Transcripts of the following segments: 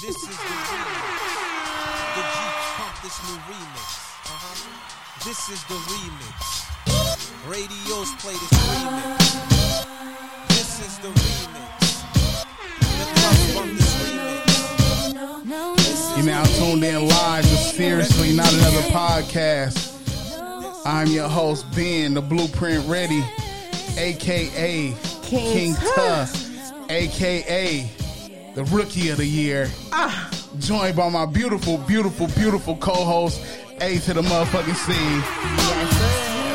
This is the G. The G pump this new remix. Uh-huh. This is the remix. Radios play this remix. This is the remix. The club pump this remix. This You is now tuned in live to Seriously Not Another Podcast. I'm your host, Ben, the Blueprint Ready, aka King King Tut. Tuh, aka the Rookie of the Year. Ah. Joined by my beautiful, beautiful, beautiful co host, A to the motherfucking C.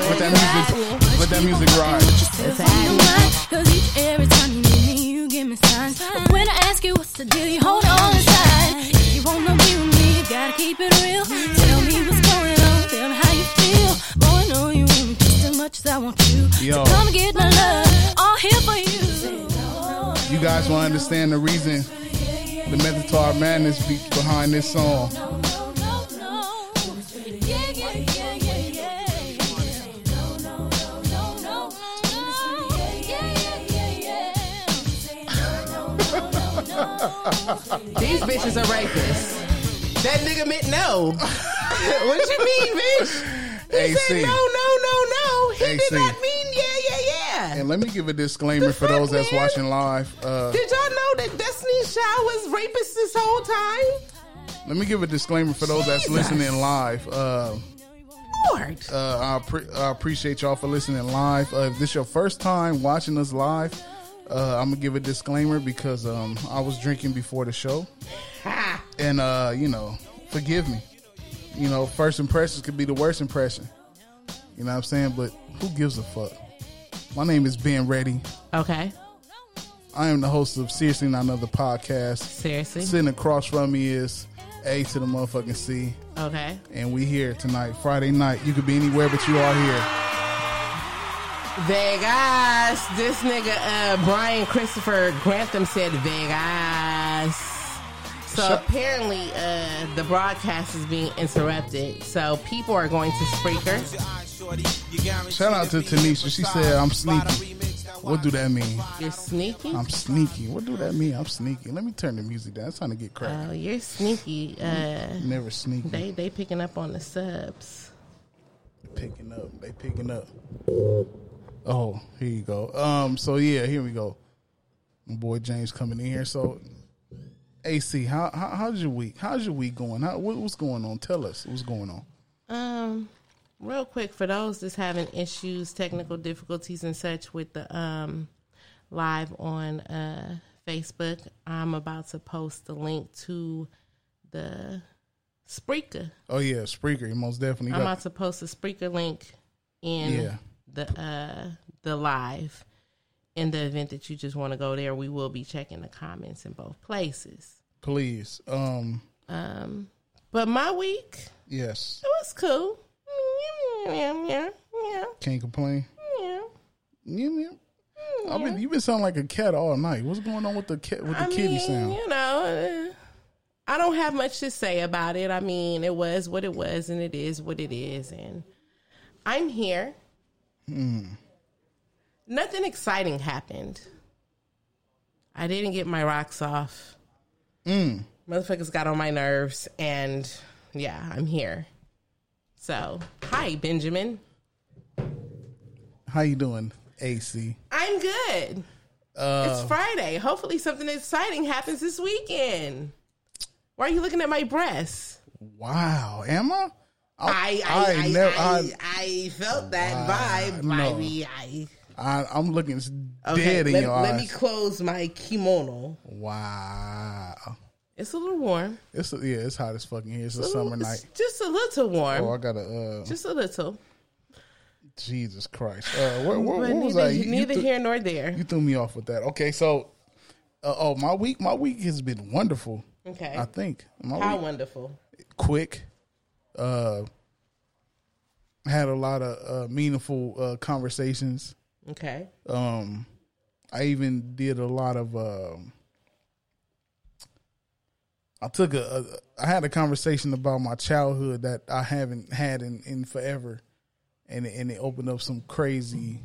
But that music, but that music right. It's Don't happening. lie, Cause each every time you need me, you give me signs. But when I ask you what's the deal, you hold on inside. If you wanna be with me, you gotta keep it real. Tell me what's going on, tell me how you feel. Boy, I know you want me just as much as I want you. Yo. So come get my love, all here for you. You guys want to understand the reason, the method to our madness be behind this song. No, no, no, no. Yeah, yeah, yeah, yeah, yeah. No, no, no, no, no, no. Yeah, yeah, yeah, yeah. No, no, no, no, no. These bitches are rapists. That nigga meant no. what you mean, bitch? He AC. said no, no, no, no. He did AC. not mean yeah, yeah, yeah. And let me give a disclaimer The for those that's fuck, man? watching live. Uh, Did y'all know that Destiny Shaw was rapist this whole time? let me give a disclaimer for those that's Jesus. listening live. Uh, Lord. uh, I, appre I appreciate y'all for listening live. Uh, if this your first time watching us live, uh, I'm gonna give a disclaimer because um, I was drinking before the show, Ha. and uh, you know, forgive me. You know, first impressions could be the worst impression. You know what I'm saying? But who gives a fuck? My name is Ben Reddy. Okay. I am the host of Seriously Not Another Podcast. Seriously. Sitting across from me is A to the motherfucking C. Okay. And we here tonight, Friday night. You could be anywhere, but you are here. Vegas. This nigga uh, Brian Christopher Grantham said Vegas. So Shut- apparently uh, the broadcast is being interrupted. So people are going to Spreaker. Shout out to Tanisha. She said, I'm sneaky. What do that mean? You're sneaky. I'm sneaky. What do that mean? I'm sneaky. Let me turn the music down. It's time to get cracked. Oh, you're sneaky. Uh, Never sneaky. they they picking up on the subs. Picking up. They picking up. Oh, here you go. Um, so yeah, here we go. My boy James coming in here. So AC, how, how how's your week? How's your week going? How, what, what's going on? Tell us what's going on. Um, real quick for those that's having issues, technical difficulties and such with the um live on uh Facebook, I'm about to post the link to the Spreaker. Oh yeah, Spreaker, you most definitely I'm got about to post the Spreaker link in Yeah. the uh the live. In the event that you just want to go there, we will be checking the comments in both places. please. Um Um, but my week, yes. it was Oh, cool. Mm, Yeah, yeah, yeah, Can't complain. yeah. Yeah, yeah. I've been you've been sounding like a cat all night. What's going on with the cat with the Mm, I kitty mean, sound? you know, uh, I don't have much to say about it. I mean, it was what it was, and it is what it is, and I'm here. Hmm. Nothing exciting happened. I didn't get my rocks off. Hmm. Motherfuckers got on my nerves, and yeah, I'm here. So, hi, Benjamin. How you doing, AC? I'm good. Uh, it's Friday. Hopefully, something exciting happens this weekend. Why are you looking at my breasts? Wow, Emma. I I I, I, never. I, I felt that vibe, no. baby. I I, I'm looking okay. dead in Let, your let eyes. me close my kimono. wow. It's a little warm. It's a, yeah. It's hot as fucking here. It's a It's summer night. just a little warm. Oh, I got a. Uh, just a little. Jesus Christ. Uh, where, where, But where was neither, I? You, you, neither threw, here nor there. you threw me off with that. Okay, so. Uh, oh, my week. My week has been wonderful. Okay. I think my How week wonderful. quick. Uh, had a lot of uh, meaningful uh, conversations. Okay. um I even did a lot of um I took a, a I had a conversation about my childhood that I haven't had in, in forever and it- and it opened up some crazy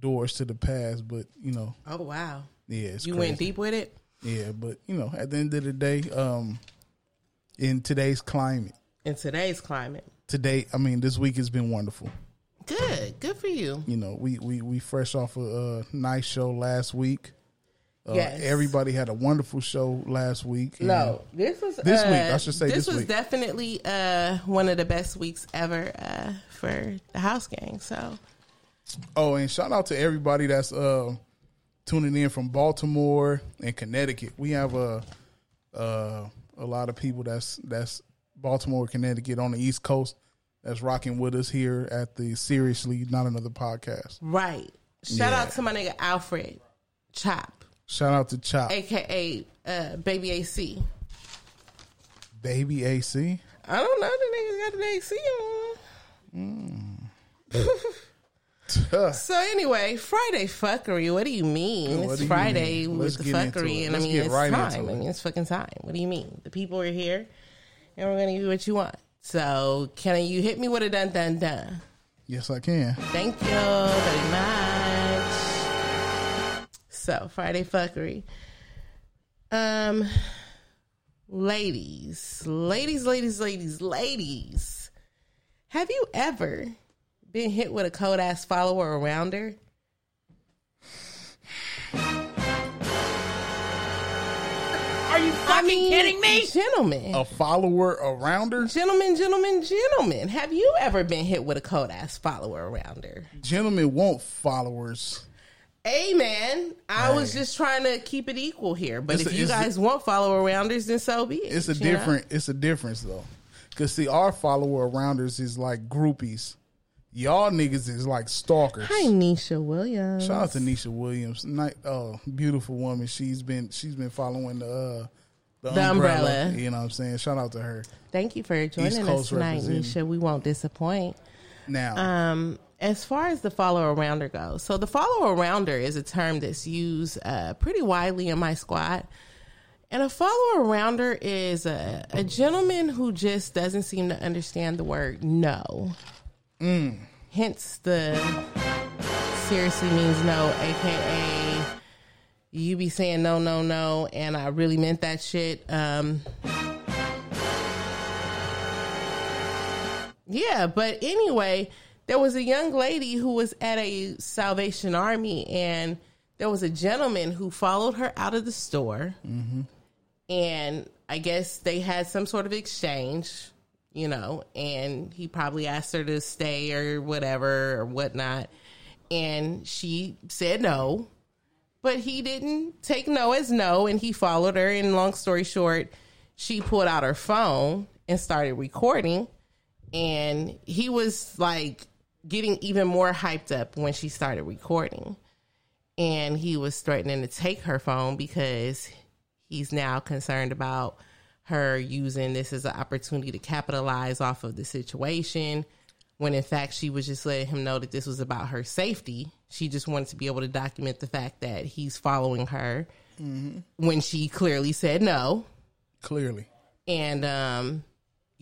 doors to the past but you know Oh wow. yeah it's you crazy. went deep with it. Yeah, but you know, at the end of the day, um, in today's climate, in today's climate. today, I mean, this week has been wonderful. Good, good for you. You know, we we we fresh off a, a nice show last week. Uh, Yes. Everybody had a wonderful show last week. No, this was This uh, week, I should say this was week. definitely uh, one of the best weeks ever uh, for the house gang. So Oh, and shout out to everybody that's uh, tuning in from Baltimore and Connecticut. We have a uh, a lot of people that's that's Baltimore, Connecticut on the East Coast that's rocking with us here at the Seriously Not Another podcast. right, shout Yeah. out to my nigga Alfred Chop, Shout out to Chop, aka uh, Baby AC. Baby AC. I don't know the niggas got an AC on. Huh. So anyway, Friday fuckery. What do you mean? Mm. What it's do you Friday mean? with Let's the get into fuckery, it. and I Let's mean get it's right into time. I it. mean it's fucking time. What do you mean? The people are here, and we're gonna give you what you want. So can you hit me with a dun dun dun? Yes, I can. Thank you very much. So Friday fuckery. Um ladies, ladies, ladies, ladies, ladies. Have you ever been hit with a cold ass follower or rounder? Are you fucking kidding me? Gentlemen. A follower around her, Gentlemen, gentlemen, gentlemen. Have you ever been hit with a cold ass follower or rounder? gentlemen want followers. Amen. I was just trying to keep it equal here, but It's if a- you it's a- guys want follower rounders, then so be it. It's a you know? different. It's a difference though, because see, our follower arounders is like groupies. Y'all niggas is like stalkers. Hi, Nisha Williams. Shout out to Nisha Williams, night, oh, beautiful woman. She's been she's been following the uh, the, The umbrella, umbrella. You know what I'm saying? Shout out to her. Thank you for joining us Coast tonight, representing. Nisha. We won't disappoint. Now, Um, as far as the follower rounder goes, so the follower rounder is a term that's used uh, pretty widely in my squad. And a follower rounder is a, a gentleman who just doesn't seem to understand the word no. Hence the seriously means no, aka you be saying no, no, no, and I really meant that shit. Um, Yeah, but anyway, there was a young lady who was at a Salvation Army, and there was a gentleman who followed her out of the store. And I guess they had some sort of exchange, you know, and he probably asked her to stay or whatever or whatnot. And she said no, but he didn't take no as no, and he followed her. And long story short, she pulled out her phone and started recording and he was like getting even more hyped up when she started recording and he was threatening to take her phone because he's now concerned about her using this as an opportunity to capitalize off of the situation when in fact she was just letting him know that this was about her safety she just wanted to be able to document the fact that he's following her when she clearly said no clearly, and um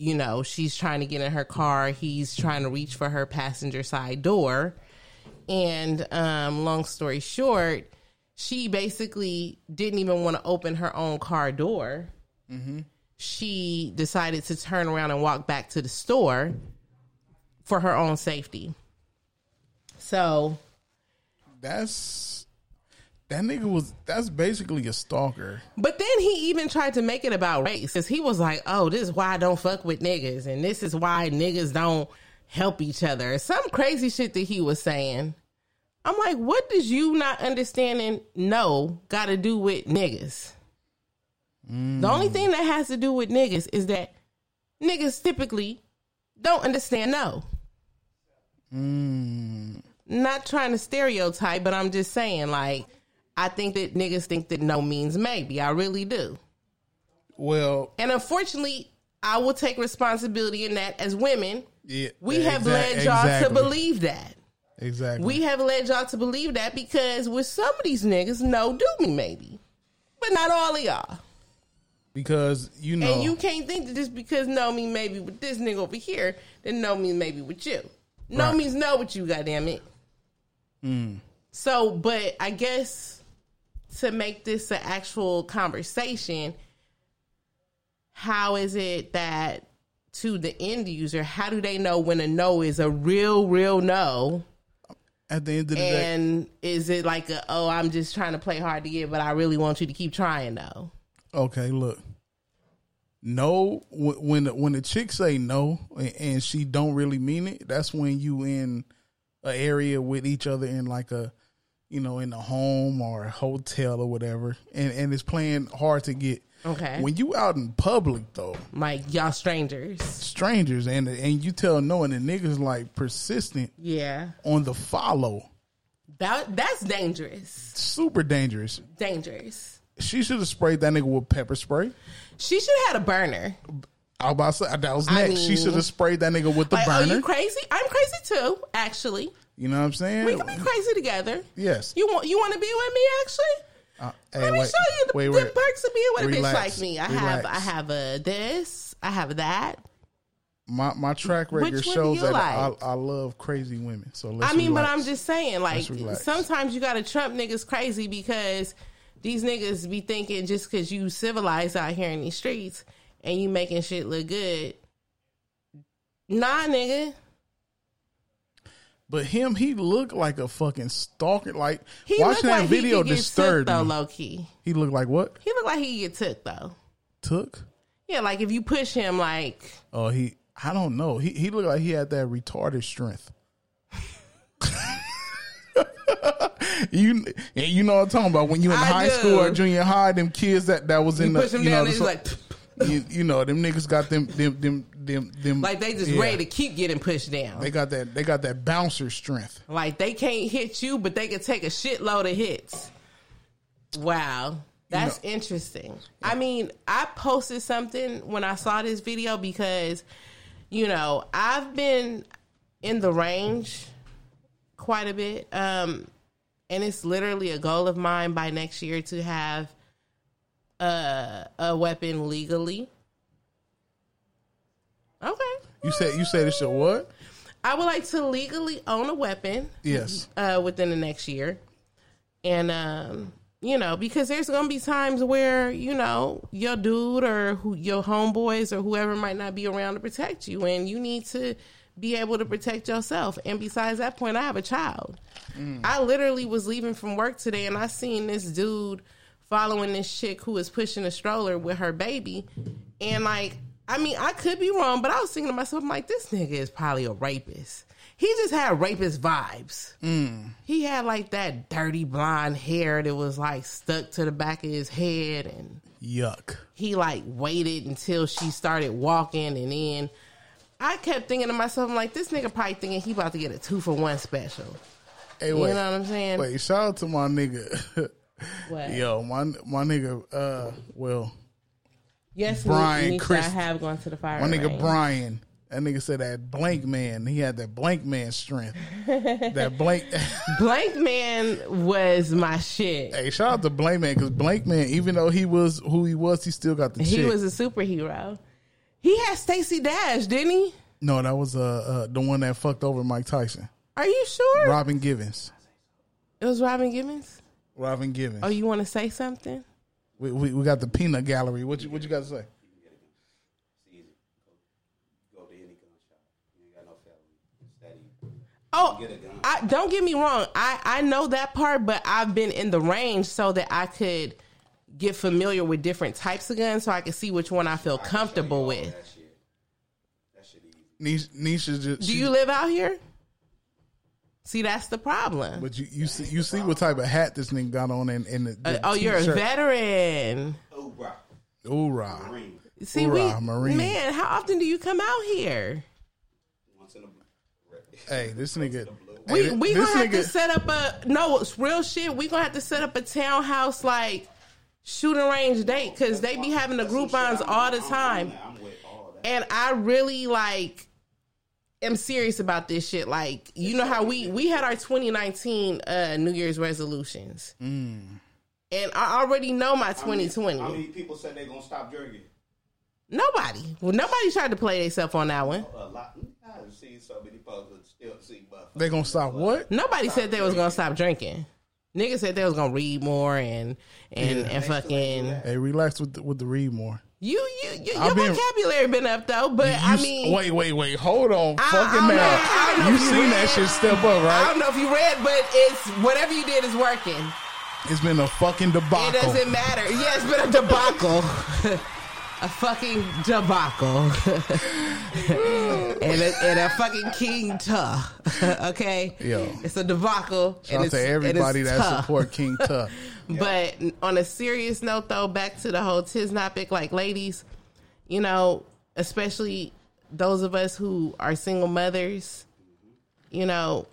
you know she's trying to get in her car he's trying to reach for her passenger side door and um long story short she basically didn't even want to open her own car door she decided to turn around and walk back to the store for her own safety so that's that nigga was that's basically a stalker. But then he even tried to make it about race because he was like, oh, this is why I don't fuck with niggas and this is why niggas don't help each other. Some crazy shit that he was saying. I'm like, what does you not understanding no got to do with niggas? The only thing that has to do with niggas is that niggas typically don't understand no. Not trying to stereotype, but I'm just saying, like, I think that niggas think that no means maybe. I really do. Well, And unfortunately, I will take responsibility in that as women. yeah, We yeah, have exac- led y'all exactly, to believe that. exactly. We have led y'all to believe that because with some of these niggas, no, do me maybe. But not all of y'all. because you know And you can't think that just because no me maybe with this nigga over here, then no means maybe with you. No Right. means no with you, goddamn it. So, but I guess to make this an actual conversation, how is it that to the end user, how do they know when a no is a real, real no? At the end of the day, And is it like a oh I'm just trying to play hard to get, but I really want you to keep trying though. okay, look. No, wh- when when the chick say no and, and she don't really mean it, that's when you in a area with each other in like a, you know, in a home or a hotel or whatever, and and it's playing hard to get. Okay. When you out in public though, Like y'all strangers. strangers and and you tell no and the niggas like persistent Yeah. on the follow, That that's dangerous. super dangerous. Dangerous. She should have sprayed that nigga with pepper spray. She should have had a burner. I was about to say, that was I next. she mean- should have sprayed that nigga with the Like, are burner. you crazy? I'm crazy too, actually. You know what I'm saying? We can be crazy together. Yes. You want you want to be with me actually? Uh, hey, Let me wait, show you the, wait, the wait. perks of being with a bitch Relax, like me. I have relax. I have a this, I have that. My my track record Which one do shows you that I, like? I love crazy women. So let's I mean, but relax. I'm just saying, like, Let's relax. sometimes you gotta trump niggas crazy because these niggas be thinking just because you civilized out here in these streets and you making shit look good. Nah, nigga. But him, he looked like a fucking stalker. Like He looked watching that like video he could disturbed get took, though, me. low key. He looked like what? He looked like he could get took though. Took? Yeah, like if you push him, like Oh, he. I don't know. He he looked like he had that retarded strength. you and you know what I'm talking about when you in I high school or do. junior high, them kids that that was in you the push him you down, know, and the he's so- like, you, you know them niggas got them them them them them like they just yeah. ready to keep getting pushed down. They got that they got that bouncer strength. Like they can't hit you, but they can take a shitload of hits. Wow. That's interesting. I mean, I posted something when I saw this video because, you know, I've been in the range quite a bit. Um, and it's literally a goal of mine by next year to have uh, a weapon legally. Okay. You said you said it's your what? I would like to legally own a weapon Yes. uh, within the next year. And, um, you know, because there's going to be times where, you know, your dude or who, your homeboys or whoever might not be around to protect you. And you need to be able to protect yourself. And besides that point, I have a child. I literally was leaving from work today and I seen this dude following this chick who was pushing a stroller with her baby. And like, I mean, I could be wrong, but I was thinking to myself, I'm like, this nigga is probably a rapist. He just had rapist vibes. He had like that dirty blonde hair that was like stuck to the back of his head and Yuck. he like waited until she started walking and then I kept thinking to myself, I'm like, this nigga probably thinking he about to get a two for one special. Hey, You wait, know what I'm saying? wait. Shout out to my nigga. What? Yo, my my nigga. Uh, well, Yes, Brian Brian Nisha, Christ- I have gone to the fire. my nigga range. Brian. That nigga said that blank man. He had that blank man strength. that blank. Blank Man was my shit. hey, shout out to blank man because blank man, even though he was who he was, he still got the. He chick. was a superhero. He had Stacy Dash, didn't he? no, that was uh, uh the one that fucked over Mike Tyson, Are you sure? Robin Givens. it was Robin Gibbons. Robin Givens. Oh, you want to say something? We, we we got the peanut gallery. What you what you got to say? Oh, I, don't get me wrong. I, I know that part, but I've been in the range so that I could get familiar with different types of guns so I could see which one I feel comfortable with. Nish, Nisha's just. Do she- you live out here? See, that's the problem. But you, you see you see what type of hat this nigga got on and, and the, Uh, the oh, you're a t-shirt. veteran. Hoorah. See, Hoorah, we Marine. man, how often do you come out here? Hey, this nigga. We hey, thi- we this gonna have nigga, to set up a no it's real shit. We gonna have to set up a townhouse like shooting range date because they be having the Groupon's all the time, and I really like am serious about this shit. Like you know how we we had our 2019 uh, New Year's resolutions, and I already know my 2020. How many people said they're gonna stop drinking? Nobody, well, nobody tried to play themselves on that one. A lot. I haven't seen so many people that still see but They gonna stop what? Nobody said they was gonna stop drinking. Niggas said they was gonna read more and and, and fucking Hey, relax with the, with the read more. you you, you your I've been- vocabulary been up though, but I You- mean wait, wait, wait. Hold on, I- fucking I don't know- I don't now. know You if you seen that read- shit step up, I right? don't know if you read, but it's whatever you did is working. It's been a fucking It debacle. doesn't matter. Yeah, it's been a debacle. a fucking debacle. and, a, and a fucking king tuh. okay? Yo. It's a debacle. Shout out it's, to everybody and that it's tuh. support King Tuck. But on a serious note, though, back to the whole tisnopic, like ladies, you know, especially those of us who are single mothers, you know,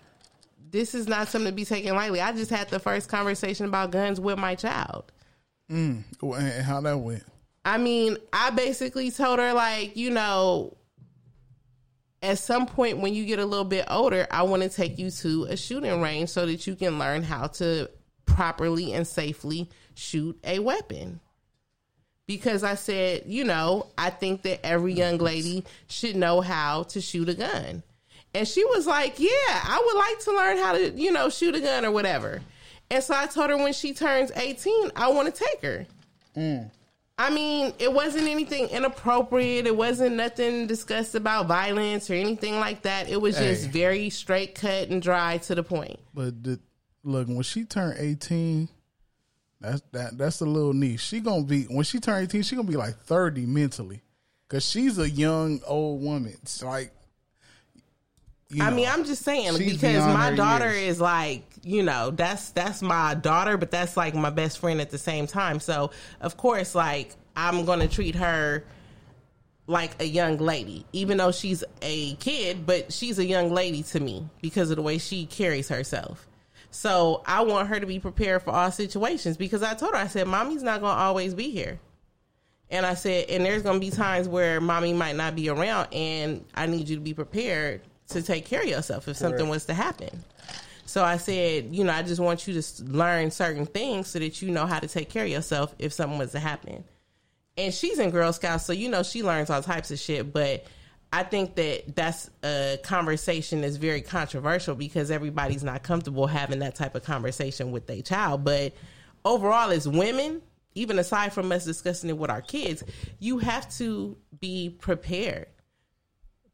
this is not something to be taken lightly. I just had the first conversation about guns with my child. and how that went. I mean, I basically told her like, you know, at some point when you get a little bit older, I want to take you to a shooting range so that you can learn how to properly and safely shoot a weapon. Because I said, you know, I think that every young lady should know how to shoot a gun. And she was like, Yeah, I would like to learn how to, you know, shoot a gun or whatever. And so I told her when she turns 18, I want to take her. I mean, it wasn't anything inappropriate. It wasn't nothing discussed about violence or anything like that. It was just Hey. very straight cut and dry to the point. But the, look, when she turned eighteen, that's that that's a little niche. She gonna be when she turned eighteen, she gonna be like thirty mentally, cause she's a young old woman. It's like, you I know, mean, I'm just saying she's because beyond my her daughter years. is like, you know, that's that's my daughter, but that's like my best friend at the same time. So of course, like I'm gonna treat her like a young lady, even though she's a kid, but she's a young lady to me because of the way she carries herself. So I want her to be prepared for all situations because I told her, I said, Mommy's not gonna always be here. And I said, and there's gonna be times where mommy might not be around, and I need you to be prepared to take care of yourself if something was to happen. So I said, you know, I just want you to s- learn certain things so that you know how to take care of yourself if something was to happen. And she's in Girl Scouts, so you know she learns all types of shit. But I think that that's a conversation that's very controversial because everybody's not comfortable having that type of conversation with their child. But overall, as women, even aside from us discussing it with our kids, you have to be prepared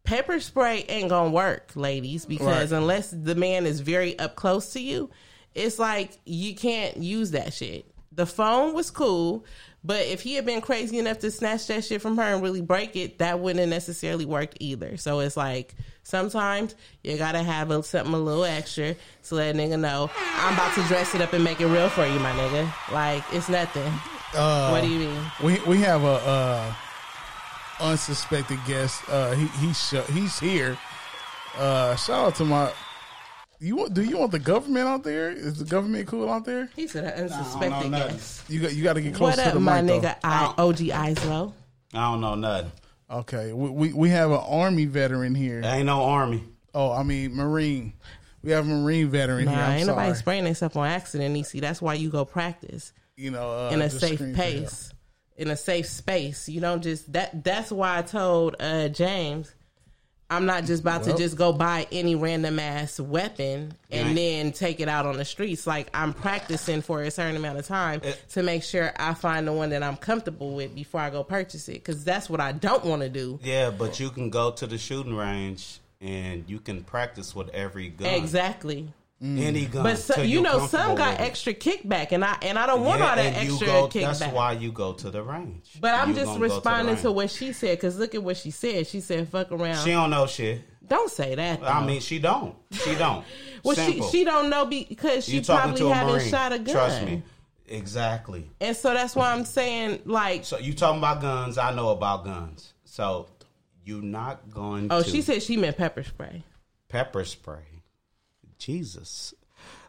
pepper spray ain't gonna work, ladies, because Right. unless the man is very up close to you, it's like you can't use that shit. The phone was cool, but if he had been crazy enough to snatch that shit from her and really break it, that wouldn't have necessarily worked either. So it's like sometimes you gotta have a, something a little extra to let a nigga know I'm about to dress it up and make it real for you, my nigga. Like it's nothing. Uh, what do you mean? We we have a uh, unsuspected guest. Uh, he he's sh- he's here. Uh, shout out to my. You want? Do you want the government out there? Is the government cool out there? He said an I unsuspected don't know nothing. guess. You got you got to get close What to up, the my mic, though. nigga? I OG Islo. I don't know nothing. Okay, we, we we have an army veteran here. There ain't no army. Oh, I mean Marine. We have a Marine veteran here. Nah, I'm ain't sorry. nobody spraying themselves on accident, Nisi. That's why you go practice you know, uh, in a just safe screen pace, in a safe space. You don't just that. That's why I told uh, James, I'm not just about Well. to just go buy any random ass weapon and Right. then take it out on the streets. Like I'm practicing for a certain amount of time Eh. to make sure I find the one that I'm comfortable with before I go purchase it, because that's what I don't want to do. Yeah, but you can go to the shooting range and you can practice with every gun. Exactly. Any gun. Mm. But so, till you're you know, some comfortable got with it. extra kickback, and I and I don't want Yeah, all that and you extra go- kickback. That's why you go to the range. But I'm You just gonna go to the responding to, range. what she said because look at what she said. She said, "Fuck around." She don't know shit. don't say that. though. I mean, she don't. She don't. well, she, Simple. she don't know because she You talking probably to a haven't Marine. shot a gun. Trust me. Exactly. And so that's why I'm saying, like, So you talking about guns? I know about guns. So you're not going. oh, to she said she meant pepper spray. pepper spray. Jesus.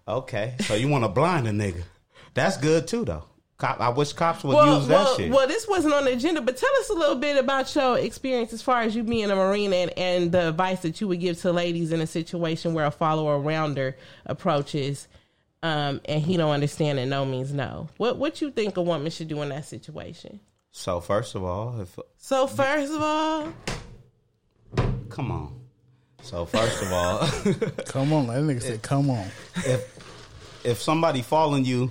Okay, so you want to blind a nigga? That's good too, though. Cop, I wish cops would Well, use that well, shit. well, this wasn't on the agenda, but tell us a little bit about your experience as far as you being a Marine and, and the advice that you would give to ladies in a situation where a follower rounder approaches um, and he don't understand that no means no. What what you think a woman should do in that situation? so first of all, if So first of all, come on. So first of all, Come on, that nigga said, "Come on." if if somebody following you,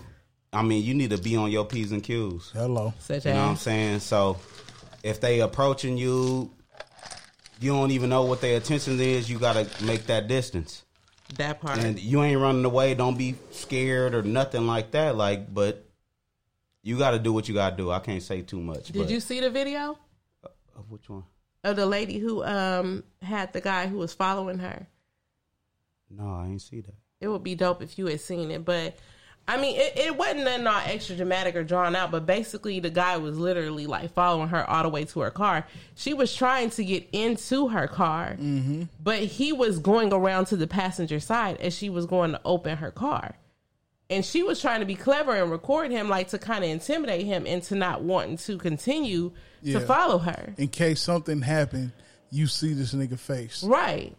I mean, you need to be on your p's and q's. Hello. Such You know what I'm as saying? So if they approaching you, you don't even know what their intention is. You gotta make that distance, that part. and you ain't running away. Don't be scared or nothing like that. Like, but you gotta do what you gotta do. I can't say too much. Did but, you see the video Uh, Which one? of the lady who um had the guy who was following her? No, I ain't see that. It would be dope if you had seen it, but I mean, it, it wasn't nothing all extra dramatic or drawn out. But basically, the guy was literally like following her all the way to her car. She was trying to get into her car, but he was going around to the passenger side as she was going to open her car. And she was trying to be clever and record him, like to kind of intimidate him into not wanting to continue Yeah. to follow her. In case something happened, you see this nigga face. Right.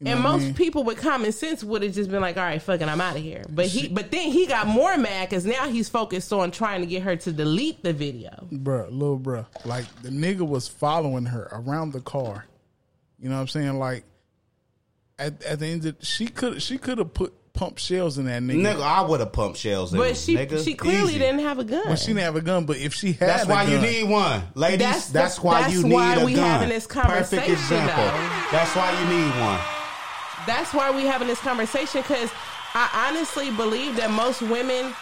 know and what I most mean? people with common sense would have just been like, "All right, fucking, I'm out of here." But he, but then he got more mad because now he's focused on trying to get her to delete the video. Bruh, little bruh. Like the nigga was following her around the car. You know what I'm saying? Like at, at the end of she could she could have put pump shells in that nigga. Nigga, I would have pumped shells. in But him, she, nigga. she clearly Easy. didn't have a gun. But she didn't have a gun, but if she had That's a why you gun- need one, ladies. That's That's, the- why that's you need why a we gun. having this Perfect conversation, example. though. That's why you need one. That's why we having this conversation because I honestly believe that most women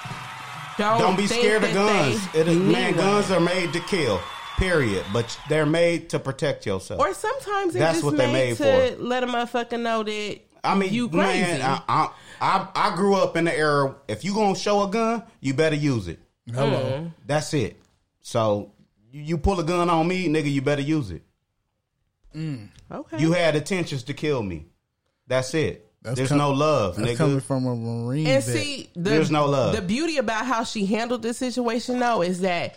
don't Don't be Oh, think scared of that guns. they It is, need man, one. guns are made to kill. Period. But they're made to protect yourself. or sometimes it's That's just what made, they made to let a motherfucker know that I mean, you you crazy. man, I, I, I I grew up in the era. If you gonna show a gun, you better use it. Hello. Mm. That's it. So you, you pull a gun on me, nigga, you better use it. okay, You had intentions to kill me. That's it. That's There's com- no love, That's nigga. coming from a Marine. And vet. see, the, There's no love. The beauty about how she handled this situation, though, is that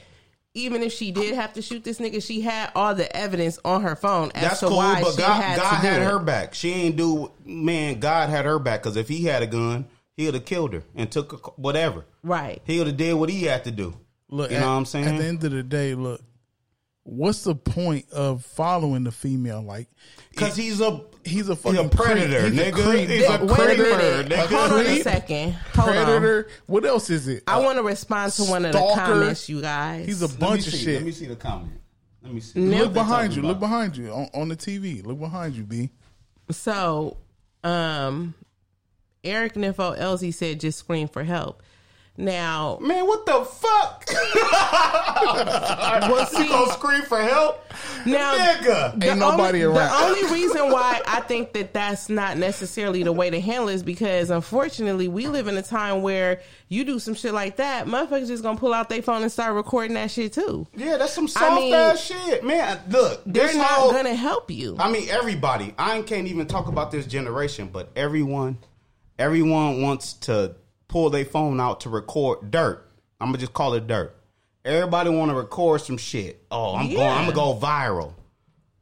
even if she did have to shoot this nigga, she had all the evidence on her phone as That's to cool, why but she God, had God to had do her it. back. She ain't do man. God had her back because if he had a gun, he'd have killed her and took her, c- whatever. Right. He'd have did what he had to do. Look, you at- know what I'm saying? At the end of the day, look, what's the point of following the female? Like, Because he's a he's a he's fucking a predator, creep. He's a nigga. creep. He's a Wait Wait a predator, minute. nigga. Hold on a Creep. second. Hold on. predator. What else is it? I want to respond to one of the Stalker. comments, you guys. he's a Let me bunch of see. shit. Let me see the comment. Let me see. Look look behind you. About. Look behind you on, on the TV. Look behind you, B. So, um, Eric Nifo Elsie said, "Just scream for help." Now, Man, what the fuck? what's you gonna scream for help, now? nigga? Ain't nobody only, around. The only reason why I think that that's not necessarily the way to handle it is because unfortunately we live in a time where you do some shit like that, motherfuckers just gonna pull out their phone and start recording that shit too. Yeah, that's some soft I mean, ass shit, man. Look, They're this not whole- gonna help you. I mean, everybody. I can't even talk about this generation, but everyone, everyone wants to pull their phone out to record dirt. I'm gonna just call it dirt. Everybody want to record some shit. Oh, I'm going. I'm gonna go viral.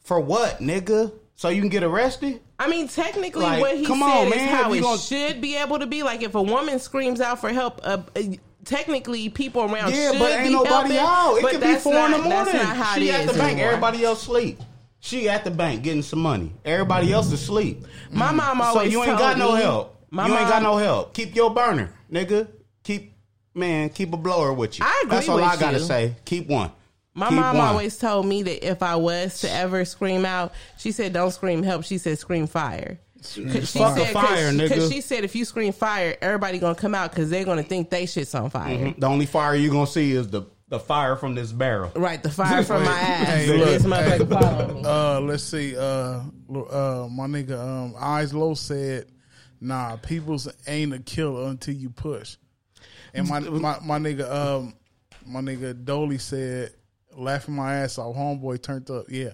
For what, nigga? So you can get arrested? I mean, technically, Like, what he come said on, is man. how We it gonna- should be able to be. Like, if a woman screams out for help, uh, uh, technically people around Yeah, should but ain't be nobody helping, out. It but could be that's four in the not- that's morning. not how she it at is the bank. anymore. Everybody else sleep. She at the bank getting some money. Everybody else is asleep. My mom So always you ain't told got no me- help. My you ain't mom- got no help. Keep your burner, nigga. Keep man, keep a blower with you. I agree That's all with I gotta you. say. Keep one. My Keep mom one. always told me that if I was to ever scream out, she said, "Don't scream help." She said, "Scream fire." 'Cause Fuck a cause, fire, nigga. 'cause she said, if you scream fire, everybody gonna come out because they're gonna think they shit's on fire. Mm-hmm. The only fire you gonna see is the the fire from this barrel. Right, the fire from my ass. Hey, that look, this motherfucker hey. following me. Uh, let's see. Uh, lo- uh, my nigga, um, Eyes Low said, "Nah, people's ain't a killer until you push." And my my, my nigga, um, my nigga Dolly said, "Laughing my ass off, homeboy turned up." Yeah.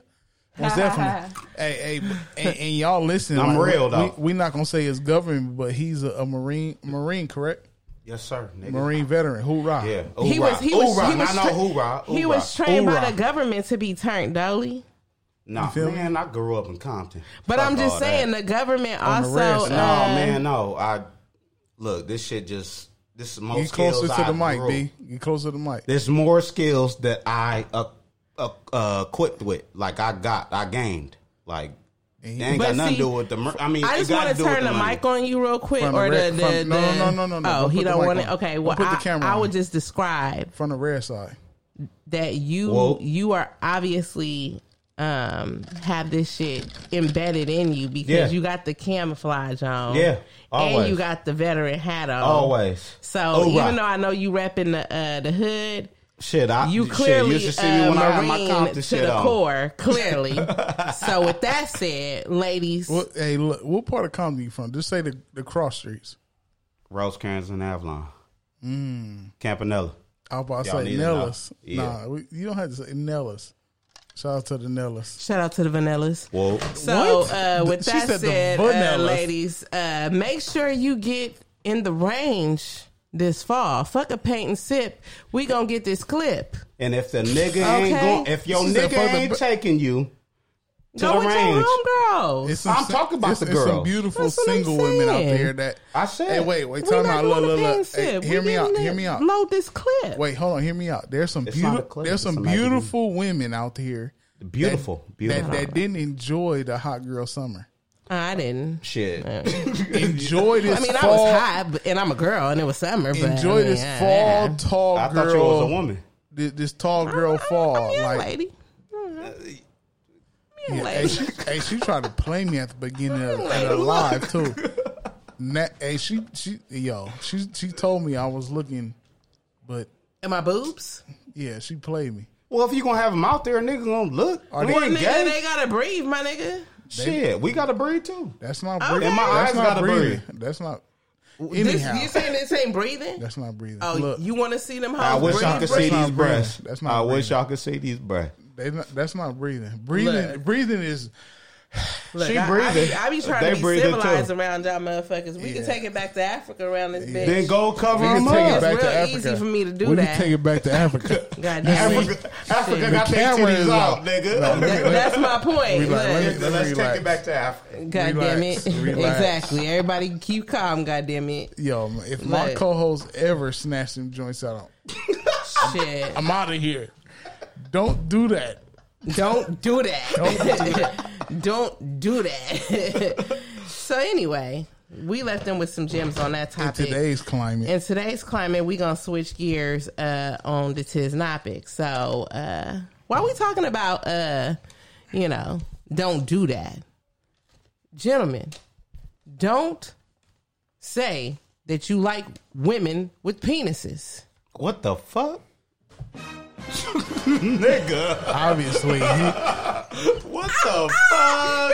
Most definitely. hey, hey, but- and, and y'all listen. I'm like, real, we- though. We, we not gonna say it's government, but he's a, a marine, marine, correct? Yes, sir, nigga. Marine veteran. Hoorah! Yeah. He was he was Hoorah. he was, Nah, tra- no, hoorah. he Hoorah. was trained by Hoorah. the government to be turned dolly. Nah, feel me? man, I grew up in Compton. But Fuck I'm just all that. saying the government On the also. rest, uh, No, man, no. I look. This shit just. This is more Get closer skills to the I mic, grew. B. Get closer to the mic. There's more skills that I uh, uh, uh, equipped with. Like I got, I gained. Like It ain't got But nothing see, to do with the. Mur- I mean, I it just got want to do with turn the money. mic on you real quick, From the or the, red- the, from- no, the- no, no, no, no. Oh, Don't he put the don't mic want it. on. Okay, Don't well, put the I, camera I on. would just describe from the rare side. that you Whoa. you are obviously um have this shit embedded in you because Yeah. you got the camouflage on. Yeah, always. And you got the veteran hat on. Always. So Oh, even right. though I know you repping the uh, the hood, Shit, I you shit, clearly used to see me uh, when I had my marine Compton to shit the on. core. Clearly. so with that said, ladies, What, hey, look, what part of comedy you from? Just say the, the cross streets. Rosecrans and Avalon, mm. Campanella. I was about to Y'all say need to know. Nellis. Yeah. Nah, we, you don't have to say Nellis. Shout out to the Nellis. shout out to the Vanillas. Well, So What? uh, with She that said the said, uh, vanillas. ladies, uh, make sure you get in the range this fall. Fuck a paint and sip. We gonna get this clip. and if the nigga Okay. ain't going, if your She said, "Fuck nigga the ain't b- taking you to Go the with range, your homegirls. some I'm si- talking about it's, the it's some girls. beautiful That's what I'm single women out saying. there that I said- Hey, wait, wait, We time not out. doing Look, a look, paint look. and Hey, sip. hear We me out. getting Hear it. me out. Load this clip. Wait, hold on. Hear me out. There's some It's not a beautiful. clip, There's it's a some magazine. beautiful women out here. Beautiful, that- beautiful. That, that didn't enjoy the hot girl summer. Uh, I didn't. shit. Enjoy this I mean, I fall. was high, but- and I'm a girl, and it was summer. But Enjoy I mean, this I- fall I- tall I girl. thought you was a woman. This, this tall I- girl I- fall. I'm a young like, lady. I'm a young yeah, hey, lady. she, hey, she tried to play me at the beginning of, of the live too. Na- hey, she, she, yo, she, she told me I was looking, but And my boobs. yeah, she played me. Well, if you gonna have them out there, a nigga gonna look. Are we they- ain't Nigga, they gay. gotta breathe, my nigga. Shit, we gotta breathe too. That's not Okay. breathing. And my That's eyes not gotta breathing. breathe. That's not. This, Anyhow, you saying this ain't breathing? that's not breathing. Oh, Look, you want to see them? I Hoes wish breathe, I could breath. see breathe? That's these not breaths. breathing. That's not I wish breathing. I could see these breaths. they not, that's not breathing. Breathing, Look. breathing is. Look, She I- I, be, breathing. I be trying They to be breathing too. civilized around y'all motherfuckers. We can Yeah. take it back to Africa around this bitch. Then go cover We can them take it up. back real to Africa. easy for me to do we that. can take it back to Africa. God damn it. Africa, Africa Shit. got The their camera is titties out, out. nigga. That- that's my point. We like, let me- Look. Let's take relax. it back to Africa. God damn relax, it. relax. Exactly. Everybody keep calm, god damn it. Yo, man, if my Look. co-host ever snatched them joints out, Shit. I'm out of here. Don't do that. Don't do that. Don't do that. so anyway, we left them with some gems on that In topic. today's climate, in today's climate, we're gonna switch gears uh, on the tisnopic. So uh, while we talking about, uh, you know, don't do that, gentlemen, don't say that you like women with penises. What the fuck? nigga, obviously, he, what the fuck?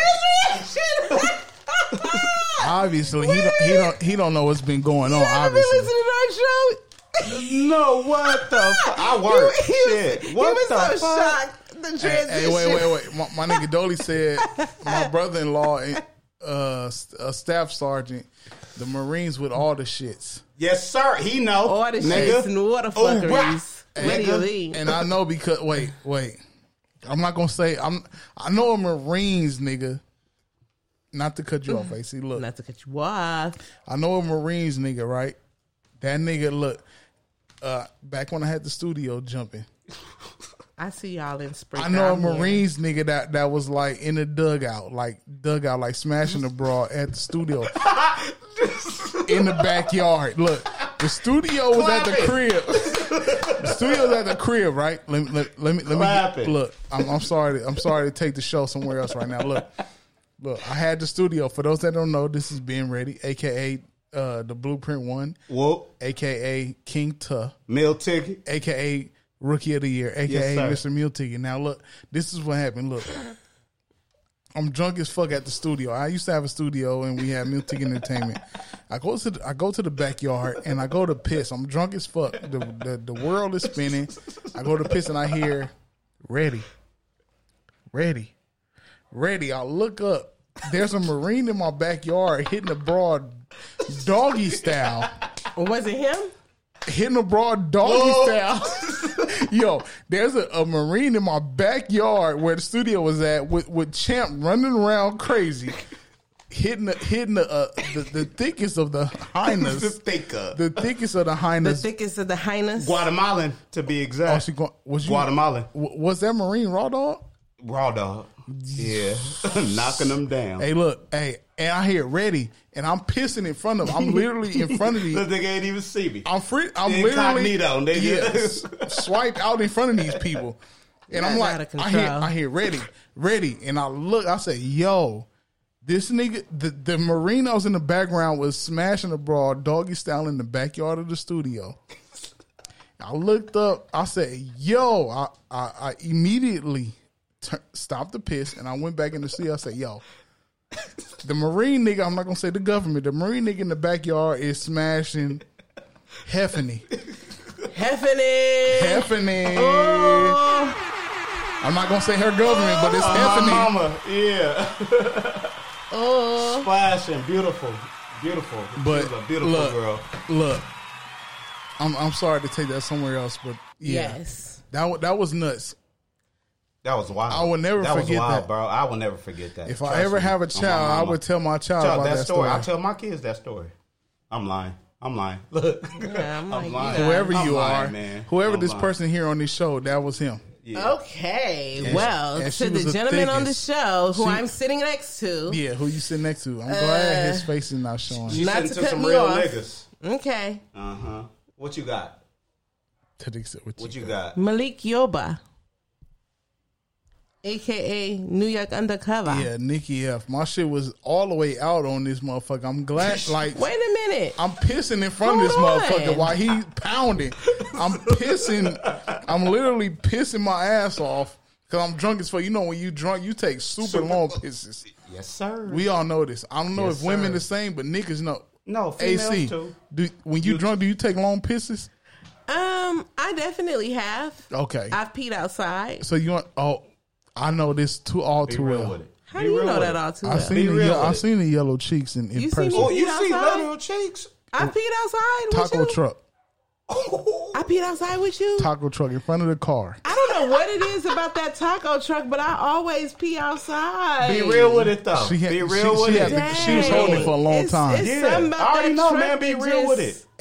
obviously he don't, he don't he don't know what's been going on. Obviously, to our show. No, what the fuck? I work. He was- Shit. What he was the so fuck? shocked. The Hey, transition. hey, wait, wait, wait. My, my nigga Dolly said my brother-in-law, and, uh, st- a staff sergeant, the Marines with all the shits, Yes, sir. He know. All the nigga. shits and water Oh, fuckeries. right. What do you Nigga. mean? and I know because wait, wait. I'm not gonna say I'm. I know a Marines nigga. Not to cut you off, AC. Look, Not to cut you off. I know a Marines nigga, right? That nigga, look, uh, back when I had the studio jumping, I see y'all in spring. I know a I'm here. Marines nigga that, that was like in the dugout, like dugout, like smashing the bra at the studio in the backyard. Look, the studio was at the Clap it. crib. The studio was at the crib, right? Let me let, let me let Clap me it. get, look. I'm, I'm sorry. To, I'm sorry to take the show somewhere else right now. Look, look. I had the studio. For those that don't know, this is being ready, aka uh, the Blueprint One, Whoop. aka King Tuh Meal ticket. aka Rookie of the Year, aka Yes, sir. Mr. Mule Ticket. Now look, this is what happened. Look, I'm drunk as fuck at the studio. I used to have a studio and we had Mule Ticket Entertainment. I go to the, I go to the backyard and I go to piss. I'm drunk as fuck. The, the the world is spinning. I go to piss and I hear ready, ready, ready. I look up. There's a marine in my backyard hitting a broad doggy style Was it him? hitting a broad doggy style. Yo, there's a, a marine in my backyard where the studio was at with, with Champ running around crazy, hitting the, hitting the, uh, the the thickest of the the hyenas, thicker. the thickest of the The hyenas. thickest of the hyenas. Guatemalan, to be Oh, exact. she going, was you, Guatemalan. w- was that marine raw dog? Raw dog. Yeah, knocking them down. Hey, look, hey, and I hear ready, and I'm pissing in front of. I'm literally in front of Look, these. they can't even see me. I'm free. I'm Incognito, literally nigga. yes, swiped out in front of these people, and I'm That's like, out of I hear, control. I hear ready, ready, and I look. I say, yo. This nigga, the, the Marinos in the background was smashing abroad, doggy style in the backyard of the studio. I looked up. I said, "Yo!" I I, I immediately tur stopped the piss and I went back in the sea. I said, "Yo." The marine nigga, I'm not gonna say the government. The marine nigga in the backyard is smashing Heffany. Heffany. Heffany. I'm not gonna say her government, but it's Oh. My Heffany. mama, yeah. Oh. Splashing, beautiful, beautiful. But She's a beautiful look, girl. look, I'm I'm sorry to take that somewhere else, but yeah, Yes. that wa- that was nuts. That was wild. I will never that was forget wild, that. bro. I will never forget that. If Trust I ever me. have a On my child, I mama. would tell my child Tell about that, story. I story. tell my kids that story. I'm lying. I'm lying. Look, Yeah, I'm like, you lying. done. whoever I'm you lying, are, man. whoever I'm this lying. person here on this show, that was him. Okay. And- well, and she to was the the gentleman on the thickest. show who She- I'm sitting next to. Yeah, who you sitting next to? I'm glad his face is not showing. You Not sent to to cut some me real off. niggas. Okay. Uh huh. What you got? To the extent what What you- you got? Malik Yoba, aka New York Undercover. Yeah, Nikki F. My shit was all the way out on this motherfucker. I'm glad, like, Wait a minute. I'm pissing in front of this Hold motherfucker on. while he pounding. I'm pissing. I'm literally pissing my ass off because I'm drunk as fuck. You know, when you drunk, you take super, long pisses. Yes, sir. We all know this. I don't know Yes, if women sir. the same, but niggas know. no females AC, too. do, when you drunk, do you take long pisses? Um, I definitely have. Okay. I've peed outside. So you want? Oh, I know this too all Be too real well. with it. How Be do you real know with that it. all too I well? seen Be the real ye- with I it. seen the yellow cheeks in, in You see person. me? Oh, you see outside? lateral cheeks. I peed outside with Taco you. truck, I peed outside with you. taco truck in front of the car. I don't know what it is about that taco truck, but I always pee outside. Be real with it though. She had- Be real she- with she it. had the- she was holding it for a long It's- time. it's Yeah, something about I already that know, truck man. Be that real with just- it.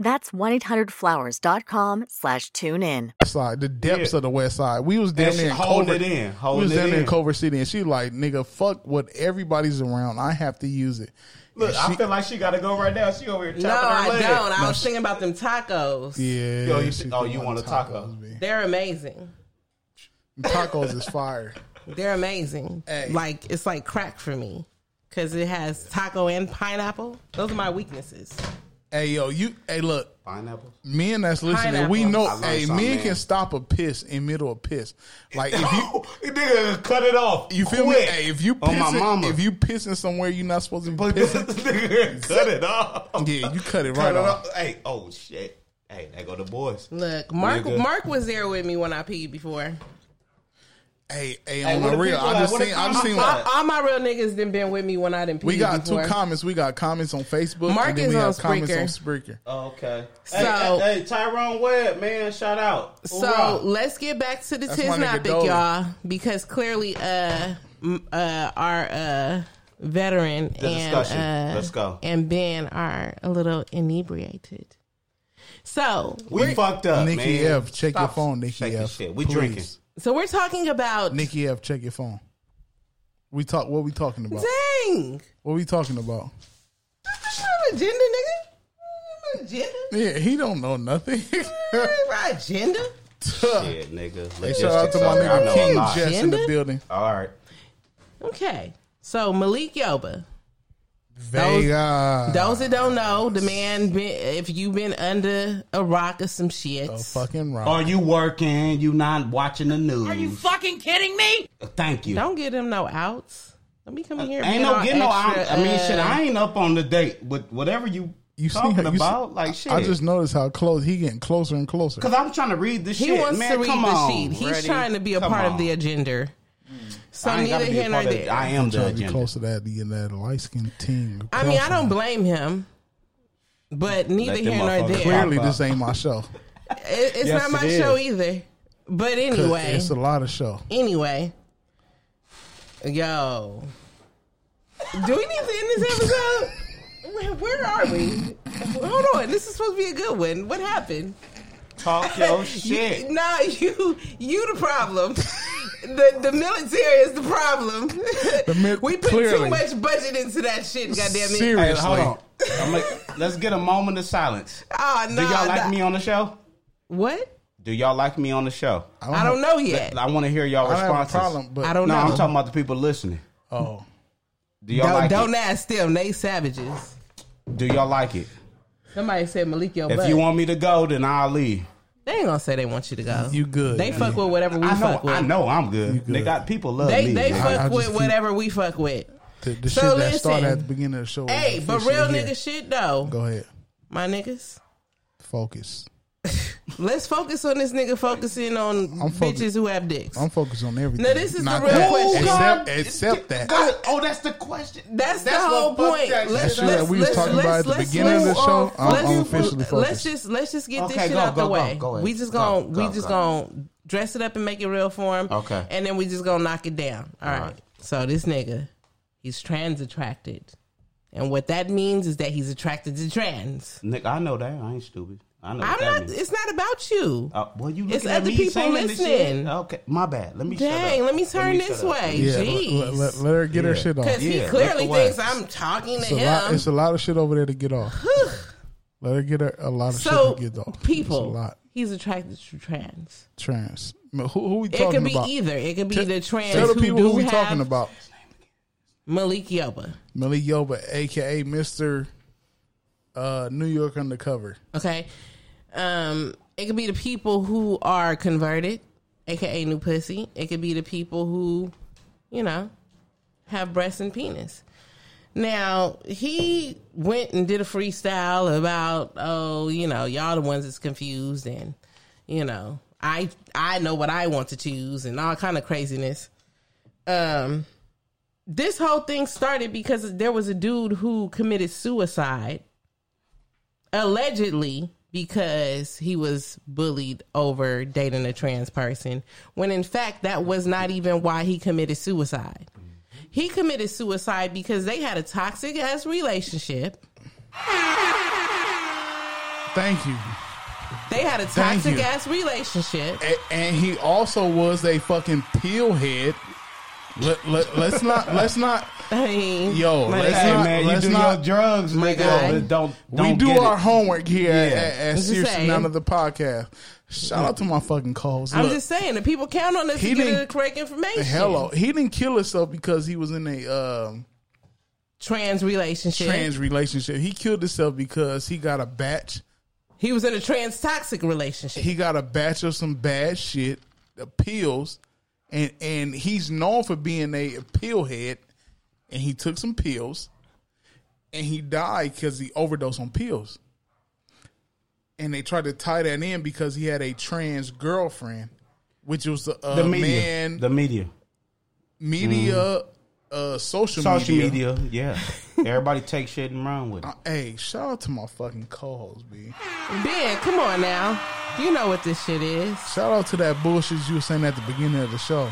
That's 1-800-Flowers.com slash tune in. side, the depths Yeah. of the west side. We was down And there in she holding Culver. it in, we holding was it down there in in. Culver City, and she like, nigga, fuck what everybody's around. I have to use it. Look, And I she- feel like she got to go right now. She over here chopping No, her I leg. don't. I was thinking about them tacos. yeah. Yo, you- she oh, think you about want a taco. tacos, man. They're amazing. Tacos is fire. They're amazing. Hey. Like it's like crack for me because it has taco and pineapple. Those are my weaknesses. Hey, yo, you. Hey, look. Pineapples. Men that's listening, Pineapple. we know. I learned Hey, men something, man. can stop a piss in middle of piss. Like if you, nigga, cut it off. you feel Quick. me? Hey, if you on pissing, my mama, if you pissing somewhere you're not supposed to be pissing, nigga, cut it off. yeah, you cut it cut right it off. off. Hey, oh shit. Hey, there go the boys. Look, Mark. Nigga. Mark was there with me when I peed before. Hey, hey, Hey, on what the the real, people I like? just What the seen, I just people seen. like? like- All, all my real niggas done been with me when I didn't pee. We got before. two comments. We got comments on Facebook, Mark and then is we on have comments Spreaker. on Spreaker. Oh, Okay. So- hey, hey, hey, Tyrone Webb, man, shout out. So let's get back to the That's tiz my nigga topic, Dolly. y'all, because clearly, uh, m- uh, our uh veteran The and discussion. uh, Let's go. and Ben are a little inebriated. So we fucked up, Nikki man. F, check your Stop phone, Nikki shaking F. Shit. We please. drinking. So we're talking about Nikki F, check your phone. We talk. What we talking about? Dang, What we talking about? that's not agenda, nigga. Agenda, Yeah, he don't know nothing. My agenda. Yeah, nigga. Hey, shout out to my Logistics, I know nigga a King lot. Jess in the Agenda? building. All right. Okay, so Malik Yoba. Vega. Those that don't know, the man, been, if you've been under a rock or some shit, Oh, A fucking rock. Are you working? You not watching the news? Uh, Are you fucking kidding me? Thank you. Uh, don't give them no outs. Let me come here. ain't being no all get no. I, extra, I mean, uh, shit. I ain't up on the date with whatever you You see talking her- you see- about. like shit. I just noticed how close he getting closer and closer. because I'm trying to read this He shit. wants man, to read come the on, sheet. He's Reddy. trying to be a Come part of on. the agenda. So I ain't gotta neither be a part here nor of that. there. I I, am the Trying to be agenda. close to that, the, that light skinned team. mean, I don't blame him, but neither them here nor motherfuckers there. Clearly, this ain't my show. It- it's Yes, not my it show is. either. But 'Cause anyway, it's a lot of show. anyway, yo, do we need to end this episode? Where- Where are we? Hold on, this is supposed to be a good one. What happened? Talk your Oh, shit. No, nah, you you the problem. the the military is the problem. mi- we put too clearly. much budget into that shit. Goddamn it! Serious. Hey, hold on. I'm like, let's get a moment of silence. Oh Do no! y'all like nah. me on the show? What? Do y'all like me on the show? I don't know yet. I want to hear y'all I don't have a responses. problem, but I don't no, know. I'm talking about the people listening. Oh, Do y'all Don't, like don't it? ask them. They savages. Do y'all like it? Somebody said Malik your If butt. you want me to go, then I'll leave. they ain't gonna say they want you to go. you good? They fuck with whatever we I know, fuck with. I know, I'm good. good. They got people love They me. they man. fuck I just with keep- whatever we fuck with. The, the So shit that listen. started at the beginning of the show. is Hey, but officially real here. nigga shit though, Go ahead. my niggas. Focus. Let's focus on this nigga focusing on I'm focus- bitches who have dicks. I'm focused on everything. No, this is the Not real that. question. Except, except that. God, oh, that's the question. That's, the That's what whole fucked point. that shit Let's, up. let's, That we was let's, talking about let's, at the let's- beginning of the let's- show, I'm- let's- I'm officially Let's focused. just let's just get this Okay, shit go, out the go, go, way. go ahead. we just gonna Go, we go, go. just gonna dress it up and make it real for him. Okay. and then we just gonna knock it down. All right. right. So this nigga, he's trans attracted, and what that means is that he's attracted to trans. Nick, I know that. I ain't stupid. I know I'm what that not. means. It's not about you. Uh, well, you it's looking at other me people saying this shit? listening. Okay, my bad. Let me shut Dang, up. let me turn shut this up. way. Yeah, Jeez. let, let- let her get her shit off. Because he Yeah, clearly look away. thinks I'm talking to It's a, lot, him. it's a lot of shit over there to get off. Let her get her, a lot of so, shit to get off. people, It's a lot. he's attracted to trans. Trans. Who, who we It talking could be about? either. It could be Tell- the trans. Tell the who people do who we have talking about. Malik Yoba. Millie Yoba, aka Mister uh, New York Undercover. Okay. Um, it could be the people who are converted, aka new pussy. It could be the people who, you know, have breasts and penis. Now he went and did a freestyle about, oh, you know, y'all the ones that's confused, and you know, I I know what I want to choose, and all kind of craziness. Um, this whole thing started because there was a dude who committed suicide allegedly because he was bullied over dating a trans person when in fact that was not even why he committed suicide he committed suicide because they had a toxic ass relationship Thank you. they had a Thank you. Eh, toxic ass relationship A- and he also was a fucking pill head. Let, let, let's not. Let's not. I mean, Yo, like, let's Hey not. man, you let's do not. your drugs, My guy. nigga. Don't, don't we do get our it. homework here Yeah. at, at just Seriously saying. None of the podcast. Shout out to my fucking calls. i'm just saying that people count on us He to get didn't- the correct information hello. He didn't kill himself because he was in a um, trans relationship trans relationship. He killed himself because he got a batch. he was in a trans toxic relationship He got a batch of some bad shit, the pills, and and he's known for being a pill head. And he took some pills, and he died because he overdosed on pills. And they tried to tie that in because he had a trans girlfriend, which was a, uh, The media, man the media, media, uh, social, social media. media. Yeah, everybody take shit and run with it. Uh, Hey, shout out to my fucking co-host, B. ben come on now you know what this shit is Shout out to that bullshit you were saying at the beginning of the show.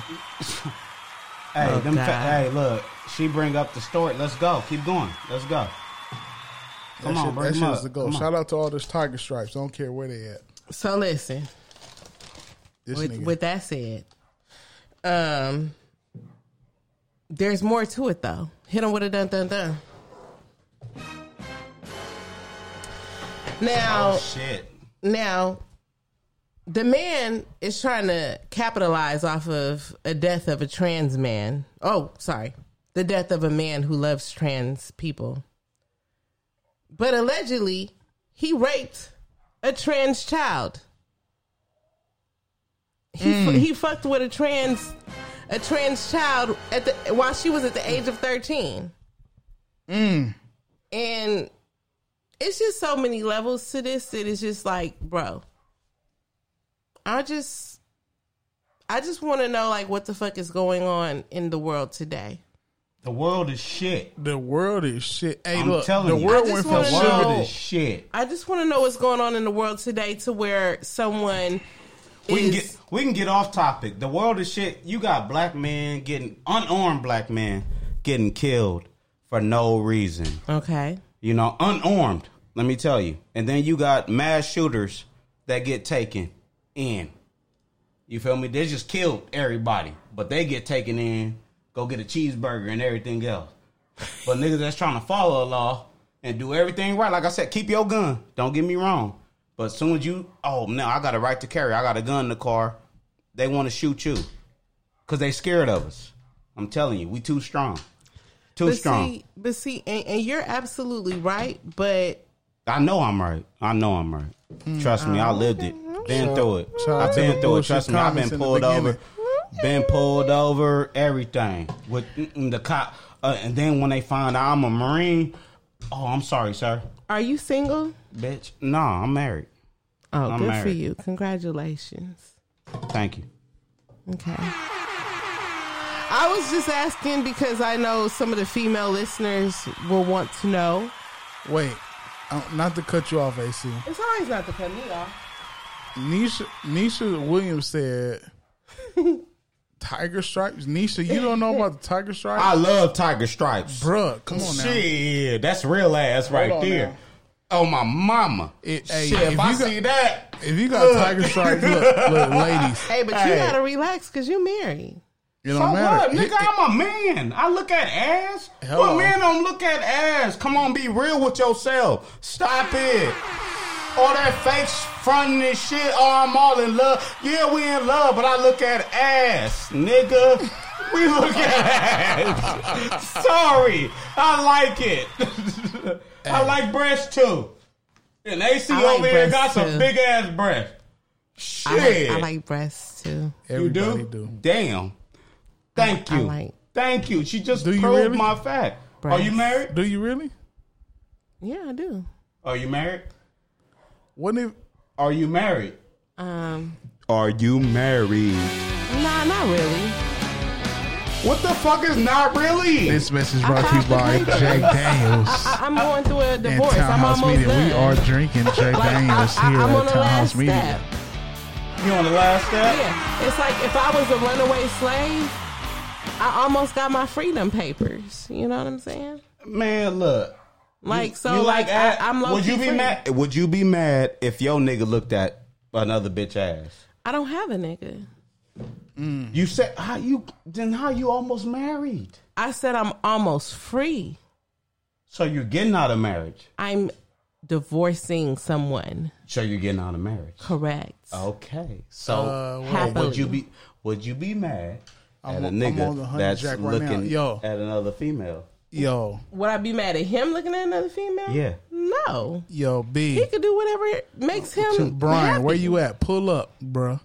Hey, Oh, them fa- God. hey, look, she bring up the story. Let's go. Keep going. Let's go. Come that on, shit, bring that them shit up. is the goal. Come on. Shout out to all those tiger stripes. I don't care where they at. so listen This with, nigga. with that said, um, there's more to it though. Hit him with a dun dun dun. Now, Oh shit! now, the man is trying to capitalize off of a death of a trans man. Oh, sorry, the death of a man who loves trans people. But allegedly, he raped a trans child. He fu- he fucked with a trans a trans child at the while she was at the age of thirteen. Mm. And it's just so many levels to this that it's just like, bro, I just I just want to know like what the fuck is going on in the world today. The world is shit. The world is shit. Hey, I'm look, telling the you. world I went just from The wanna know- sugar. world is shit. I just want to know what's going on in the world today to where someone We can is get we can get off topic. The world is shit. You got black men getting unarmed black men getting killed for no reason. okay. You know, unarmed. Let me tell you. And then you got mass shooters that get taken in. You feel me? They just killed everybody, but they get taken in, go get a cheeseburger and everything else. But niggas that's trying to follow the law and do everything right, like I said, keep your gun. Don't get me wrong. But as soon as you, oh no, I got a right to carry. I got a gun in the car. They want to shoot you because they scared of us. I'm telling you, we too strong. Too But strong. see, but see, and, and you're absolutely right. But I know I'm right. I know I'm right. Hmm. Trust me, Oh. I lived it. Been through it. shout out I've to been the through it. bullshit Trust me, I've been comments in the pulled beginning. over. Been pulled over. Everything with mm-mm, the cop. Uh, and then when they find out I'm a Marine, oh, I'm sorry, sir, are you single? bitch. No, I'm married. Oh, I'm good for married. you. Congratulations. Thank you. Okay. I was just asking because I know some of the female listeners will want to know. Wait, uh, not to cut you off, AC. It's always not to cut me off. Nisha Nisha Williams said, "Tiger stripes." Nisha, you don't know about the tiger stripes, I love Tiger Stripes. bruh. Come on now. Shit, that's real ass right on there. now. Oh my mama! It- hey, Shit, if, if I you got- see that, If you got tiger stripes, look, look, ladies, Hey, but you Hey. gotta relax because you're married. it don't So what, matter. nigga? I'm a man. I look at ass. Hello. What man don't look at ass? Come on, be real with yourself. Stop it. All that fake fronting and shit. Oh, I'm all in love. Yeah, we in love, but I look at ass, nigga. We look at ass. Sorry, I like it. I like breasts too. And AC I like over here got breasts, some too. big ass breasts. I like, Shit. I like breasts too. You Everybody do? do. Damn. Thank I you. like- Thank you. She just Do you proved really? my fact. Are Breasts. you married? Do you really? Yeah, I do. Are you married? What if? Are you married? Um, Are you married? nah, not really. What the fuck is not really? This message I brought to you found by the paper. Jack Daniels I, I'm going through a and divorce. I'm Townhouse almost Media. done. We are drinking Jack Like, I- Daniels I, here I'm on at the last Townhouse step. Media. you on the last step? Yeah, it's like if I was a runaway slave, I almost got my freedom papers. You know what I'm saying? Man, look. Like so, you like, ass? I, I'm low Would you key be free. mad? Would you be mad if your nigga looked at another bitch ass? I don't have a nigga. Mm-hmm. You said how you then how you almost married? I said I'm almost free. So you're getting out of marriage. I'm divorcing someone. So you're getting out of marriage. Correct. Oh. Okay, so Uh, or Happily. would you be would you be mad I'm at a on- I'm on the nigga honey that's jack right now. looking Yo. at another female? Yo, Would I be mad at him looking at another female? Yeah. No. yo, He B, could do whatever makes him. Brian, happy. where you at? Pull up, bruh.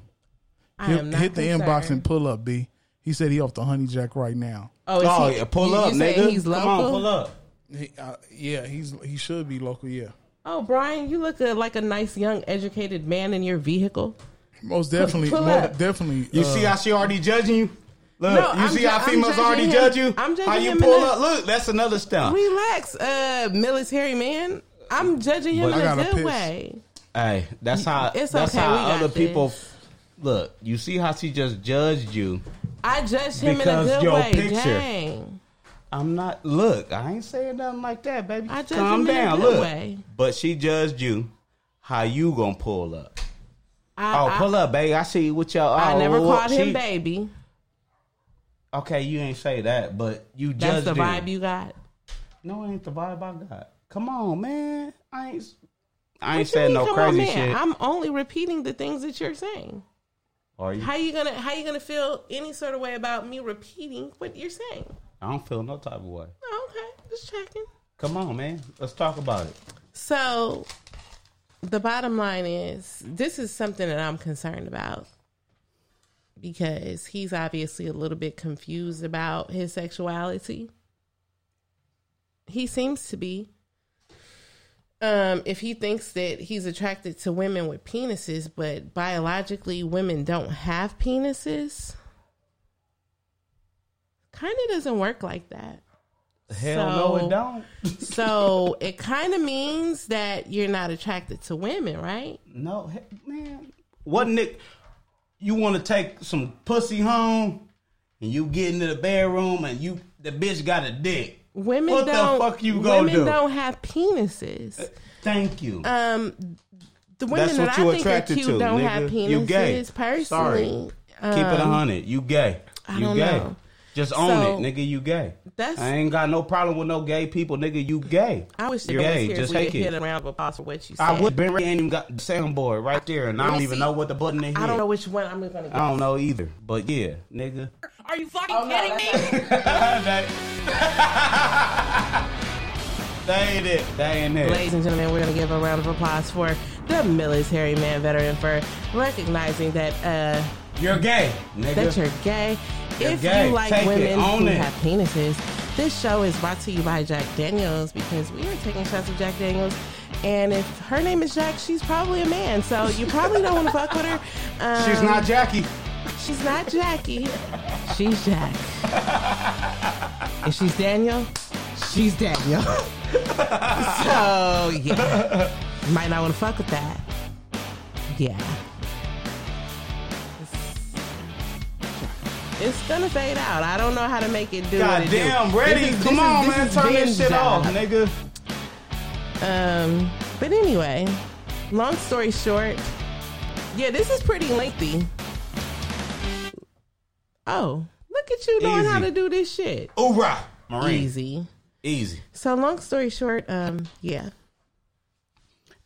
I Hit, am not hit the inbox concerned. and pull up, B. He said he off the honey jack right now. Oh, is Oh he- yeah, pull you- up, you saying nigga. He's Come local. on, pull up. He, uh, yeah, he's he should be local. Yeah, Oh, Brian, you look uh like a nice young educated man in your vehicle. most definitely, pull mo- up. definitely. You uh, see how she already judging you? Look, No, you I'm see ju- how I'm females judging already him. judge you? I'm judging how you him pull in a- up? Look, that's another stuff. Relax, uh, military man. I'm judging him I But in gotta a good piss. way. Hey, that's how It's that's okay, how we got other this. people look. You see how she just judged you? I judged him Because in a good your way. picture. Dang. I'm not. Look, I ain't saying nothing like that, baby. I judge Calm him in a down. good look, way. but she judged you. How you gonna pull up? I, Oh, I- pull up, baby. I see you with your. Oh, I never look, called him she- baby. Okay, you ain't say that, but you That's just the did. vibe you got. No, it ain't the vibe I got. Come on, man. I ain't. I What ain't you saying mean, no come on, crazy man? shit. I'm only repeating the things that you're saying. Are you? How you gonna How you gonna feel any sort of way about me repeating what you're saying? I don't feel no type of way. Oh, okay, just checking. Come on, man. Let's talk about it. So, the bottom line is this is something that I'm concerned about because he's obviously a little bit confused about his sexuality. He seems to be. um, if he thinks that he's attracted to women with penises, but biologically women don't have penises, kind of doesn't work like that. Hell no, So- it don't. So it kind of means that you're not attracted to women, right? No, he- man. What Nick? You want to take some pussy home, and you get into the bedroom, and you the bitch got a dick. Women What the don't. fuck you gonna women do? don't have penises. Thank you. Um, the women That's what you that I think are attracted cute to, don't nigga. have You gay. penises. Personally, Sorry. Keep it a hundred. You gay. Um, I you don't gay. know. Just own So, it, nigga. You gay. that's- I ain't got no problem with no gay people, nigga. You gay. I wish the you're girls gay. here Just would take hit a it. round of applause for what you said. I would been ready and even got the soundboard right there, and I don't Well, even see, know what the button is. I don't know which one I'm gonna get. I don't know either, but yeah, nigga. Are you fucking kidding me? that that ain't it. That ain't it. Ladies and gentlemen, we're going to give a round of applause for the military man veteran for recognizing that uh, You're gay, nigga. that you're gay. You're if gay. you like Take it. women Own who it. have penises, this show is brought to you by Jack Daniels because we are taking shots of Jack Daniels. And if her name is Jack, she's probably a man, so you probably don't want to fuck with her. Um, She's not Jackie. She's not Jackie. She's Jack. If she's Daniel, she's Daniel. so yeah, might not want to fuck with that. Yeah. It's gonna fade out. I don't know how to make it do what it do. Goddamn, ready? This is- Come this is- on, this man. is Turn this Ben's shit job. off, nigga. Um, but anyway, long story short, yeah, this is pretty lengthy. Oh, look at you knowing how Easy. to do this shit. Oorah. Marine. Easy. Easy. So long story short, um, yeah,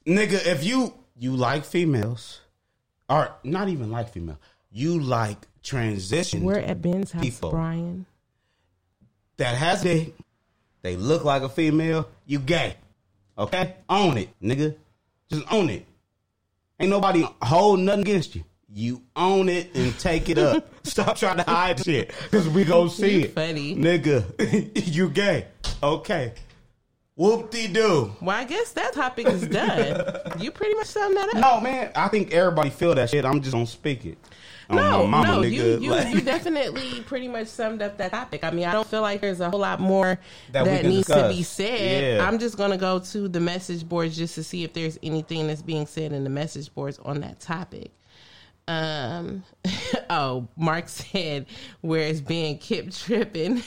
Nigga, if you you like females, or not even like female, you like transition we're at Ben's house, People. Brian. that has dick, they look like a female, you gay. Okay? Own it, nigga. Just own it. Ain't nobody hold nothing against you. You own it and take it up. Stop trying to hide shit. Cause we gonna see it. funny. Nigga, you gay. Okay. Whoop de doo. Well, I guess that topic is done. you pretty much summed that up. No, man, I think everybody feel that shit. I'm just gonna speak it. On No, my mama, no, nigga. you, you, like- you definitely pretty much summed up that topic. I mean, I don't feel like there's a whole lot more That that, we can needs to discuss. be said. Yeah. I'm just going to go to the message boards just to see if there's anything that's being said in the message boards on that topic. Um, oh, Mark said, where's Ben Kip tripping?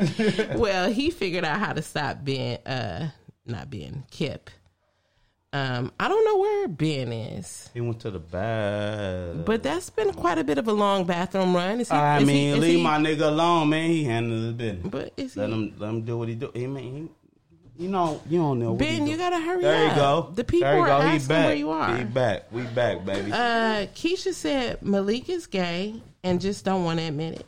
well, he figured out how to stop Ben, uh, not Ben, Kip. Um, I don't know where Ben is. he went to the bad. But that's been quite a bit of a long bathroom run. Is he, I is mean, he, is leave he- my nigga alone, man. He handled his business. But is let he- him let him do what he do. He, man, he, you know, you don't know. what he Ben, do. you gotta hurry There up. you go. The people there you are go. he asking back. where you are. He back. We back, baby. Uh, Keisha said Malik is gay and just don't want to admit it.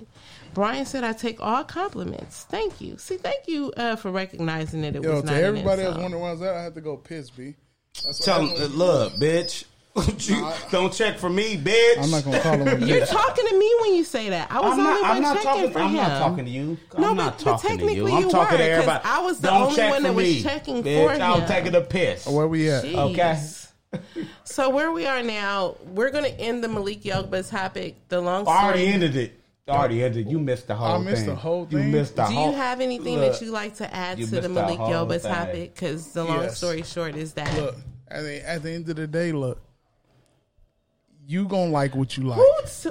Brian said, "I take all compliments. Thank you. See, thank you uh, for recognizing that it Yo, was to not everybody an that's insult. wondering why I was out, I had to go piss, B. That's what Tell him, happened. uh, look, bitch. You don't check for me, bitch. I'm not gonna call him. a You're bitch. talking to me when you say that. I was I'm only not, one I'm not checking talking. for I'm him. not talking to you. I'm No, not but- but talking to you. technically I'm you talking were, to 'cause everybody. I was the Don't only check one that for was me, checking bitch. for I'm him. taking a piss. Where we at? Jeez. Okay. So where we are now, we're gonna end the Malik Yogba topic. The long story. Already ended it. Already ended. You missed the whole. I missed thing. the whole You thing. missed the Do whole. you have anything Look. that you like to add you to the missed our Malik whole Yoba thing. topic? Because the long Yes. story short is that Look, at the, at the end of the day, look, you gonna like what you like. Who t-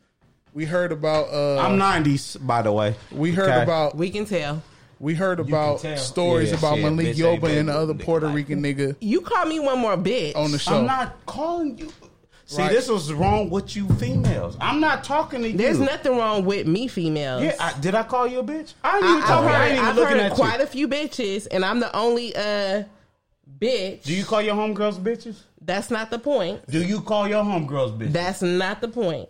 We heard about. Uh, I'm 90s, by the way. We heard Okay? about. We can tell. We heard about tell. stories Yeah, about shit, Malik bitch ain't Yoba and the that other nigga Puerto like- Rican nigga You call me one more bitch. on the show. I'm not calling you. See, Right. this was wrong with you females. I'm not talking to There's you. nothing wrong with me, females. Yeah, I, did I call you a bitch? I didn't even I, talk to have you. I heard, ain't even I've looking heard at quite you. a few bitches, and I'm the only uh bitch. Do you call your homegirls bitches? That's not the point. Do you call your homegirls bitches? That's not the point.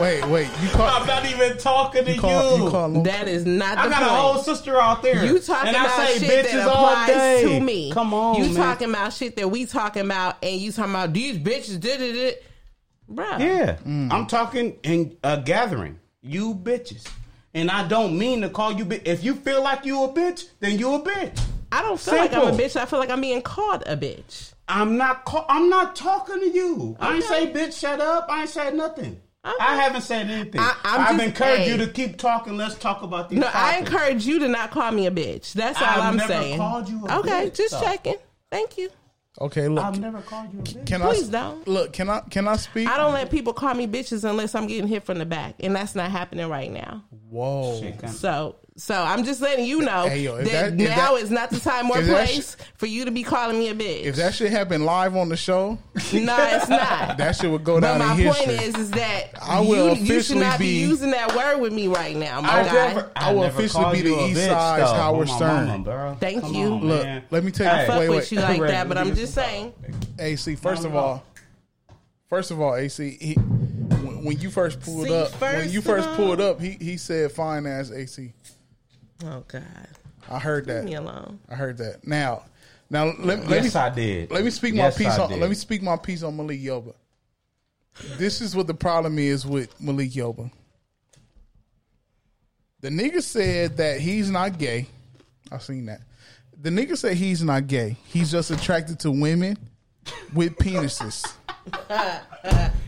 Wait, wait. You call I'm not even talking to you call you call him. That is not the I got point. a whole sister out there. You talking and I about say shit bitches that all applies day. to me. Come on, You man. talking about shit that we talking about, and you talking about these bitches did it, it. bruh. Yeah, Mm. I'm talking in a gathering. You bitches, and I don't mean to call you. Bi- if you feel like you a bitch, then you a bitch. I don't feel like I'm a Simple. bitch. I feel like I'm being called a bitch. I'm not. Call- I'm not talking to you. I ain't Okay. say bitch. Shut up. I ain't said nothing. Okay. I haven't said anything. I- I'm have just- encouraged hey. you to keep talking. Let's talk about these. No, I topics. encourage you to not call me a bitch. That's all I've am never saying. called you a okay, bitch, just though. checking. Thank you. Okay, look. I've never called you a bitch. can Please I don't. look? Can I can I speak? I don't let people call me bitches unless I'm getting hit from the back, and that's not happening right now. Whoa. So, so I'm just letting you know Hey, yo, if that, that- if now that- is not the time or if that place for you to be calling me a bitch. If that shit happened live on the show, no, it's not. that shit would go down but my in history. point is, is that I will you, you should officially not be, be- using that word with me right now, my I, guy. never, I will never officially called be you the a East bitch, Side's though. Howard Oh, my Stern. mama, bro. Thank Come you. on, Look, man. let me tell you- I fuck Wait, with wait. you like that, but I'm Correct. just saying. AC, first No, of no. all, first of all, AC, he, when, when you first pulled See, up, when first you of first all- pulled up, he he said fine ass AC. Oh God, I heard that. leave me alone. I heard that. Now, now let, let Yes, me. I did. Let me speak my Yes, piece. I On, did. let me speak my piece on Malik Yoba. This is what the problem is with Malik Yoba. The nigga said that he's not gay. I've seen that. The nigga said he's not gay. He's just attracted to women with penises.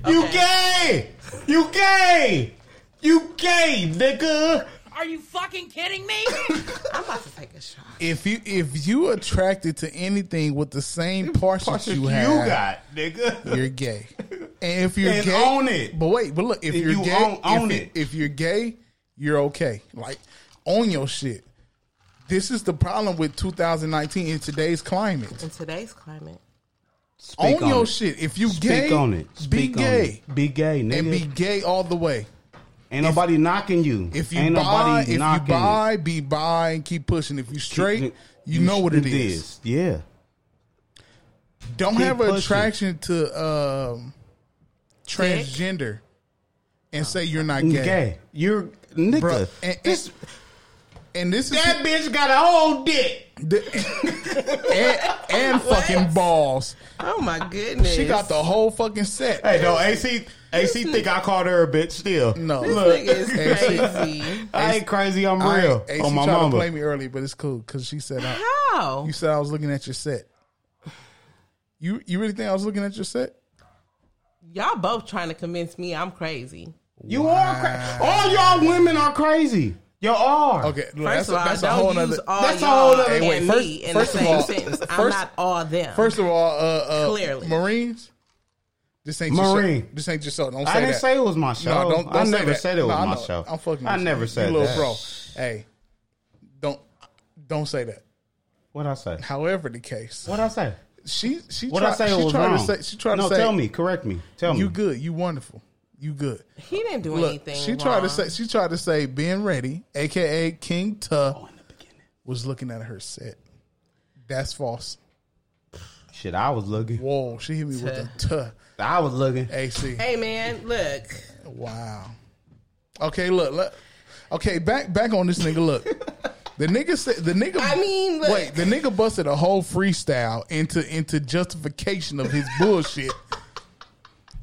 You gay! You gay! You gay, nigga! Are you fucking kidding me? I'm about to take a shot. If you if you attracted to anything with the same parts that you you have, got, nigga. you're gay. And if you're And gay, own it. But wait, but look, if, If you're you gay, own- own if, you- it. If you're gay, you're okay. Like own your shit. This is the problem with 2019 in today's climate. In today's climate, Speak own your it. shit. If you Speak gay, on it. be Speak on gay it. Be gay, nigga. and be gay all the way. Ain't nobody knocking you. If you Ain't buy, nobody if you knocking buy, be buy and keep pushing. If you straight, you, know what it is. Yeah. Don't Keep have an pushing. attraction to um, transgender and say you're not Gay. gay. You're nigga. Bruh, and- this, And this is that bitch got a whole dick. and, and fucking balls. oh my goodness, She got the whole fucking set. Hey, no, AC AC think I called her a bitch still. No. This Look, nigga is AC. crazy. I ain't crazy, I'm I- real. Hey, on she my tried to mama. play me early, but it's cool because she said I, How? you said I was looking at your set. You you really think I was looking at your set? Y'all both trying to convince me I'm crazy. You are crazy. All y'all women are crazy. You are. Okay, look, that's, First of all, that's a don't whole use nother. all that's a y'all whole nother- and Hey, wait, first- me in first the of same all- sentence. I'm first- not all them. First of all, uh, uh, Clearly. Marines. This ain't Your show. Marine. This ain't your show. Don't say I didn't that. say it was my show. No, don't, don't I say never that. said it was No, I my know. show. I'm fucking. I with you. never You said little that. bro. Hey, don't don't say that. What I say? However, the case. What I say? She she What tried, I say she was tried wrong. to say she tried no, to say tell me, correct me, tell me. you good, you wonderful, you good. He didn't do anything. She tried to wrong. say she tried to say being ready, aka King Tuh, Oh, was looking at her set. That's false. Shit, I was looking. Whoa, she hit me with a tuh. I was looking. AC. Hey man, look. Wow. Okay, look, look. Okay, back back on this nigga. Look, the nigga said the nigga. I mean, look. wait, the nigga busted a whole freestyle into into justification of his bullshit.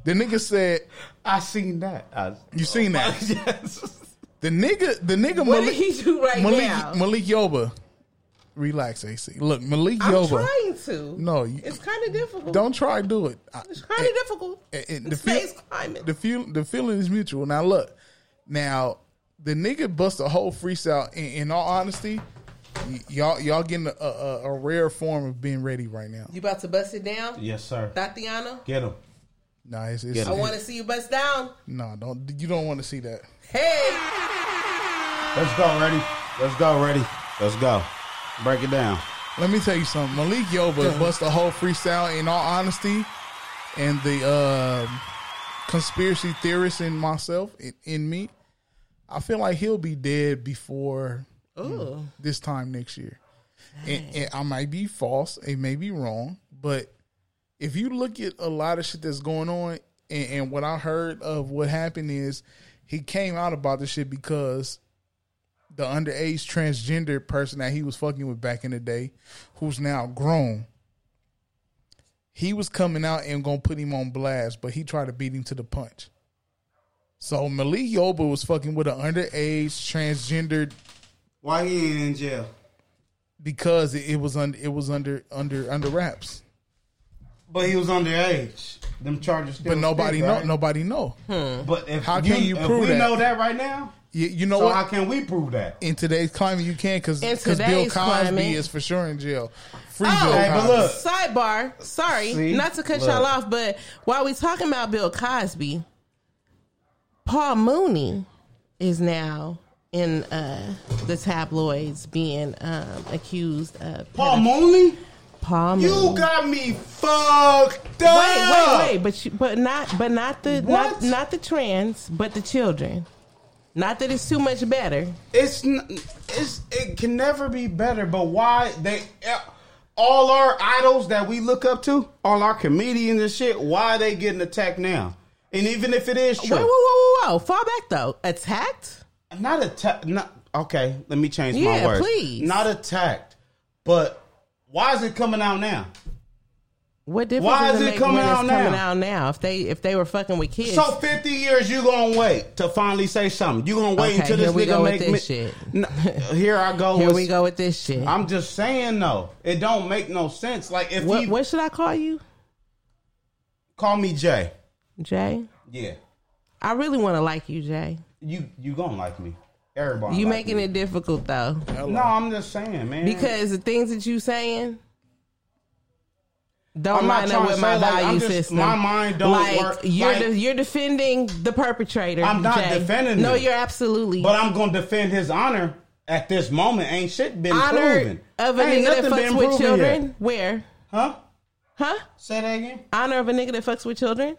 The nigga said, I seen that. I, "You seen that?" yes. The nigga, the nigga. Oh, What did he do right Malik, now? Malik Yoba, relax, AC. Look, Malik I'm Yoba. trying to. No, you, It's kind of difficult. don't try to do it. I- It's kind of difficult. and- and It's feel- space climate. The feel, the feeling is mutual. Now look, now the nigga bust a whole freestyle. In, in all honesty, y- y'all y'all getting a, a, a rare form of being ready right now. You about to bust it down, Yes, sir. Tatiana? Get him. Nah, it's, it's, Get I it. want to see you bust down. nah, don't you don't want to see that. Hey, Let's go, ready. Let's go, ready. Let's go. Break it down. Let me tell you something. Malik Yoba bust a whole freestyle. In all honesty, and the um conspiracy theorist in myself, in, in me, I feel like he'll be dead before Ooh. this time next year. And, and I might be false, it may be wrong, but if you look at a lot of shit that's going on, and, and what I heard of what happened is he came out about this shit because the underage transgender person that he was fucking with back in the day, who's now grown, he was coming out and gonna put him on blast, but he tried to beat him to the punch. So Malik Yoba was fucking with an underage transgendered Why he ain't in jail? because it, it was under it was under under under wraps. But he was underage. Them charges. Still But nobody stick, know right? nobody know. Hmm. But if How can you if prove we that? know that right now? You, you know So what? how can we prove that? in today's climate, you can because In Bill Cosby today's climate. is for sure in jail. Free Oh, Bill Hey, but Cosby. look. sidebar. Sorry, See? not to cut Look. y'all off, but while we talking about Bill Cosby, Paul Mooney is now in uh, the tabloids being um, accused of Paul Mooney, Paul you Mooney. got me fucked wait, up. wait, wait! But you, but not, but not the Ah! What? not not the trans, but the children. Not that it's too much better. It's n- it's it can never be better. But why they eh, all our idols that we look up to, all our comedians and shit, why they getting attacked now? And even if it is true, Whoa, whoa, whoa, whoa, whoa! Fall back though. Attacked? not attacked. Not okay. Let me change my Yeah, words. please. Not attacked, but why is it coming out now? What difference? Why does is it make coming when it's out now? Coming out now. If they if they were fucking with kids, So fifty years, you gonna wait to finally say something? You gonna wait Okay, until here this we nigga go with make this me? shit. No, here I go. here with- we go with this shit. I'm just saying though, it don't make no sense. Like if What he what should I call you, call me Jay, Jay? yeah, I really want to like you, Jay. you you gonna like me? Everybody, You like making me. it difficult though, No, I'm just saying, man. because the things that you saying don't I'm not line trying up to with my say, like, value I'm just- system. my mind don't like, work, You're like- de- you're defending the perpetrator. I'm not Jay. defending No, him. you're absolutely. but I'm gonna defend his honor at this moment. Ain't shit been honor proven. of a Ain't nigga that nothing fucks been with proven yet. children. Where? huh? Huh? Say that again. Honor of a nigga that fucks with children.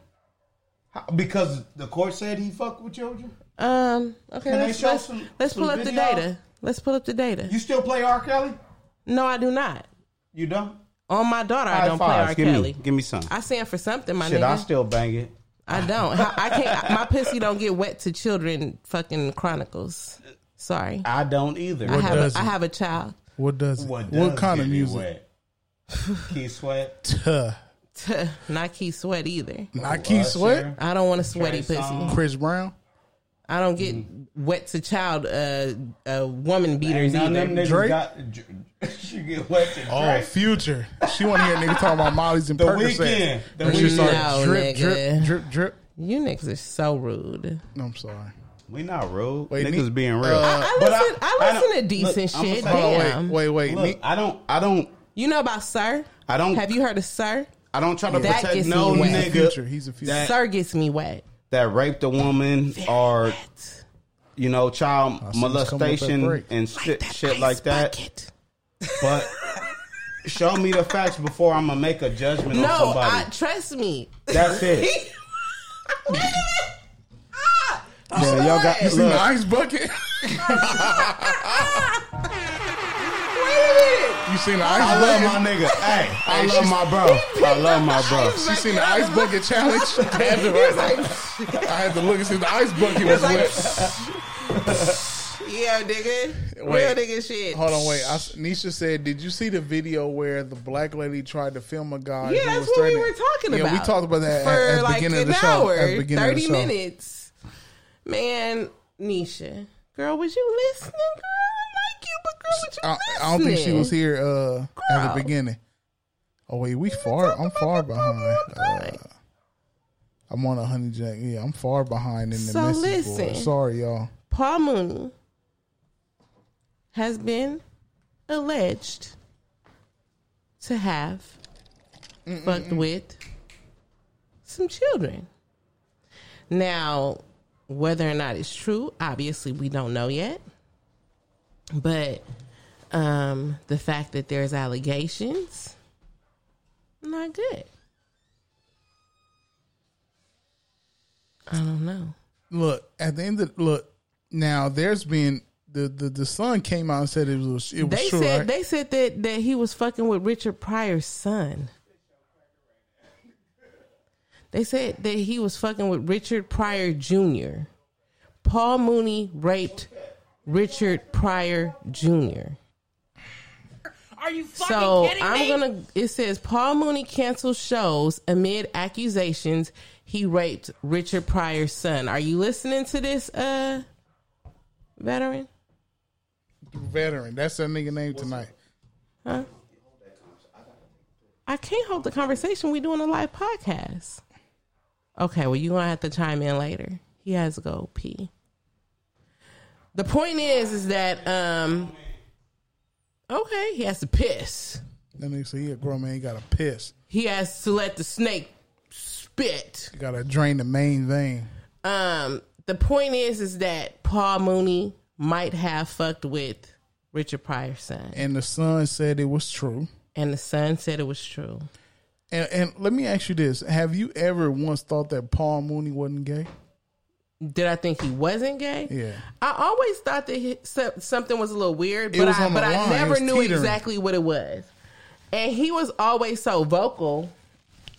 How- Because the court said he fucked with children. Um. Okay. Can they let's show let's, some- let's some pull up the videos? data. Let's pull up the data. You still play R. Kelly? no, I do not. You don't? On my daughter, I High don't fives. play Give R. me- Kelly. give me some. I stand for something, my Shit, I nigga. still bang it. I don't. I, I can't. My pussy don't get wet to children. Fucking chronicles. Sorry. I, I don't either. have. does A, I it? have a child. What does it? What, What, does kind get of me music? wet? Key sweat. Tuh. Not keep sweat either. Nike Usher. Sweat, I don't want a sweaty Trey pussy. Songz. Chris Brown. I don't get wet to child uh, uh woman beaters Ain't none of them either. niggas Drake? got- Dr- you get wet to Drake. Oh, Future. She want to hear a nigga talking about Molly's and The Percocets. Weeknd. The And she Weeknd. started No, drip, nigga. drip, drip, drip. You niggas are so rude. No, I'm sorry. we not rude. Wait, niggas Ne- being real. uh, I But listen. I, listen don't- to decent look, I'ma shit. say- Oh, Damn. wait, wait, wait. Look, Ne- I don't. I don't. You know about sir? I don't- Have you heard of sir? I don't try to That protect gets no me wet. nigga Future, he's a future. That, Sir gets me wet. that raped a woman or you know child see what's coming up at molestation break. and shit, shit like that. bucket. But Show me the facts before I'm gonna make a judgment on No, somebody. I, trust me. That's it. Yeah, y'all got- You see my ice bucket? You seen the ice I love bucket? my nigga. Hey, I Hey, love she- my bro. I love my bro. She seen the ice bucket challenge. I had to, I had to look and see the ice bucket was wet. Yeah, nigga. Real Wait. nigga shit. Hold on, wait. I, Nisha said, "Did you see the video where the black lady tried to film a guy?" Yeah, who that's was what we threatening- were talking Yeah, we about talked about that for at, at the like beginning an of the show. hour, at the beginning thirty of the show. minutes. Man, Nisha, girl, was you listening? I, I don't think she was listening. here uh, at the beginning. Oh wait, we far. I'm far behind. Uh, I'm on a honey jack. Yeah, I'm far behind in the So message board. listen. Sorry, y'all. Paul Mooney has been alleged to have fucked with some children. Now, whether or not it's true, obviously we don't know yet. But um, the fact that there's allegations, not good. I don't know. Look at the end of look. Now there's been the the, the son came out and said it was it was they true. said right? they said that that he was fucking with Richard Pryor's son. They said that he was fucking with Richard Pryor Jr. Paul Mooney raped Richard Pryor Jr. Are you fucking So kidding I'm me? gonna. It says Paul Mooney cancels shows amid accusations he raped Richard Pryor's son. Are you listening to this, uh, veteran? Veteran. That's that nigga name tonight. Huh? I can't hold the conversation. We doing a live podcast. Okay, well, you're gonna have to chime in later. He has to go pee. The point is, is that um, okay, he has to piss. That nigga said he a grown man. He got to piss. He has to let the snake spit. He got to drain the main vein. Um, the point is, is that Paul Mooney might have fucked with Richard Pryor's son, And the son said it was true. and the son said it was true. And, and let me ask you this: Have you ever once thought that Paul Mooney wasn't gay? Did I think he wasn't gay? Yeah. I always thought that he, so, something was a little weird, It but was I on the but I line. It never was knew teetering. exactly what it was. And he was always so vocal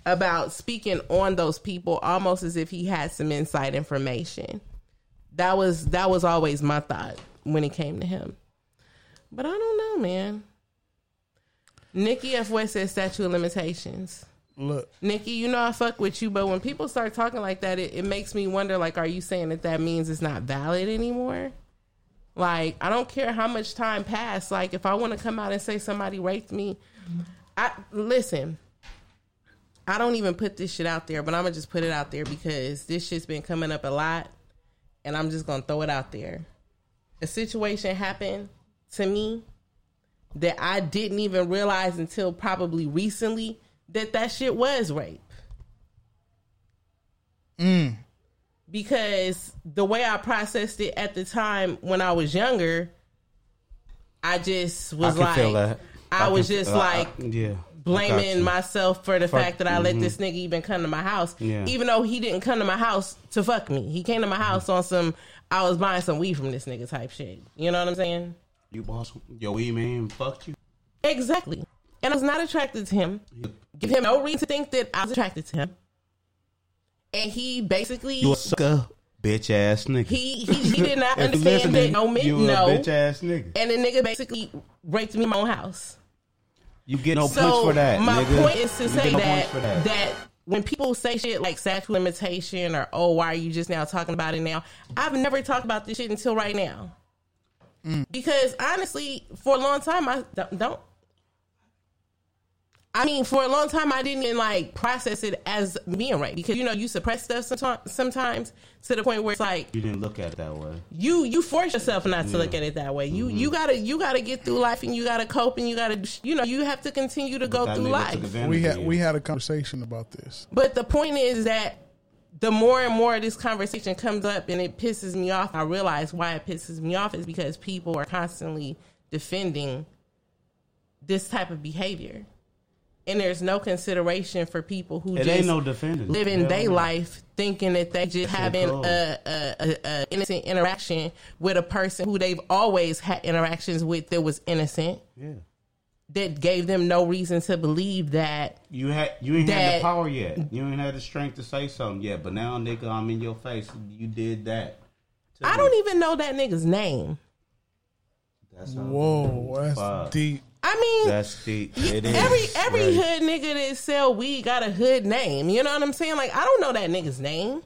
about speaking on those people, almost as if he had some inside information. That was that was always my thought when it came to him. But I don't know, man. Nikki F. West says statute of limitations. Look, Nikki, you know I fuck with you, but when people start talking like that, it, it makes me wonder. Like, are you saying that that means it's not valid anymore? Like, I don't care how much time passed. Like, if I want to come out and say somebody raped me, I listen. I don't even put this shit out there, but I'm gonna just put it out there because this shit's been coming up a lot, and I'm just gonna throw it out there. A situation happened to me that I didn't even realize until probably recently that that shit was rape. Mm. because the way I processed it at the time when I was younger, I just I was can like, feel that. I, I was can- just uh, like, I- yeah, I got blaming you. myself for the Fuck- fact that I let mhm. this nigga even come to my house, Yeah. even though he didn't come to my house to fuck me. He came to my house on some I was buying some weed from this nigga type shit. You know what I'm saying? You boss, yo, E man, fuck you. Exactly. And I was not attracted to him. Give him no reason to think that I was attracted to him. And he basically You a sucker, bitch ass nigga. He- he- he did If not you understand listening, that no men- You a no. bitch ass nigga. and the nigga basically raped me in my own house. You get no punch for that, My nigga. point is to You say get no that, punch for that when people say shit like statute of limitation or oh why are you just now talking about it now? I've never talked about this shit until right now. Mm. Because honestly, for a long time I don't, don't I mean, for a long time, I didn't even like process it as being right because you know you suppress stuff sometimes, sometimes to the point where it's like You didn't look at it that way. you you force yourself not to Yeah. look at it that way. You you gotta you gotta get through life and you gotta cope and you gotta you know you have to continue to go that through nigga life. We had we had a conversation about this. But the point is that the more and more this conversation comes up and it pisses me off, I realize why it pisses me off is because people are constantly defending this type of behavior. And there's no consideration for people who It just ain't no defending. living Hell their no. life thinking that they just having cold. a, a, a, a innocent interaction with a person who they've always had interactions with that was innocent Yeah. that gave them no reason to believe that You had you ain't had That- the power yet. You ain't had the strength to say something yet. But now, nigga, I'm in your face. You did that. I don't even know that nigga's name. Whoa, that's Fuck. deep. I mean, That's deep. It is every every Right. hood nigga that sell weed got a hood name. You know what I'm saying? Like I don't know that nigga's name.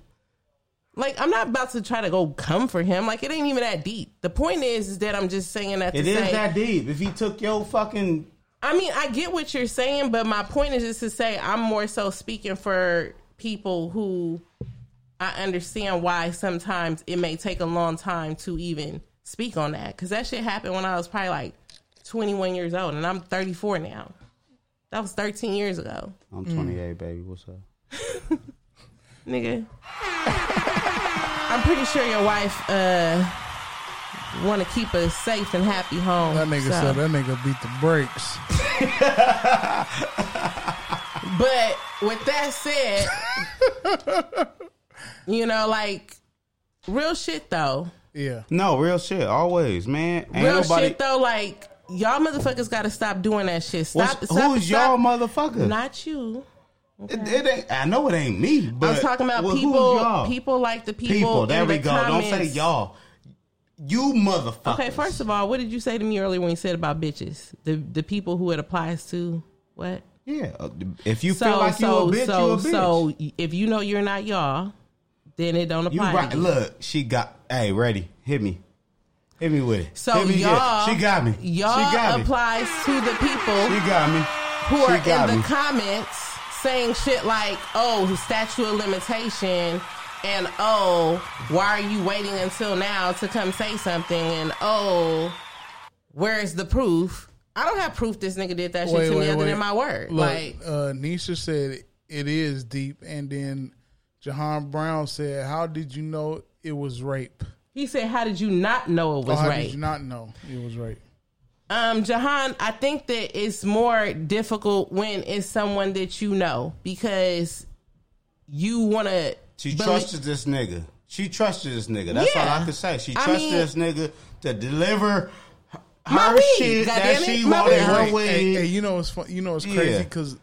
Like I'm not about to try to go come for him. Like it ain't even that deep. The point is, is that I'm just saying that. It to is say, that deep. If he took your fucking I mean, I get what you're saying, but my point is just to say I'm more so speaking for people who I understand why sometimes it may take a long time to even speak on that because that shit happened when I was probably like 21 years old, and I'm 34 now. That was 13 years ago, I'm 28, baby. What's up? nigga. I'm pretty sure your wife uh want to keep us safe and happy home. That nigga so. said that nigga beat the brakes. But with that said, you know, like real shit though. Yeah. No, real shit. Always, man. Ain't real nobody. shit though, like y'all motherfuckers gotta stop doing that shit. Stop. What's- stop who's y'all stop- motherfuckers? Not you. It, it ain't. I know it ain't me. But I was talking about well, who's people. y'all? People like the people. People. There in we the go. Comments. Don't say y'all. You motherfuckers. Okay, first of all, what did you say to me earlier when you said about bitches? The the people who it applies to. What? Yeah. uh, If you feel like you a bitch, so, you a bitch. So if you know you're not y'all, then it don't you apply. right. to you. Look, she got. Hey, ready? Hit me. Hit me with it. So Hit me, yeah. y'all, she got me. Y'all she got me. applies to the people She got me. who She are got in the me. comments saying shit like, "Oh, statute of limitation," and "Oh, why are you waiting until now to come say something?" and "Oh, where's the proof?" I don't have proof this nigga did that shit to me other than my word. Look, like, uh, Nisha said it is deep, and then Jahan Brown said, "How did you know it was rape? he said, "How did you not Oh, know it Or was how right?" did you not know it was rape?" Um, Jahan, I think that it's more difficult when it's someone that you know because you want to. She trusted this nigga. She trusted this nigga. That's Yeah. all I could say. She I trusted mean- this nigga to deliver her My weed, shit that goddammit, she my wanted weed. her Hey, hey, hey, way. you know it's fun, you know it's Yeah. crazy because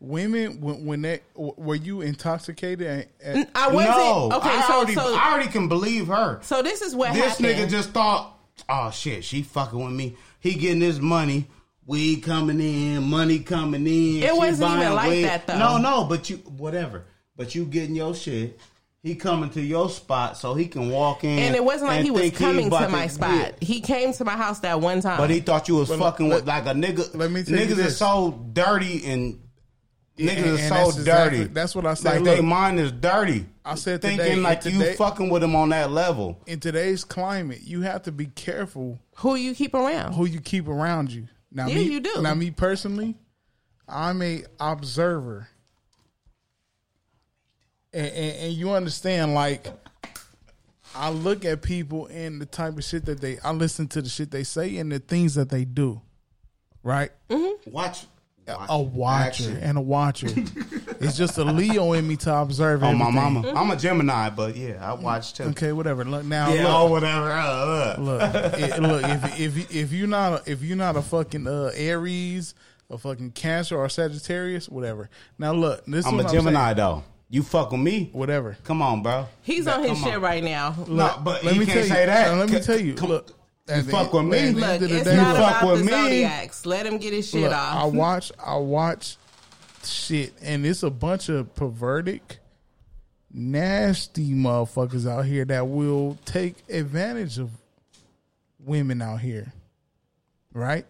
women when, when they were you intoxicated. At, at- Mm, I wasn't. no, okay, I so already, so I already can believe her. so this is what This happened. nigga just thought, oh shit, she fucking with me. He getting his money. Weed coming in, money coming in. It she wasn't even buying like weed. that, though. No, no, but you whatever. But you getting your shit. He coming to your spot so he can walk in. and it wasn't like he was think coming about to my spot. Yeah. He came to my house that one time. But he thought you was Well, fucking let- with like a nigga. let me tell you niggas this. are so dirty and Yeah, niggas and are that's so exactly- dirty. that's what I said. Like Look, they mind is dirty. I said thinking today- like today- you fucking with them on that level. in today's climate, you have to be careful who you keep around? who you keep around you. Now, Yeah, me, you do. Now, me personally, I'm a observer, and, and, and you understand. Like, I look at people and the type of shit that they. I listen to the shit they say and the things that they do. Right, Watch. a watcher Action. and a watcher. it's just a Leo in me to observe. Oh my everything. Mm-hmm. mama, I'm a Gemini, but yeah, I watch too. Okay, whatever. Look now. Yeah, look. or whatever. Uh, uh. Look, it, look. If if if you're not a, if you're not a fucking uh, Aries, a fucking Cancer or Sagittarius, whatever. Now look, this I'm is a what Gemini saying. though. You fuck with me? whatever. Come on, bro. He's on his come shit on. right now. No, but Let you me can't tell say you. that. now, Let me C- tell you. come- Look, at the- fuck with me. at the Look, end of the it's day, not look, fuck about the with me. zodiacs. Let him get his shit look, off. I watch. I watch shit, and it's a bunch of perverted, nasty motherfuckers out here that will take advantage of women out here, right?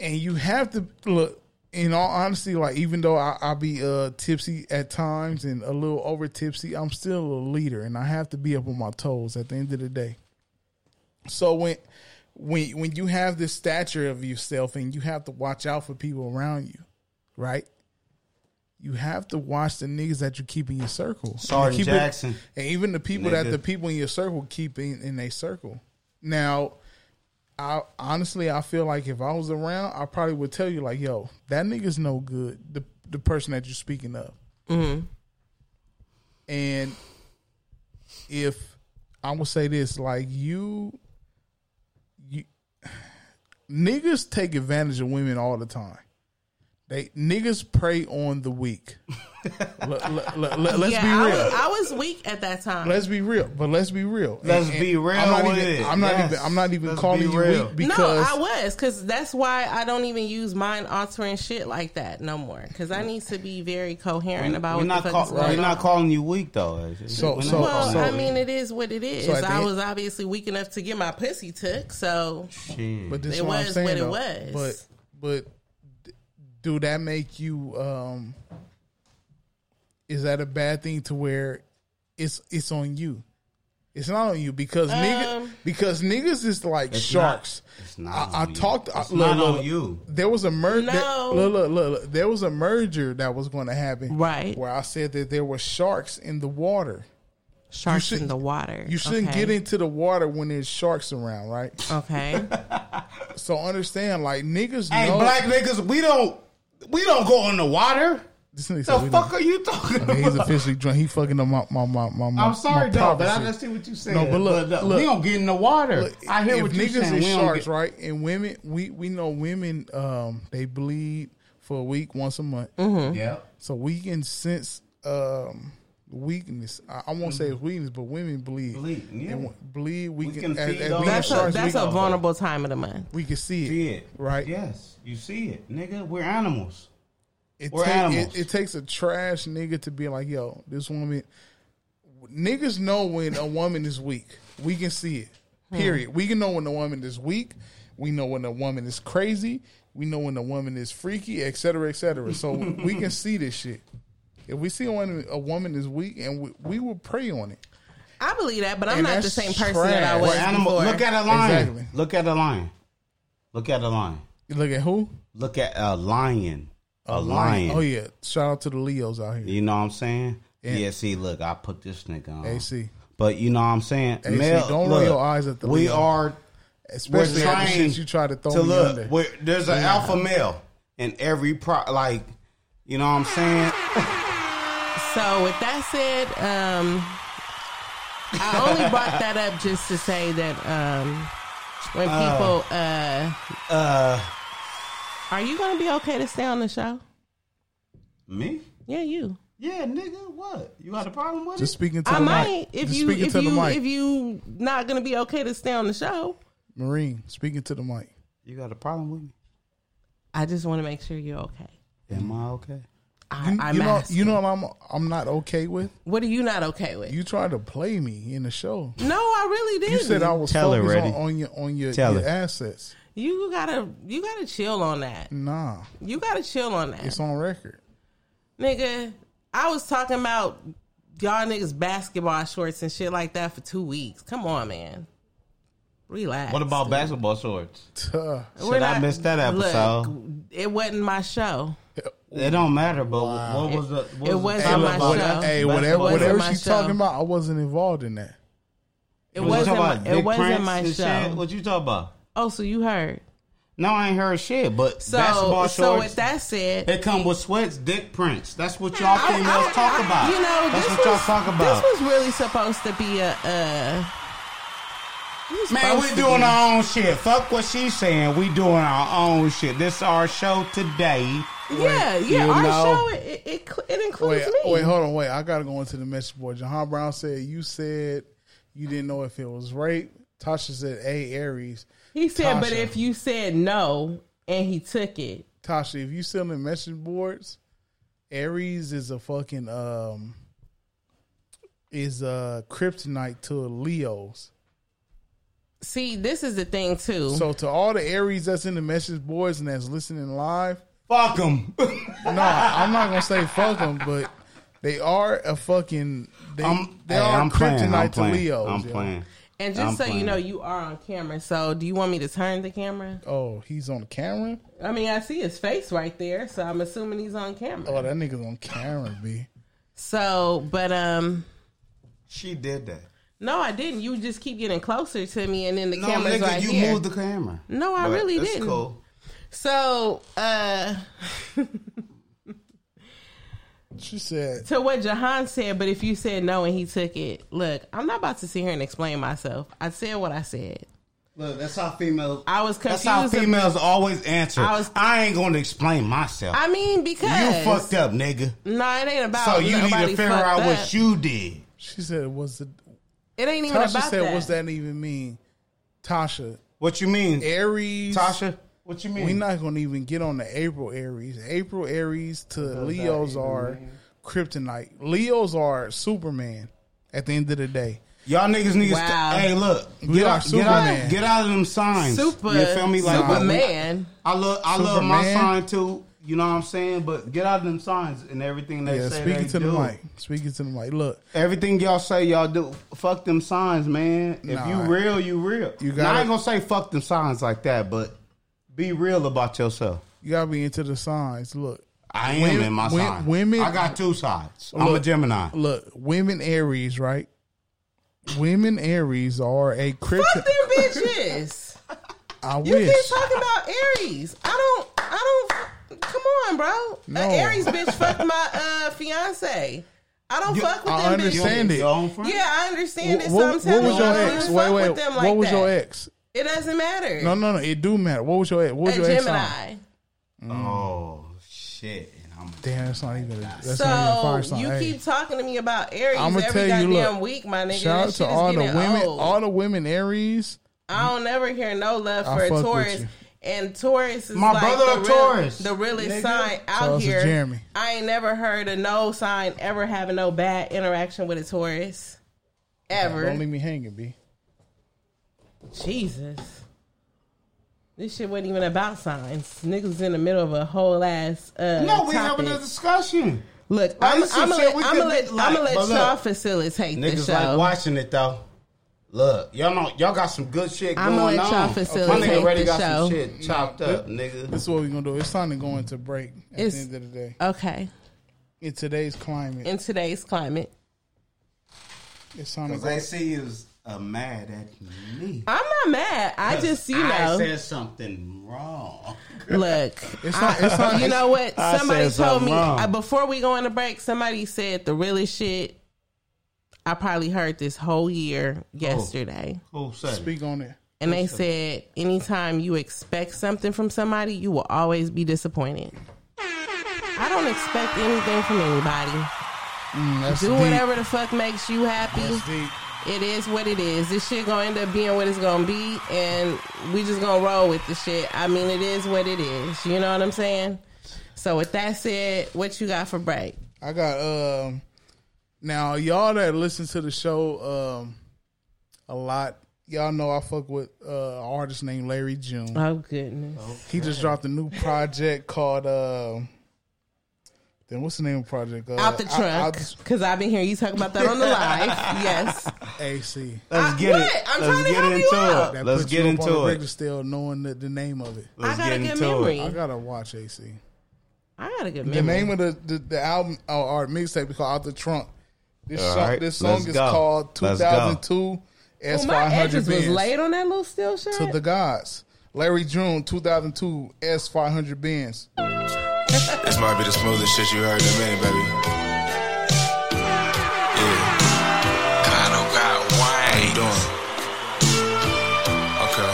and you have to look in all honesty like even though I, I be uh tipsy at times and a little over tipsy i'm still a leader and i have to be up on my toes at the end of the day so when when when you have this stature of yourself and you have to watch out for people around you right you have to watch the niggas that you keep in your circle And Sergeant keep it- Jackson. and even the people that Nigga. the people in your circle keep in, in their circle now I honestly, I feel like if I was around, I probably would tell you like, "Yo, that nigga's no good." The the person that you're speaking of, Mhm. and if I will say this, like you, you niggas take advantage of women all the time. They niggas prey on the weak. us yeah, be I real. was, I was weak at that time. Let's be real, but let's be real. Let's be real I'm not with even. it. I'm not Yes. even. I'm not even Let's calling be you real. weak because no, I was because that's why I don't even use mind altering shit like that no more. Because I need to be very coherent about we're what not the fuck call- is going we're on. not calling you weak though. So- We're not so- calling well, you I weak. mean, it is what it is. So at the I end- was obviously weak enough to get my pussy took, so Shit. But this It what I'm was saying, what it though. was. But but d- do that make you? um Is that a bad thing to where it's it's on you? It's not on you because niggas Um, because niggas is like It's sharks. Not, it's not. I, I on you. talked. I- It's look, not look, on you. There was a merger. No. Look, look, look, look. There was a merger that was going to happen. Right. Where I said that there were sharks in the water. sharks in shouldn't- the water. You shouldn't okay? Uh. get into the water when there's sharks around, right? Okay. So understand, like niggas. Hey, know, black niggas, we don't we don't go in the water. This nigga The said we fuck don't- are you talking Man, about? he's officially drunk. He fucking up my my my my. my I'm sorry, my though, but I privacy. understand what you said. No, but look, But, uh, look we don't get in the water. I hear if what you're niggas saying. is We don't sharks, get- right? And women, we we know women. Um, they bleed for a week once a month. Mm-hmm. Yeah. So we can sense um weakness. I, I won't say it's weakness, but women bleed. Bleed, Mm-hmm. yeah. And when- bleed. We, We can. can as, feed as off being that. That's a, sharks, that's we, a vulnerable time of the month. we can see it. See it. Right. Yes, you see it, nigga. We're animals. It, We're take- animals. it, it takes a trash nigga to be like, yo, this woman. Niggas know when a woman is weak. We can see it. Period. We can know when a woman is weak. We know when a woman is crazy. We know when a woman is freaky, et cetera, et cetera. So we can see this shit. If we see a woman, a woman is weak, and we, we will prey on it. I believe that, but I'm And not the that's same person that I trash. was We're animal. before. Look at a lion. Exactly. Look at a lion. Look at a lion. You look at who? Look at a lion. A, lion. Oh yeah! Shout out to the Leos out here. You know what I'm saying? Yeah. Yeah. see, look, I put this nigga on. AC, But you know what I'm saying? AC, Male- don't roll look, your eyes at the We Leo. are especially we're after the trained shit you try to throw to me look. under. we're- There's an Yeah. alpha male in every pro. Like, you know what I'm saying? So with that said, um, I only brought that up just to say that um, when people, uh, Uh, are you going to be okay to stay on the show? me? Yeah, you. Yeah, nigga. What? You got a problem with Just it? speaking to I the might mic. if Just you speaking if to the you mic. if you not going to be okay to stay on the show. Marine, speaking to the mic. You got a problem with me? I just want to make sure you're okay. Am I okay? I, You, I'm you know, asking. you know what I'm I'm not okay with. what are you not okay with? You tried to play me in the show. no, I really didn't. You said I was Tell her, focused on, Reddy. on your on your, Tell your her. assets. you gotta you gotta chill on that. Nah, You gotta chill on that. it's on record. Nigga, I was talking about y'all niggas basketball shorts and shit like that for two weeks. Come on, man. Relax. What about dude. basketball shorts? Tuh. We're Shit, I missed that look, episode. it wasn't my show. It don't matter, but what was the? What It was wasn't the topic my about? show. Hey, whatever Basketball whatever shorts? my she's show. talking about, I wasn't involved in that. It What you wasn't. talking My, about? it Dick wasn't Prince my and show. shit? What you talking about? oh, so you heard? No, I ain't heard shit. But So, basketball so shorts. with that said, It come with sweats, dick prints. That's what y'all I- females I- talk I- about. You know, that's this what y'all was- talk about. This was really supposed to be a. Uh, it was Man, supposed we to doing be- our own shit. Fuck what she's saying. We doing our own shit. This our show today. Yeah, yeah. you Our know. show it it, it, cl- it includes Wait, me. wait, hold on, wait. I gotta go into the message board. Jahan Brown said you said you didn't know if it was rape. Tasha said, "Hey, Aries." He said, but Tasha. if you said no and he took it, Tasha, if you still in the message boards, Aries is a fucking um is a kryptonite to Leo's. see, this is the thing too. So to all the Aries that's in the message boards and that's listening live, Fuck them. no, I'm not gonna say fuck them, but they are a fucking they, I'm, they hey, are I'm kryptonite playing. I'm to playing. Leo's. I'm yo. playing. and just I'm so you playing. know, you are on camera. So do you want me to turn the camera? Oh, he's on camera. I mean, I see his face right there, so I'm assuming he's on camera. Uh, Oh, that nigga's on camera, b. So, but um, She did that. No, I didn't. You just keep getting closer to me, and then the No, camera's nigga, right you here. moved the camera. No, I But really that's didn't. cool. So, uh, she said to what Jahan said, but if you said no and he took it, look, I'm not about to sit here and explain myself. I said what I said. Look, that's how females. I was confused. That's how females about- always answer. I I, was- ain't going to explain myself. I mean, because you fucked up, nigga. No, it ain't about. So you need to nobody figure fucked out up. what you did. She said, "Was it?" It ain't even Tasha about said, that. "What's that even mean?" Tasha, What you mean? Aries, Tasha, what you mean? Hmm. We're not gonna even get on the April Aries. April Aries to that Leos even are kryptonite. Leos are Superman. At the end of the day, Y'all niggas niggas. Wow. hey, look. We Get are out, get, Superman. out, get out of them signs. Super, You feel me? Like Superman. I love I love my Superman. sign too. You know what I'm saying? But get out of them signs and everything they yeah. say. Speaking they to do. the mic. Speaking to the mic. Look, Everything y'all say y'all do. Fuck them signs, man. If Nah. you real, you real. You now, gotta- I ain't gonna say fuck them signs like that, but be real about yourself. you gotta be into the signs. Look, I am Women- in my wen- sign. women- I got two sides. I'm a Look, Gemini. Look, women Aries, right? Women Aries are a Fuck krypton. them bitches. I You wish. keep talking about Aries. I don't. I don't. Come on, bro. No. An Aries bitch fucked my uh, fiance. I don't You- fuck with I them understand bitches. it. Your own friend? Yeah, I understand it. Wh- So I'm what, telling was you, your I don't ex? even Wait, fuck wait. with them what like was that. your ex? It doesn't matter. No, no, no. It do matter. What was your ex? What a was your ex? sign? Gemini. Oh shit! And I'm Damn, that's not even. A, that's not even a fire So sign. you Hey, keep talking to me about Aries I'ma every tell you, goddamn look, week, my nigga. Shout That out shit to is all the getting women, old. all the women Aries. I don't ever hear no love I for a fuck with Taurus. you. And Taurus is My like brother the a real- Taurus, the realest nigga. sign out Taurus is here. Jeremy. I ain't never heard a no sign ever having no bad interaction with a Taurus. Ever. Don't leave me hanging, b. Jesus. This shit wasn't even about signs. Niggas in the middle of a whole ass uh no, we topic. having a discussion. Look, Like, I'm this some I'm shit let, we I'm gonna could let, be I'm like- gonna let but look, y'all facilitate Niggas this show. like watching it though. Look, y'all know y'all got some good shit I'ma going let on. y'all My facilitate nigga already the got some show. shit chopped up, nigga. This is what we're gonna do. It's time to go into break. At It's- the end of the day, okay. in today's climate, In today's climate. it's time to Cause go. AC is uh, mad at me. I'm not mad. I just you know I said something wrong. Look, It's not. It's not. you know what? I Somebody said told something me wrong. uh, before we go on a break. Somebody said the realest shit I probably heard this whole Oh. year yesterday, Who said? it? Speak on it. and they said anytime you expect something from somebody, you will always be disappointed. I don't expect anything from anybody. Mm, that's Do deep. whatever the fuck makes you happy. That's deep. It is what it is. This shit gonna end up being what it's gonna be, and we just gonna roll with the shit. I mean, it is what it is. You know what I'm saying? So with that said, what you got for break? I got um now y'all that listen to the show um a lot, y'all know I fuck with uh an artist named Larry June. Oh goodness, He just dropped a new project called um then what's the name of the project? Uh, out the I- Out truck the Tr- because I've been hearing you talk about that on the live. Yes, AC. Let's I- get what? it. I'm trying Let's to get help into you out. it. That Let's puts get you up on into the it. register still knowing the, the name of it. Let's I got a get good into memory. it. I gotta watch AC. I got a good The memory. name of the the, the album or, or mixtape is called Out the Trunk. This All song, right, this song let's is go. called Let's go. 2002 Well, S Oh, my 500 edges was Benz. laid on that little steel shirt. to the gods. Larry June, 2002 S500 Benz. This might be the smoothest shit you heard in a minute, baby. Yeah. God, oh God, why? How you doing? Okay.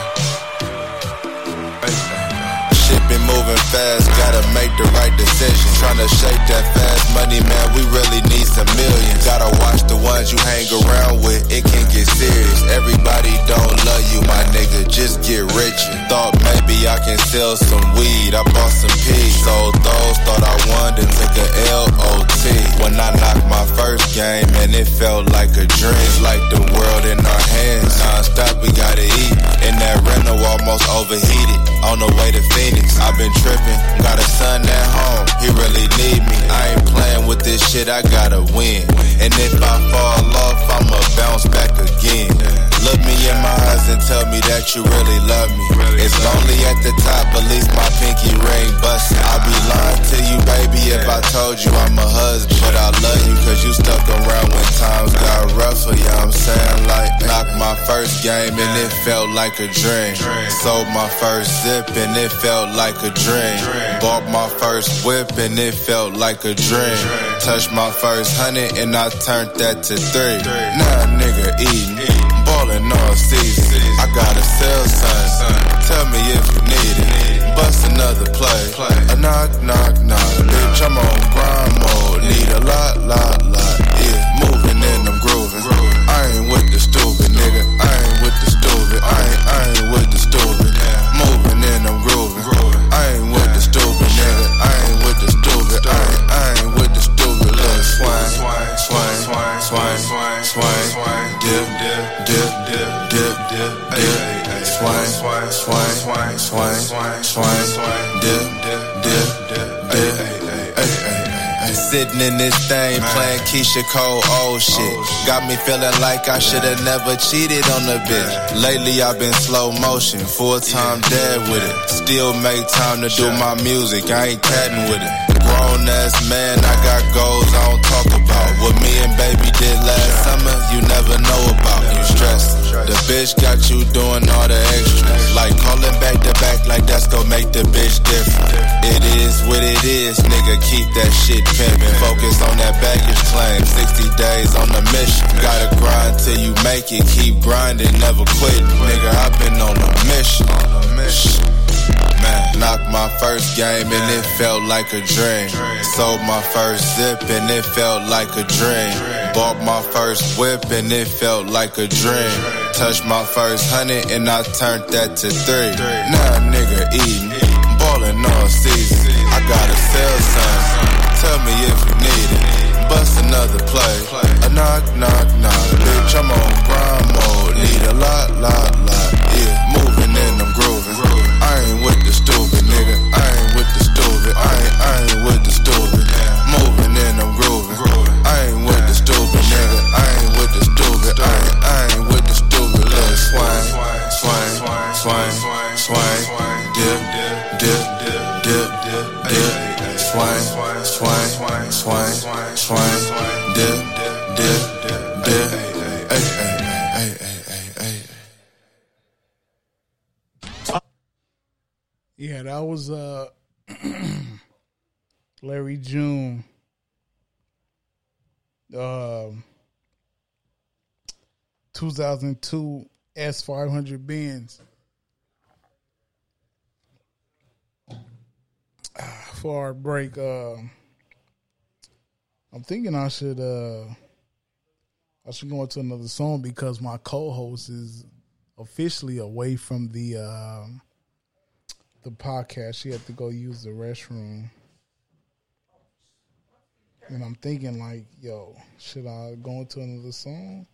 Shit been moving fast, gotta make the right decision. Tryna shake that fast money, man, we really need some millions. Gotta watch the ones you hang around with, it can get serious. Everybody don't love you, my nigga, just get rich. Thought maybe I can sell some weed, I bought some peas. Sold those, thought I won, then took a LOT. When I knocked my first game, and it felt like a dream. Like the world in our hands, non-stop, we gotta eat. And that rental almost overheated, on the way to Phoenix. I've been tripping, got a son at home, he really need me. I ain't playing with this shit, I gotta win. And if I fall off, I'ma bounce back again. Look me in my eyes and tell me that you really love me. It's lonely at the top, at least my pinky ring bustin'. I'd be lying to you, baby, if I told you I'm a husband. But I love you, cause you stuck around when times got rougher, yeah, I'm saying like. my first game and it felt like a dream. Sold my first zip and it felt like a dream. Bought my first whip and it felt like a dream. Touched my first hundred and I turned that to three. Now a nigga eating, ballin' all season. I got a sales sign, tell me if you need it. Bust another play, a knock, knock, knock. Bitch, I'm on grind mode, need a lot, lot, lot. Yeah, moving and I'm grooving. I ain't with the stupid nigga, I ain't with the stupid. I ain't, I ain't with the stupid. Moving and I'm grooving. I ain't with the stupid nigga, I ain't with the stupid. I ain't, I ain't with the stupid. Look, swine, swine, swine, swine, swine, swine. Dip, dip, dip, dip, dip, dip, dip. Swine, swine, swine, swine, swine, swine. Dip, dip, dip, dip, dip. Ay, ay, ay. Sitting in this thing playing Keisha Cole, old Oh, shit. Got me feeling like I should've never cheated on a bitch. Lately I've been slow motion, full time dead with it. Still make time to do my music, I ain't catting with it. Grown ass man, I got goals I don't talk about. What me and baby did last summer, you never know about. You stressed. The bitch got you doing all the extras. Like calling back to back, like that's gonna make the bitch different. It is what it is, nigga. Keep that shit pimpin'. Focus on that baggage claim. 60 days on the mission. Gotta grind till you make it. Keep grinding, never quit. Nigga, I've been on a mission. Man, knocked my first game and it felt like a dream. Sold my first zip and it felt like a dream. Bought my first whip and it felt like a dream. Touched my first hundred and I turned that to three. Now a nigga eating, ballin' all season. I got a sell sign, tell me if you need it. Bust another play, a knock, knock, knock. Bitch, I'm on grind mode, need a lot, lot, lot. Yeah, moving and I'm grooving. I ain't with the stupid nigga. I ain't with the stupid. I ain't, I ain't with the stupid. Moving and I'm grooving. I ain't with the stupid nigga. I ain't with the stupid. I ain't, I ain't with the stupid. Little swine, swine, swine, swine, dip, dip, dip, dip, dip, swine, swine, swine, swine, swine, dip, dip, dip, dip. Ay, ay, ay, ay, ay, ay. Yeah, that was uh Larry June. Um 2002 S500 Benz. For our Ah, break, uh, I'm thinking I should uh I should go into another song because my co-host is officially away from the um the podcast. She had to go use the restroom. And I'm thinking like, yo, should I go into another song?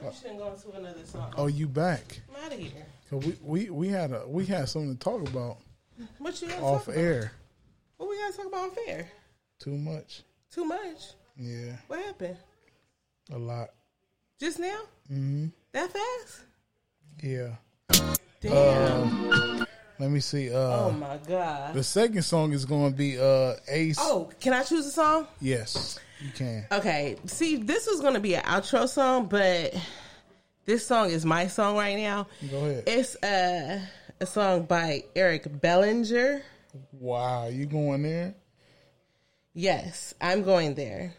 No, you shouldn't go into another song. Oh, you back? I'm out of here. 'Cause we, we we had a we had something to talk about What you gotta talk off about? air. What we gotta talk about off air? Too much. Too much. Yeah, What happened? a lot. Just now? hmm That fast? Yeah. Damn. Um, let me see. Uh, oh my god. The second song is going to be uh Ace. Oh, can I choose a song? Yes, you can. Okay. See, this was gonna be an outro song, but this song is my song right now. Go ahead. It's uh, a song by Eric Bellinger. Wow, you going there? Yes, I'm going there.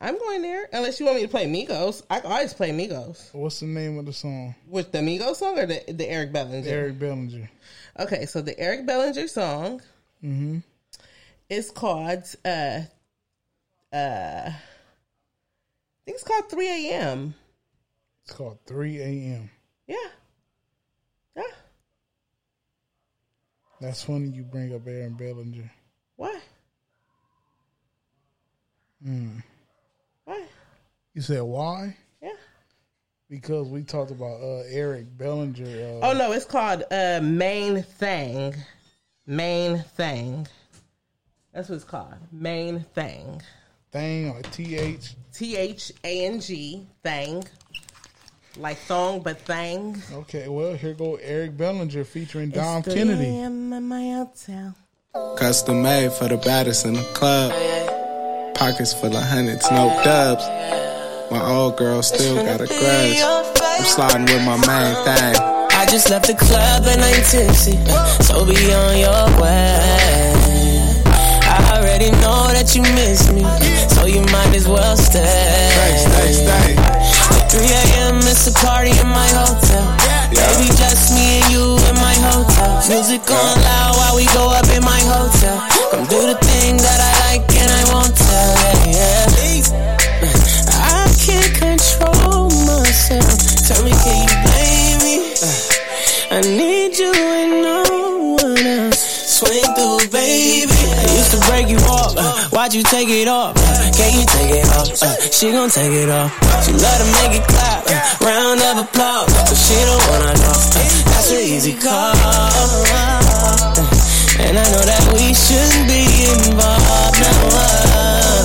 I'm going there. Unless you want me to play Migos, I can always play Migos. What's the name of the song? With the Migos song or the, the Eric Bellinger? Eric Bellinger. Okay, so the Eric Bellinger song Mm-hmm. is called uh uh I think it's called 3 a.m. It's called 3 a.m. Yeah. Yeah. That's funny you bring up Aaron Bellinger. Why? Mm. Why? You said why? Yeah. Because we talked about uh, Eric Bellinger. Uh, Oh no, it's called uh Main Thing. Main Thing. That's what it's called. Main Thing. Thing or TH. T H A N G Thing. Like thong but thing. Okay, well, here go Eric Bellinger featuring It's Dom 3 Kennedy. a.m. in my hometown. Custom made for the baddest in the club. Pockets full of hundreds, no dubs. My old girl still got a grudge. I'm sliding with my main thing. I just left the club and I'm tipsy, so be on your way. I already know that you miss me, so you might as well stay. Stay, stay, stay. 3 a.m. It's a party in my hotel. Baby, just me and you in my hotel. Music on loud while we go up in my hotel. Come do the thing that I like and I won't tell. Yeah, yeah. I can't control myself. Tell me, can you blame me? I need you and no one else. Swing through, baby. I used to break you off. Uh, why'd you take it off? Uh, can you take it off? Uh, she gon' take it off. She love to make it clap. Uh, round of applause. But she don't wanna know. Uh, that's an easy call. Uh, and I know that we shouldn't be involved now. uh,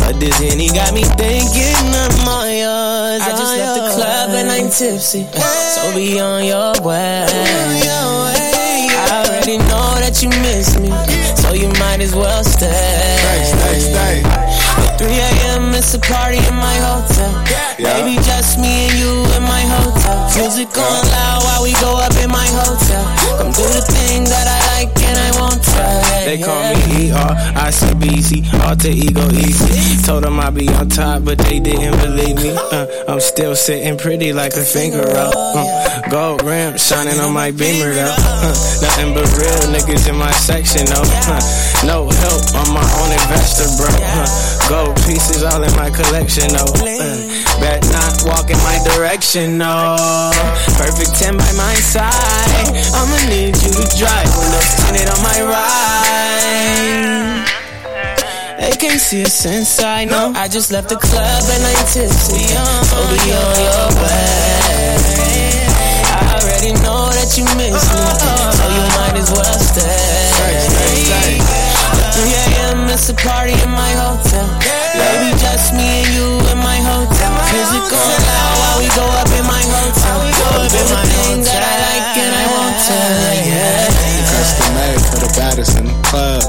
but this Henny got me thinking I'm all yours. I just left the club and I'm tipsy. So be on your way. I already know that you miss me. So you might as well stay. Stay, stay, At 3 a.m. it's a party in my hotel. Baby, just me and you in my hotel. Music on loud while we go up in my hotel. Come do the thing that I like and I won't tell. They call me ER, I said BC, alter ego E, easy. Told them I'd be on top, but they didn't believe me. Uh, I'm still sitting pretty like a finger up. Uh, gold rim shining on my beamer though. Uh, nothing but real niggas in my section though. Uh, no help on my own investor, bro. Uh, gold pieces all in my collection though. Uh, bet not walk in my direction, no. Perfect 10 by my side. I'ma need you to drive when I'm standing on my ride. They can't see us inside, no. I just left the club and I'm tipsy. So we on your way. I already know that you miss me, so you might as well stay. At 3 a.m. It's a party in my hotel. Baby, just me and you in my hotel. Music on loud while we go up in my hotel. We go up in my thing that I like and I won't tell. Yeah. Custom made for the baddest in the club.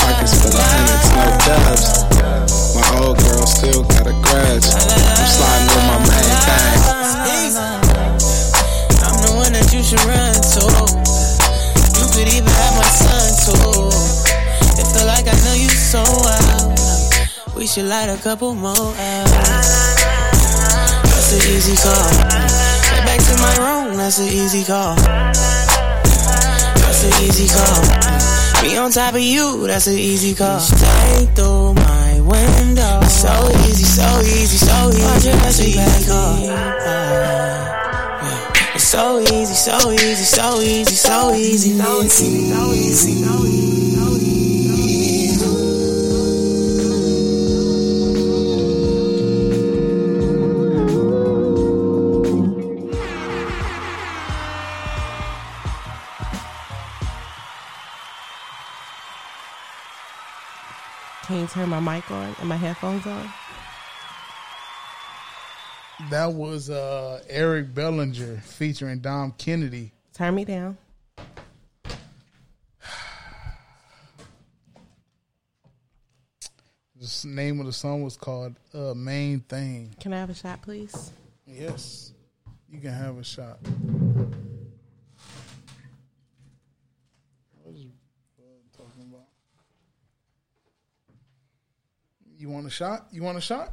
Pockets for the hundreds, no dubs. My old girl still got a grudge. I'm sliding with my main thing. I'm the one that you should run to. You could even have my son too. It feel like I know you so well. We should light a couple more out. That's an easy call. Get back to my room. That's an easy call. That's an easy call. Be on top of you. That's an easy call. Stay through my window. So easy, so easy, so easy. That's an easy call. It's so easy, so easy, so easy, so easy, so easy, so easy, so easy. Can you turn my mic on and my headphones on? That was uh, Eric Bellinger featuring Dom Kennedy. Turn me down. The name of the song was called uh, "Main Thing." Can I have a shot, please? Yes, you can have a shot. What is Bud talking about? You want a shot? You want a shot?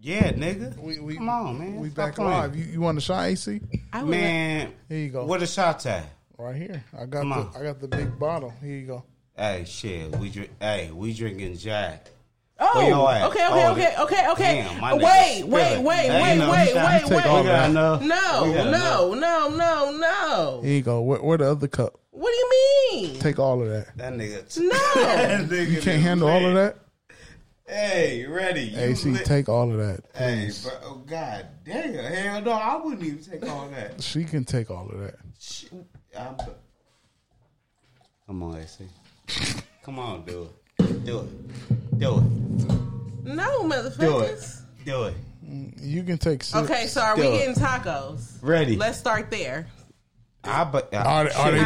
Yeah, nigga. We, we, Come on, man. We Stop back playing. live. You, you want a shot, AC? man, here you go. What a shot at? Right here. I got Come the on. I got the big bottle. Here you go. Hey, shit. We drink. Hey, we drinking Jack. Oh, Where your at? okay, okay, Oh, okay, the- okay, okay. Damn, my nigga Wait, wait, spilling. wait, Hey, wait, you know, wait, you gotta wait, take wait. all We that. No, We gotta know. no, no, no, no. Here you go. Where, where the other cup? What do you mean? Take all of that. That nigga. No. That nigga You can't is handle all of mad. that. Hey, ready? You AC, lit- take all of that. Hey, please. bro, oh, god damn, hell no, I wouldn't even take all that. She can take all of that. Shit, I'm- Come on, AC. Come on, do it, do it, do it, No, do it, motherfuckers. do it. You can take. Six. Okay, so are we Do it. getting tacos? Ready. Let's start there. I buy, I, Are they- are they- yeah,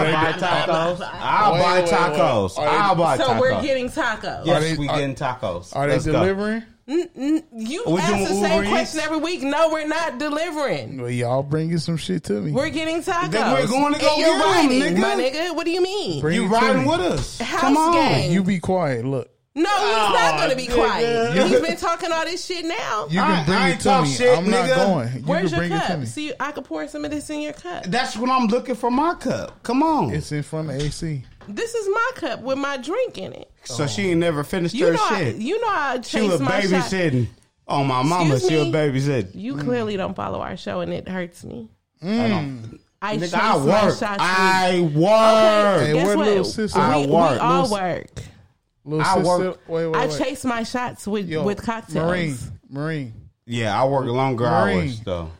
are they- I buy tacos. I Wait, buy wait, wait. tacos. Are they- I buy So tacos. we're getting tacos. Yes, Are they- we are- getting tacos. Are they Let's go. delivering? N- n- You Are we ask doing the same Uber question Eats? every week. No, we're not delivering. Well, y'all bringing some shit to me. We're getting tacos. Then we're going to go And you're get 'em, riding, nigga. my nigga. What do you mean? Bring You it to riding me. with us? House Come on. gang. You be quiet. Look, No, he's not Aw, going to be nigga. quiet. You- He's been talking all this shit now. you can I- bring I it ain't to talk me. shit, I'm not nigga. going. You Where's can your bring it to cup? me. See, I could pour some of this in your cup. That's what I'm looking for. My cup. Come on. It's in front of AC. This is my cup with my drink in it. so she ain't never finished You her know, I, shit. you know, I she chase was my shot. babysitting. Oh my mama, Excuse she was me? babysitting. You Mm. clearly don't follow our show, and it hurts me. I don't. I Nigga, chase I my work. shots. I Okay, work. Hey, guess where what? little sister? We, I we work. all Little- work. Little I sister. work- Wait, wait, I wait. chase my shots with Yo, with cocktails. Marine, Marine, Yeah, I work longer Marine. hours though.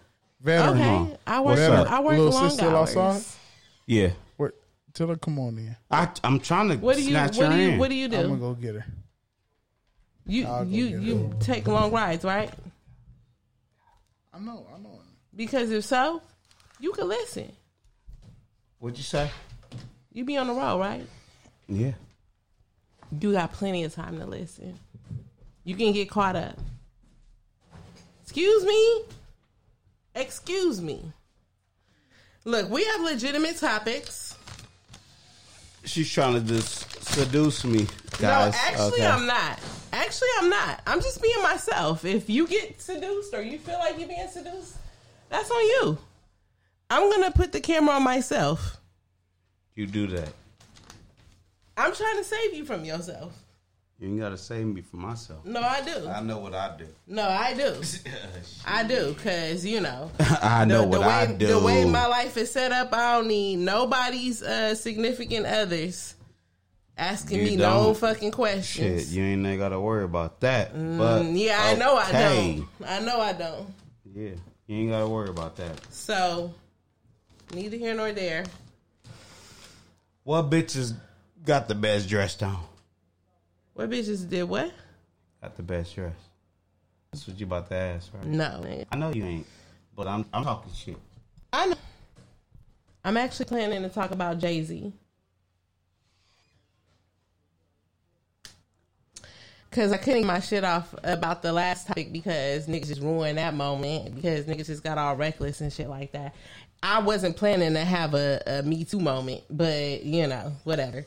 veteran. Okay, I work. Whatever. I work Little long sister hours. outside? Yeah, Where, tell her come on in. I, I'm trying to What do you? What snatch her do you? in. What do you I'm gonna do? go get her. You I'll go you get you take long rides, right? I know. I know. Because if so, you can listen. What'd you say? You be on the road, right? Yeah. You got plenty of time to listen. You can get caught up. Excuse me? Excuse me. Look, we have legitimate topics. She's trying to just seduce me, guys. no, actually, Okay. I'm not. Actually, I'm not. I'm just being myself. If you get seduced or you feel like you're being seduced, that's on you. I'm going to put the camera on myself. You do that. I'm trying to save you from yourself. You ain't gotta save me for myself. No, I do. I know what I do. No, I do. I do, because, you know. I know what the way, I do. The way my life is set up, I don't need nobody's uh, significant others asking You me no don't. fucking questions. Shit, you ain't ain't gotta worry about that. but Mm, yeah, I know I okay. don't. I know I don't. Yeah, you ain't gotta worry about that. So, neither here nor there. What bitches got the best dressed on? What bitches did what? Got the best dress. That's what you about to ask, right? No. I know you ain't, but I'm I'm talking shit. I know. I'm actually planning to talk about Jay Z. Because I couldn't get my shit off about the last topic because niggas just ruined that moment because niggas just got all reckless and shit like that. I wasn't planning to have a, a Me Too moment, but you know, whatever.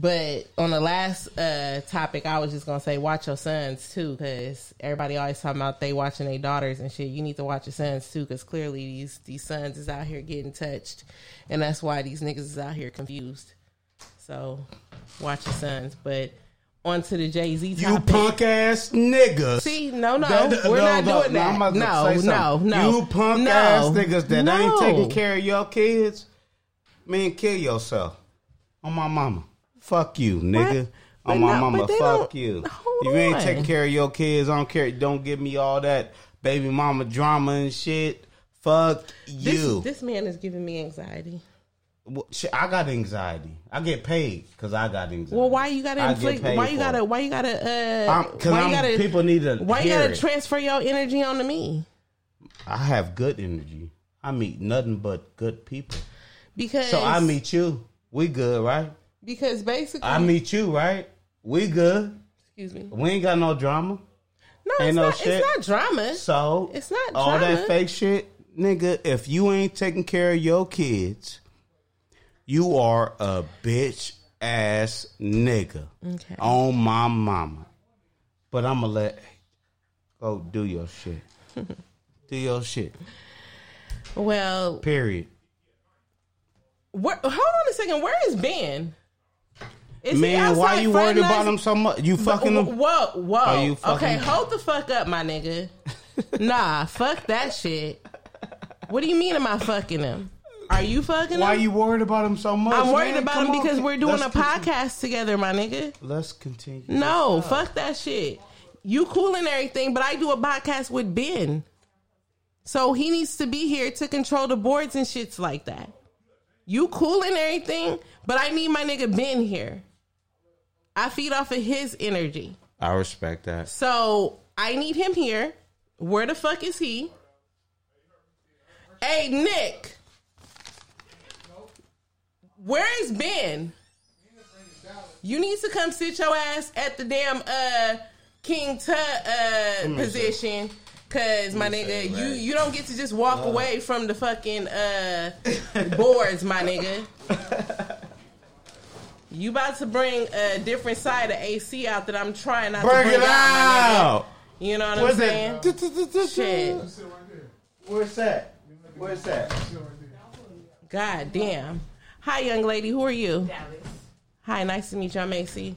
But on the last uh, topic, I was just gonna say, watch your sons too, because everybody always talking about they watching their daughters and shit. You need to watch your sons too, because clearly these these sons is out here getting touched, and that's why these niggas is out here confused. So watch your sons. But on to the Jay Z You topic. punk ass niggas. See, no, no, That- we're no, not no, doing no, that. I'm about to No, say no, something. no. You punk No. ass niggas that ain't No. taking care of your kids, man, kill yourself. On my mama. Fuck you, nigga. But On my no, mama, but they fuck don't- you. hold If you ain't on. taking care of your kids, I don't care. Don't give me all that baby mama drama and shit. Fuck This, you. this man is giving me anxiety. Well, shit, I got anxiety. I get paid because I got anxiety. Well, why you gotta I get inflict? paid Why you for gotta? it. Why you gotta? Uh, I'm- 'cause why I'm- you gotta? people need to Why you hear gotta it. transfer your energy onto me? I have good energy. I meet nothing but good people. Because So I meet you. We good, right? Because basically, I meet you, right? We good. Excuse me. We ain't got no drama. No, Ain't it's no not. shit. It's not drama. So It's not all drama. that fake shit, nigga. If you ain't taking care of your kids, you are a bitch ass nigga. Okay. On my mama. But I'ma let go do your shit. do your shit. well, Period. where, hold on a second. Where is Ben? Is he Man, why outside you worried fighting about us? him so much? You fucking him? Whoa, whoa. Are you fucking- okay, hold the fuck up, my nigga. nah, fuck that shit. What do you mean? Am I fucking him? Are you fucking Why him? you worried about him so much? I'm worried man? about Come him on, because con- we're doing let's a continue. podcast together, my nigga. Let's continue. No, fuck that shit. You cool and everything, but I do a podcast with Ben. So he needs to be here to control the boards and shits like that. You cool and everything, but I need my nigga Ben here. I feed off of his energy. I respect that. So I need him here. Where the fuck is he? Hey, Nick. Where's Ben? You need to come sit your ass at the damn uh King Tut uh Let me position. Cause my nigga, you you don't get to just walk away from the fucking uh boards, my nigga. You about to bring a different side of AC out that I'm trying not to Bring bring it my nigga. out. You know what What's I'm saying? that? Shit. Where's that? Where's that? God damn. Hi, young lady. Who are you? Dallas. Hi, nice to meet you. I'm AC.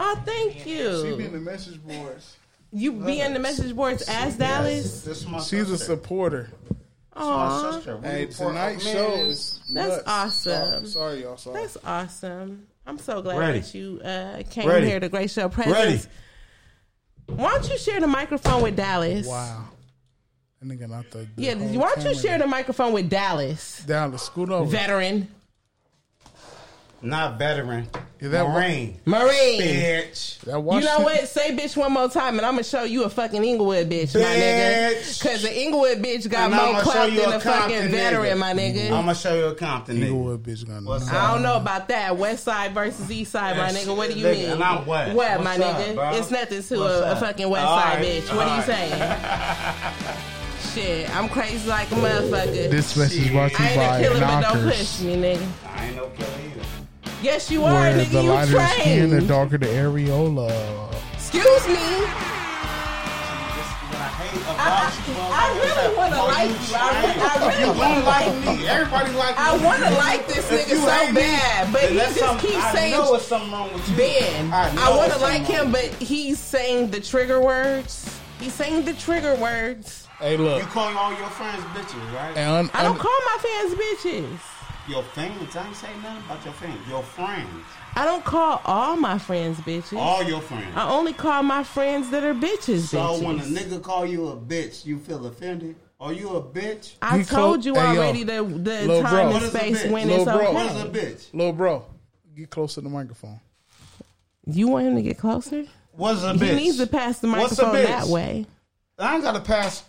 Oh, thank you. She be in the message boards. You be in the message boards as Dallas? She's a supporter. Aw. sister. We Hey, support tonight's our show man. is That's nuts. awesome. Sorry, sorry, y'all. Sorry. That's awesome. I'm so glad Ready. that you uh, came Ready. here to Great Show Presence. Ready. Why don't you share the microphone with Dallas? Wow. That nigga not the. the Yeah, whole why don't you camera. share the microphone with Dallas? Dallas, scoot over. Veteran. Not veteran. Is that what- Marine. Marine. Bitch. That You know what? Say bitch one more time, and I'm gonna show you a fucking Inglewood bitch, my nigga. Because the Inglewood bitch got And I'ma more show clout you than a a fucking Compton veteran, my nigga. I'm gonna show you a Compton nigga. bitch gonna What's I don't know about that. West side versus east side, my Um, Yeah, nigga. What do you nigga, mean? and I'm what? What, my What's up, nigga? bro? It's nothing to What's a, a up? fucking west All side right, bitch. all What are you right. saying? Shit, I'm crazy like a motherfucker. This message brought to I you by ain't a killer, but don't Knockers. push me, nigga. I ain't no killer either. Yes, you are, Where the nigga. lighter You the skin, the trained. darker the areola. Excuse me. I really want to like you. I, re- I really You want don't to oh, like like me. you. Everybody like me. I want to like this If nigga you hate so me, bad, but then he that's just something- keeps I saying know there's something wrong with you. Ben. I I, know want to there's like something him, but he's saying the trigger words. He's saying the trigger words. Hey, look. You calling all your friends bitches, right? And- Um, I don't call my fans bitches. Your friends. I ain't say nothing about your friends. Your friends. I don't call all my friends bitches. All your friends. I only call my friends that are bitches. So bitches. when a nigga call you a bitch, you feel offended? Are you a bitch? I He told close- you Hey, yo, already the the little time bro. and space when Little it's bro. okay. Little bro, get close to the microphone. You want him to get closer? What's a he bitch? needs to pass the What's a microphone bitch? that way. I ain't gotta pass.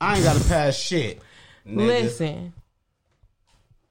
I ain't gotta pass shit. nigga. Listen,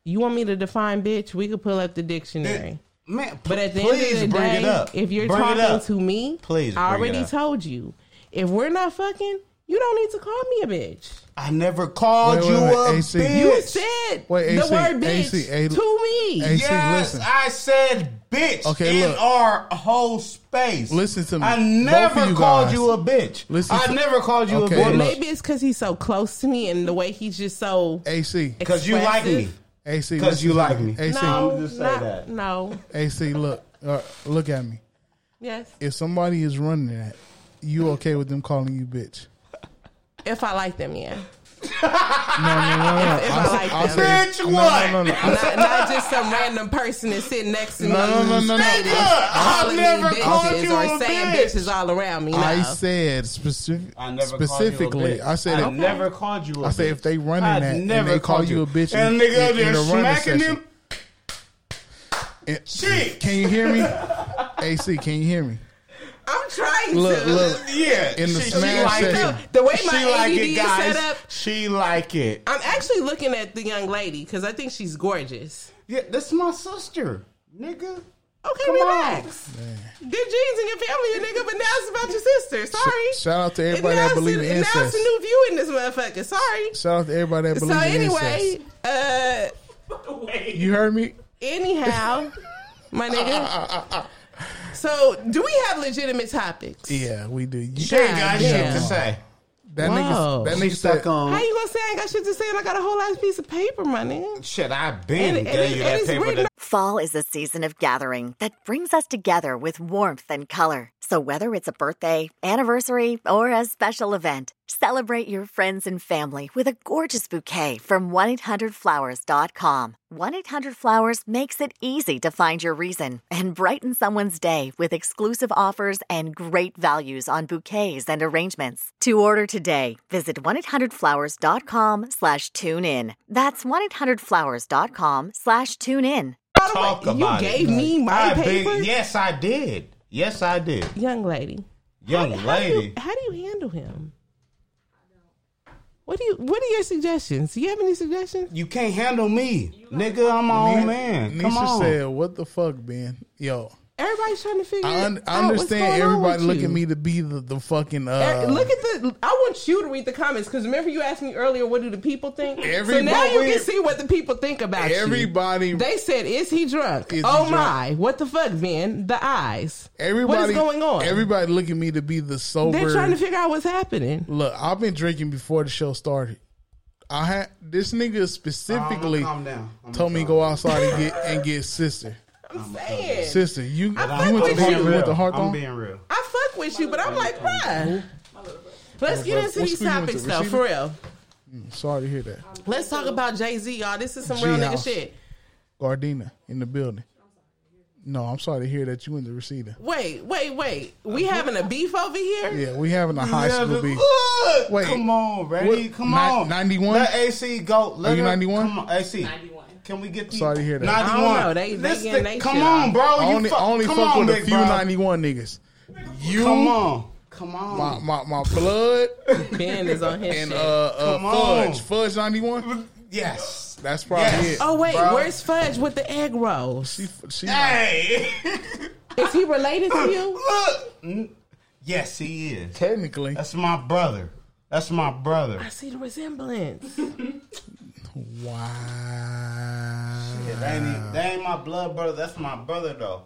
you want me to define bitch? We could pull up the dictionary. man. but at the please end of the bring day, it up. if you're Bring it talking up. to me, Please I bring it already up. told you. If we're not fucking, you don't need to call me a bitch. I never called Wait, wait, you wait, a AC. bitch. You said Wait, the AC, word bitch AC, hey, to me. AC, yes, listen. I said bitch Okay, in look. our whole space. Listen to me. I Both of never you called guys. you a bitch. Listen I to- never called you Okay, a bitch. look. Maybe it's because he's so close to me and the way he's just so AC, Because you like me. expressive. AC, Because listen you to like me. AC, No, I'ma just say not- that. no. AC, look, uh, look at me. Yes. If somebody is running that, you okay with them calling you bitch? If I like them, yeah. No, no, no, no. If I'll I say- like I'll them. say- Bitch, no, No, what? no, no. I'll say- not, not just some random person that's sitting next to me. No, no, no, no, no. status, I- calling I never me called bitches you or a saying bitch. bitches all around me. No. I said specific, I never called you a specifically. bitch. I said I if- never called you a I said bitch. if they running I that and never they call called you a bitch And in- nigga in- in they're the running session. smacking them. It- Shit. Can you hear me? AC, can you hear me? I'm trying Look, to. look. Yeah. In the she, she smash like session. it. The way She my like ADD it, is guys. set up- She like it. I'm actually looking at the young lady because I think she's gorgeous. Yeah, that's my sister, nigga. Okay, Come on. relax. Good genes in your family, you nigga, but now it's about your sister. Sorry. Shout out to everybody And now that it's believe a- in and Now it's incest. a new view in this motherfucker. Sorry. Shout out to everybody that So believes in anyway, incest. uh, You heard me? anyhow, my nigga. So, do we have legitimate topics? Yeah, we do. You She ain't got shit to say. That nigga, that She nigga stuck said, on- How you gonna say I ain't got shit to say? And I got a whole ass piece of paper, my nigga. Shit, I And- been and gave it- you and that it's paper. written- That, Fall is a season of gathering that brings us together with warmth and color. So, whether it's a birthday, anniversary, or a special event, celebrate your friends and family with a gorgeous bouquet from 1-800-Flowers.com. 1-800-Flowers makes it easy to find your reason and brighten someone's day with exclusive offers and great values on bouquets and arrangements. To order today, visit 1-800-Flowers.com slash tune in. That's 1-800-Flowers.com slash tune in. talk you about it. gave me my I been- paper? yes, I did. Yes, I did. Young lady. Young How do lady. you- How do you handle him? What do you? What are your suggestions? Do you have any suggestions? You can't handle me, nigga. I'm my own man. Nisha Come on. said, "What the fuck, Ben? Yo, Everybody's trying to figure. I, un- I out what's understand going on everybody with look you. at me to be the, the fucking uh, Eh, Look at the. I want you to read the comments because remember you asked me earlier, what do the people think? so now Everybody- you can see what the people think about Everybody- you. They said, "Is he drunk? Is he oh drunk? my! What the fuck, Ben? The eyes. everybody. what is going on? Everybody look at me to be the sober. They're trying to figure out what's happening. Look, I've been drinking before the show started. I had this nigga specifically calm down. I'm told me go outside and get and get sister. I'm saying, Sister, you, you I'm- went I'm to being Hearthstone with the real. heart I'm on. being real. I fuck with you, but I'm like, bruh. Let's Oh, get bro. into What these school you went to, topics though, for Rashida? real. Mm, Sorry to hear that. Let's talk about Jay Z, y'all. This is some real nigga G-House. shit. Gardena in the building. No, I'm sorry to hear that you in the receiver. Wait, wait, wait. We having a beef over here? Yeah, we having a high Yeah, school but beef. look, Wait. come on, Brady. What, Come ni- on. 91? Let AC go. Let Are you her- 91? Come on, AC. 91. Can we get the Sorry to hear that. 91. I don't know. They- they Listen, getting they come shit on, off. bro. I You only, fuck, I only come fuck on, with a big few bro. 91 niggas. You, Come on. Come on. My, my, my blood Ben is on his and uh, shit. uh Come on. fudge. Fudge 91? Yes. That's probably Yes. it. Oh wait, Bro. where's Fudge with the egg rolls? She, she, Hey. Is he related to you? look. N- Yes, he is. Technically, That's my brother. That's my brother. I see the resemblance. wow. Yeah, that, ain't, even- that ain't my blood brother. That's my brother, though.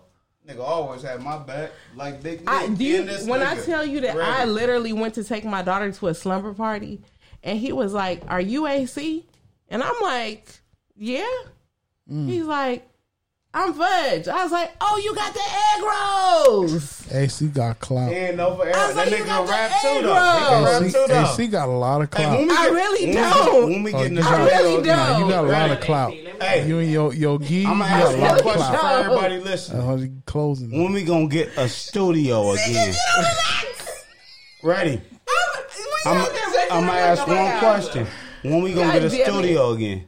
Nigga always had my back. Like, big I Nick do you, and this when I nigga. tell you that I Brother. literally went to take my daughter to a slumber party and he was like, Are you AC? And I'm like, Yeah. Mm. He's like, I'm fudge. I was like, Oh, you got the egg rolls. AC got clout. And over for I Aaron. was like, That you got nigga the rap egg too, though. Nigga rap AC, too, though. AC got a lot of Hey, clout. when we I get- really when we- don't. When we Oh, get in the you I got- studio, really it's gonna Nah, you don't. be got a lot of rap. clout. Hey. You and your your gi, you I'm gonna got ask a you lot a of question for clout. everybody listening. Uh, you closing. When we gonna get a studio again? Ready? I'm, I'm gonna ask one question. When we gonna God get a damn it. studio again?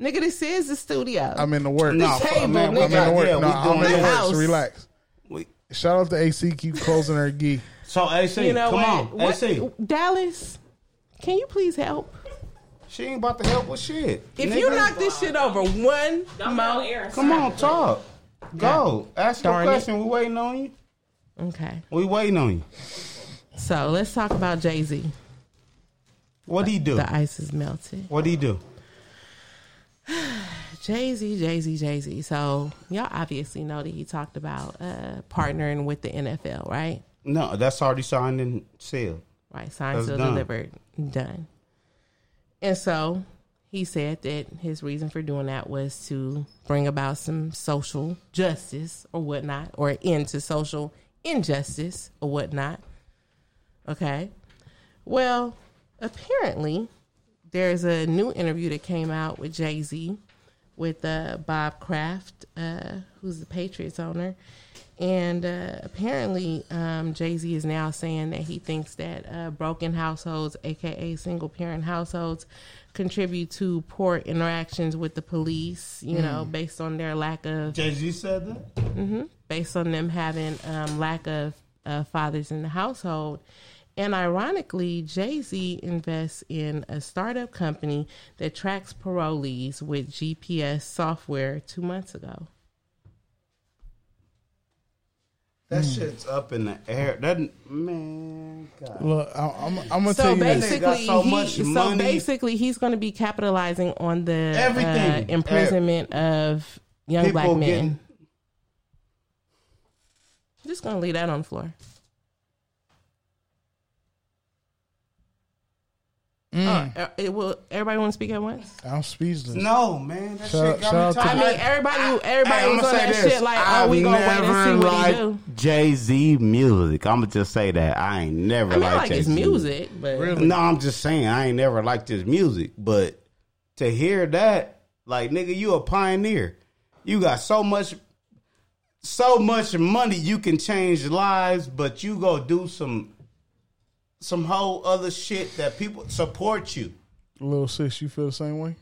Nigga, this is the studio. I'm in the work. Nah, No, fuck, table, man, I'm in nigga. the work. Yeah, no, we I'm doing in the that. work. house. So relax. We- Shout out to AC. Keep closing her gi. So AC, You know come what? on, What- AC. Dallas, can you please help? She ain't about to help with shit. If Nigga, you knock this shit over one more, come on, talk. Go. Ask your Darn it. question. We waiting on you. okay. We waiting on you. So let's talk about Jay Z. What he do? The ice is melted. What he do? Jay Z, Jay Z, Jay Z. So y'all obviously know that he talked about uh, partnering with the NFL, right? No, that's already signed and sealed. Right, signed, That's sealed, done. delivered, done. And so he said that his reason for doing that was to bring about some social justice or whatnot, or into social injustice or whatnot. Okay. Well, apparently, there's a new interview that came out with Jay Z with uh, Bob Kraft, uh, who's the Patriots owner. And uh, apparently, um, Jay Z is now saying that he thinks that uh, broken households, aka single parent households, contribute to poor interactions with the police, you know, based on their lack of Jay Z said that. based on them having um, lack of uh, fathers in the household. And ironically, Jay Z invests in a startup company that tracks parolees with GPS software two months ago. That Hmm. shit's up in the air. That man, God. Look, I, I'm, I'm gonna So tell you basi- this. They got basically, so he- much so money. basically, he's going to be capitalizing on the uh, Everything. imprisonment of young black men. Just gonna leave that on the floor. Mm. Oh, er- it will. Everybody want to speak at once? I'm speechless. No, man, that Shout- shit got shout me out I tired. to- mean, everybody, everybody Hey, was I'ma on say that this. shit like, oh, we I've gonna wait and never see what liked he do. Jay Z music. I'm gonna just say that I ain't never I mean, I liked like his Jay-Z. music, but No, I'm just saying I ain't never liked his music, but to hear that, like nigga, you a pioneer. You got so much, so much money. You can change lives, but you go do some, some whole other shit that people support you. Little sis, you feel the same way?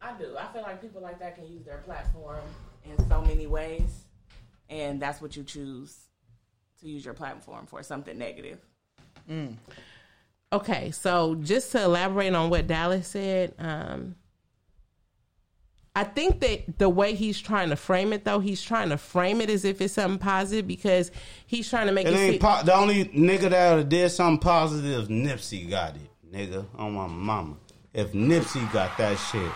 I do. I feel like people like that can use their platform in so many ways, and that's what you Mm. choose to use your platform for something negative. Okay, so just to elaborate on what Dallas said, um, I think that the way he's trying to frame it, though, he's trying to frame it as if it's something positive because he's trying to make It it. ain't se- po- the only nigga that did something positive. Nipsey got it, nigga. On my mama. If Nipsey got that shit,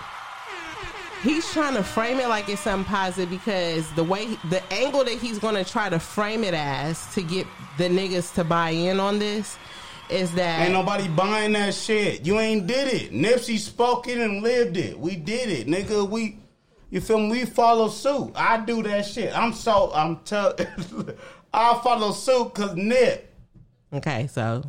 he's trying to frame it like it's something positive because the way the angle that he's going to try to frame it as to get the niggas to buy in on this is that ain't nobody buying that shit. You ain't did it. Nipsey spoke it and lived it. We did it, nigga. We, you feel me? We follow suit. I do that shit. I'm so I'm tell. I follow suit cause Nip. Okay, so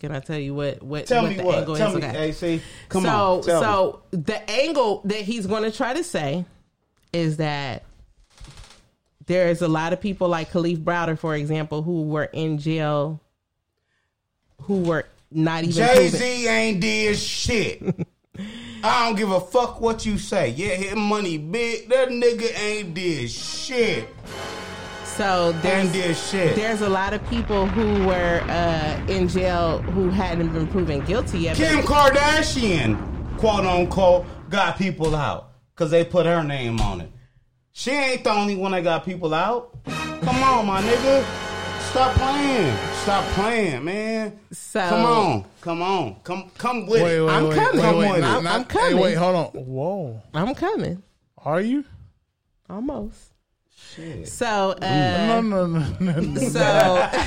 can I tell you what what, Tell what me the what. angle Tell is? me, okay. AC. Come so, on, tell so the angle that he's going to try to say is that there is a lot of people like Khalif Browder, for example, who were in jail, who were not even Jay proven- Z ain't did shit. I don't give a fuck what you say. Yeah, his money big. That nigga ain't did shit. So ain't did shit. There's a lot of people who were uh, in jail who hadn't been proven guilty yet. Kim but- Kardashian, quote unquote, got people out because they put her name on it. She ain't the only one that got people out. Come on, my nigga. Stop playing. Stop playing, man. So come on, come on, come come with it. I'm coming. Wait, Come wait, with not- it. not- Hey, wait, hold on. Whoa. I'm coming. Are you? Almost. So uh, no, no, no, no, no. So-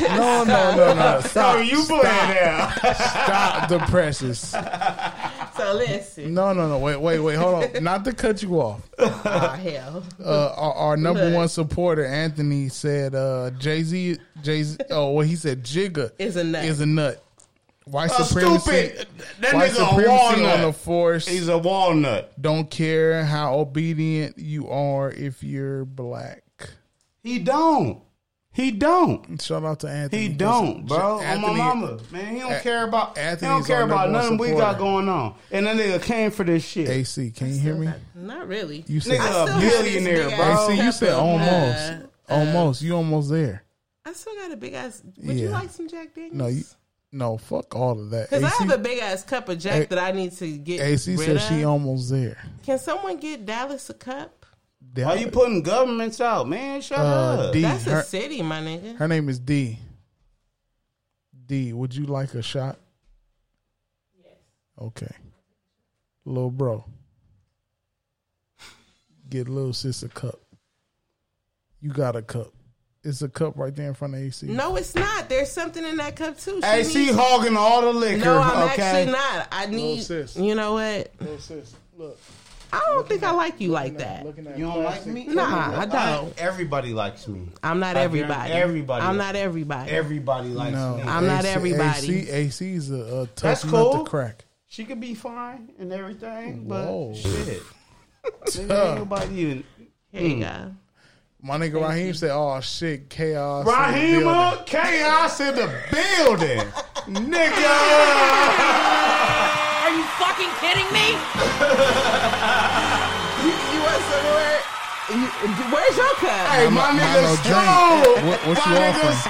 no, no, no, no. Stop. So you stop. playing now. Stop the presses. So listen. No, no, no. Wait, wait, wait. Hold on. Not to cut you off. Aw, Oh, hell. Uh, our, our number Look. one supporter, Anthony, said uh, Jay Z. Jay Z. Oh, well, he said Jigga Is a nut. Is a nut. White Uh, supremacy. stupid. That white nigga a supremacy walnut. on the force. He's a walnut. Don't care how obedient you are if you're black. He don't. He don't. Shout out to Anthony. He don't, bro. Anthony- on my mama, man. He don't A- care about. Anthony's he don't care our about number one nothing we supporter. got going on. And that nigga came for this shit. AC, can you hear me? Not really. You said Nigga, a billionaire, bro. AC, you said Couple, almost, uh, almost. You almost there. I still got a big ass. Would you Yeah. like some Jack Daniels? No, you, no. Fuck all of that. Because I AC, have a big ass cup of Jack A- that I need to get. AC rid said of. she almost there. Can someone get Dallas a cup? Why you putting governments out, man? Shut Uh, up. D, That's her- a city, my nigga. Her name is D. D, would you like a shot? Yes. Okay. Little bro. Get little sis a cup. You got a cup. It's a cup right there in front of AC. No, it's not. There's something in that cup too. She AC needs- hogging all the liquor. No, I'm okay? actually not. I need. sis. You know what? Little sis, look. I don't think I like you like that. You don't like me? Nah, I don't. everybody likes me. I'm not I guarantee everybody. Everybody. I'm likes not everybody. Everybody likes me. I'm not everybody. AC, AC is a, a tough That's nut cool. to crack. She could be fine and everything, but Whoa. shit. Nigga, Tough. ain't nobody even. Here Mm. you go. My nigga Raheem said, "Oh shit, chaos." in the building." Rahima, chaos in the building, nigga. Are you fucking kidding me? You, you want some more? You, where's your cup? Hey, my My nigga's little cool. drink. What- what my you nigga's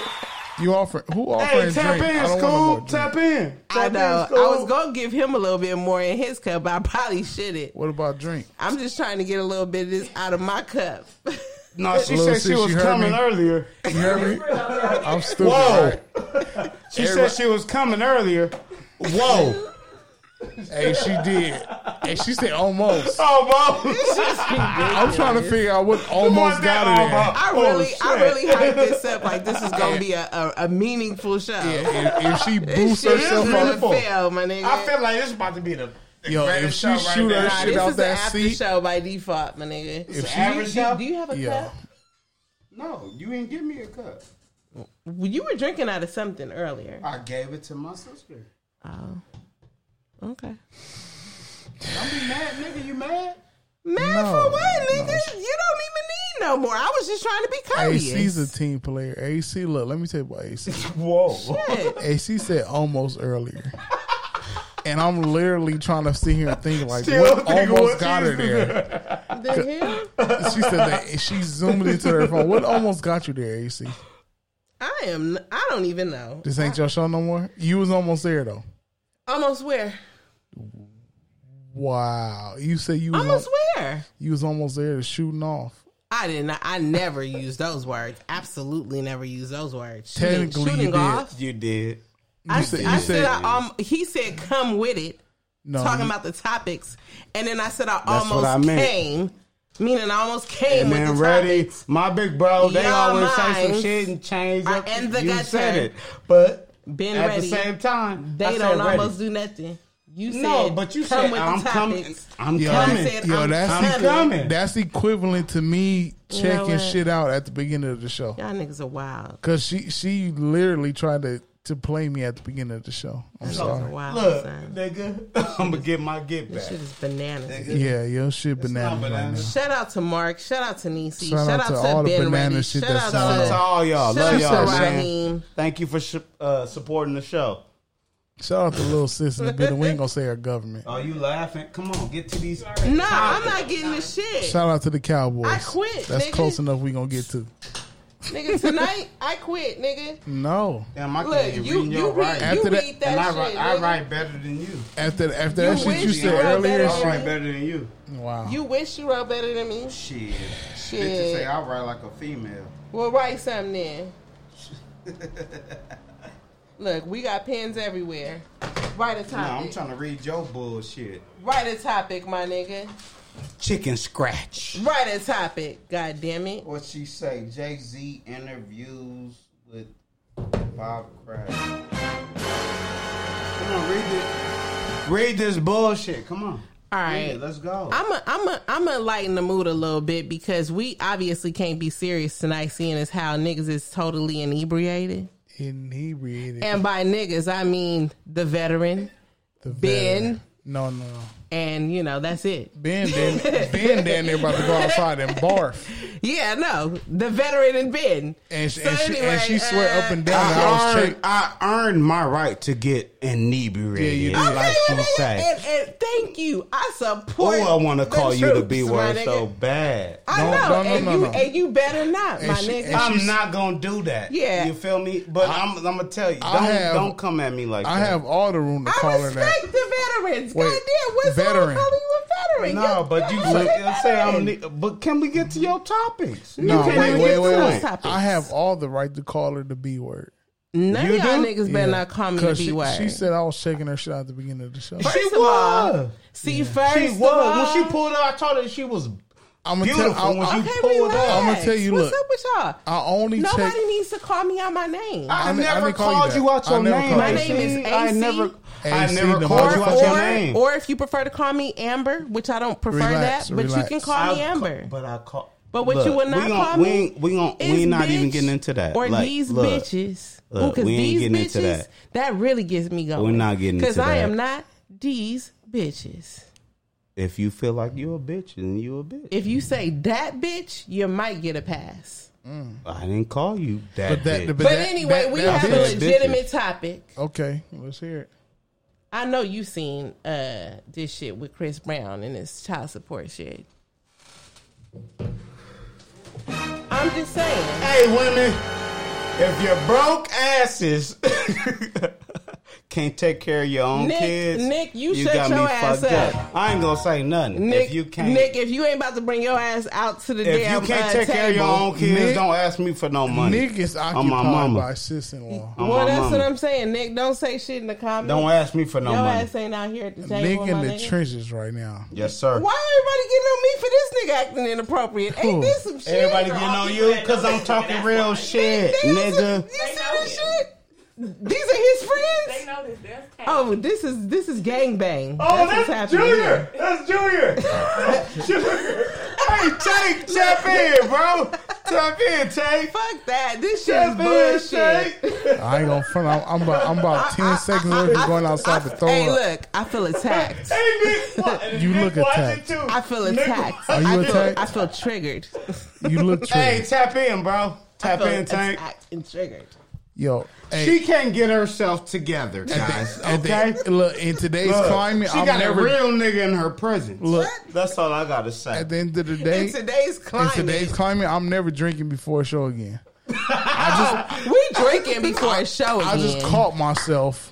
cool. You offer who Hey, offering tap drink? in, I don't want no more school. drink. Tap in. I Tap in, know. school. I was gonna give him a little bit more in his cup, but I probably shouldn't. What about drink? I'm just trying to get a little bit of this out of my cup. No, she Little said she sis, was you heard coming me? earlier. You hear me? I'm stupid. Whoa. right? She Everybody- said she was coming earlier. Whoa. Hey, she did. Hey, she said almost. Oh, mom. I'm trying to figure out what almost on got down, her Bob. I Oh, really, I shit. really hyped this up. Like this is gonna be a, a, a meaningful show. there. Yeah, if, if she This boosts shit is herself gonna up, fail, my nigga. I feel like this is about to be the, the Yo, if greatest she show right shoot now. her Nah, shit this out is the that after seat. show by default, my nigga. If she- Do you- average do, you- show? do you have a yeah. cup? No, you didn't give me a cup. Well, You were drinking out of something earlier. I gave it to my sister. Oh, okay. Don't be mad, nigga. You mad? Man, for what, nigga? You don't even need no more. I was just trying to be courteous. AC's a team player. AC, look, let me tell you about AC. Whoa. Shit. AC said almost earlier. And I'm literally trying to sit here and think like Still what thinking almost what got her she's there. The hell? She said that she zoomed into her phone. What almost got you there, AC? I I am. I don't even know. This ain't your show no more. You was almost there though. Almost where? Wow, you said you was Almost al- where? You was almost there to shooting off. I did not. I never used those words. Absolutely never used those words. Shooting, Technically, shooting you golf. did. You did. I, said- I you said, said- I, um, he said, come with it. No, talking you- about the topics, and then I said I That's what almost I meant. came, meaning I almost came And with the then topic. ready, my big bro. They Y'all always say some minds shit and change are up. in the you gutter. said it, but Been at ready. the same time, They I said don't ready. almost do nothing. You said No, but you come said, with "I'm the coming- topics. I'm And I coming. said, Yo, I'm that's coming. That's equivalent to me You know checking what? shit out at the beginning of the show. Y'all niggas are wild. Cause she she literally tried to to play me at the beginning of the show. I'm That's sorry. a wild Look, son. nigga, I'm gonna get my get back. This shit is bananas. Yeah, yo, shit bananas. right now. Shout out to Mark. Shout out to Nisi. Shout out Shout, out, to to, all the Ben banana Reddy. shit Shout that's out going Shout out on. to to all y'all. Shout Love out y'all, to man. Raheem. Thank you for sh- uh, supporting the show. Shout out to little sis in the building. We ain't gonna say our government. Oh, you laughing? Come on, get to these. No, I'm not getting this shit. Shout out to the Cowboys. I quit, That's nigga. close enough. We gonna get to. nigga, tonight I quit, nigga. No. Damn, I Look, can't you- you, reading you your read- writing. you After that- read that and I, shit, write, I nigga. write better than you. After after You that shit you wish said you were earlier. better I than write me. better than you. Wow. You wish you wrote better than me. Shit. Shit. Bitches say I write like a female. Well, write something then. Look, we got pens everywhere. Write a No, I'm topic. trying to read your bullshit. write a topic, my nigga. Chicken scratch. Write a topic. God damn it. What she say? Jay Z interviews with Bob Crash. Come on, read this. Read this bullshit. Come on. All Read right. it. let's go. I'm a, I'm a, I'm gonna lighten the mood a little bit because we obviously can't be serious tonight, seeing as how niggas is totally inebriated. Inebriated. And by niggas, I mean the veteran, The Ben, veteran. No, no, no. and you know that's it. Ben, damn, ben down there about to go outside and barf. Yeah, no, the veteran and Ben. And she, So and, she and anyway, she swear uh, up and down that I I was earned, checked. I earned my right to get inebriated, Yeah, you did. like you say. And, and thank you. I support. Oh, I want to the call you the troops, B my word nigga. so bad. I No, know, no, no, and no, you no. and you better not, And my she- nigga. and I'm she's- not gonna do that. Yeah. you feel me? But I, am I'm gonna tell you, don't I have- don't come at me like I that. have all the room to I call her that. respect the veterans. Wait, Goddamn, what's wrong veteran. with calling you a veteran? No, You're- but you you're look, a I'm saying I'm. veteran. ne- But can we get to your topics? No, You wait, can't wait, even wait, get to wait. it. topics. I have all the right to call her the B word. None You of y'all do? niggas better Yeah. not call me the 'Cause B she, word. She said I was checking her shit at the beginning of the show. First She of all, was. see, first She of was when all- she pulled up. I told her she was I'm gonna beautiful tell. I, when she Okay, pulled relax. up. I'm gonna tell you. What's Look, up with y'all? I only Nobody check. needs to call me out my name. I, I ne- I never didn't call you called that. you, out I your never name. called My you name that. is I AC. never, I AC, never the called whole you out What's your or, name. or if you prefer to call me Amber, which I don't prefer Relax, that, but relax. you can call me I- Amber. But I call. But what you would not we gon- call we me ain't- We gon- we is ain't not bitch even getting into that. Or Like, these look, bitches. Ooh, look, 'cause we ain't these getting into bitches, that. That really gets me going. We're not getting into I that. am not these bitches. If you feel like you a bitch, then you a bitch. If you say that bitch, you might get a pass. I didn't call you that. But that- bitch. but But that- anyway, that- we that have a bitch. legitimate topic. Okay, let's hear it. I know you've seen uh, this shit with Chris Brown and his child support shit. I'm just saying. Hey, women, if your broke asses can't take care of your own Nick- kids, Nick, you shut your ass up. I ain't gonna say nothing. Nick, if you can't, Nick, if you ain't about to bring your ass out to the if damn you can't uh, take care of your table- own kids, Nick- don't ask me for no money. Nick is I'm my occupied mama. by sis-in-law. I'm well, my that's mama. what I'm saying, Nick. Don't say shit in the comments. Don't ask me for no your money. ass ain't out here at the table, Nick my in the nigga. trenches right now. Yes, sir. Why everybody getting on me for this nigga acting inappropriate? Ain't Who? this some shit? Everybody getting on you because I'm talking real shit, They on some- nigga. You see this shit? These are his friends. They know this. That's cat. Oh, this is this is gangbang. Oh, that's, what's happening here. That's Junior. hey, Tank, tap in, bro. Tap in, Tank. Fuck that. This shit is Tap in, bullshit. Tank. I ain't gonna front. I'm, I'm about I'm about ten seconds away from going outside to throw Hey, up. look, I feel attacked. Hey, Nick, what? And You Nick look watch attacked. it, too. I feel Nick- attacked. Are you I feel, attacked? I feel triggered. You look Hey, triggered. tap in, bro. I Tap feel in, Tank. attacked and triggered. Yo, hey, She can't get herself together, guys. at the- Okay. look in today's Look, climate, she I'm got never. a real nigga in her presence. Look. that's all I gotta say. at the end of the day, In today's in climate, today's climate, I'm never drinking before a show again. we drinking before a Oh, show. I just again. caught myself,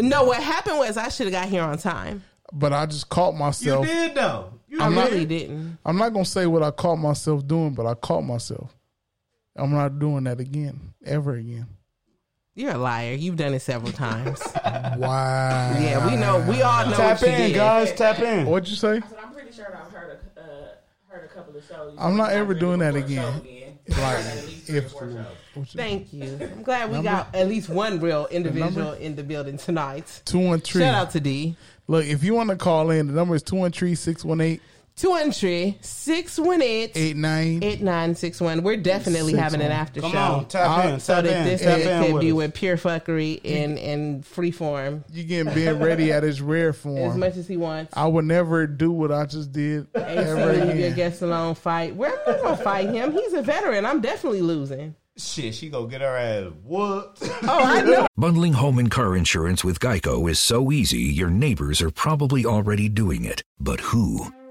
No, what happened was I should have got here on time. but I just caught myself. though. You I'm not- really didn't. I'm not gonna say what I caught myself doing, but I caught myself. I'm not doing that again, ever again. You're a liar. You've done it several times. Wow. Yeah, we know. We all know. Tap what you in, did. guys, tap in. What'd you say? I'm pretty sure I've heard a, uh, heard a couple of shows. I'm not ever doing that again. Like, if Thank you. I'm glad we Number- got at least one real individual number? in the building tonight. two one three. Shout out to D. Look, if you want to call in, the number is two one three six one eight. Two and three, six one eight, eight nine, eight nine six one. We're definitely Six having an one. after Come show. on, tap in, so tap that in, this tap it in could with be us. with pure fuckery and and free form. You getting Ben ready at his rare form. as much as he wants. I would never do what I just did ever AC, your again. guest alone fight. We're not gonna fight him. He's a veteran. I'm definitely losing. Shit, she go get her ass whooped. Bundling home and car insurance with Geico is so easy, your neighbors are probably already doing it. But who?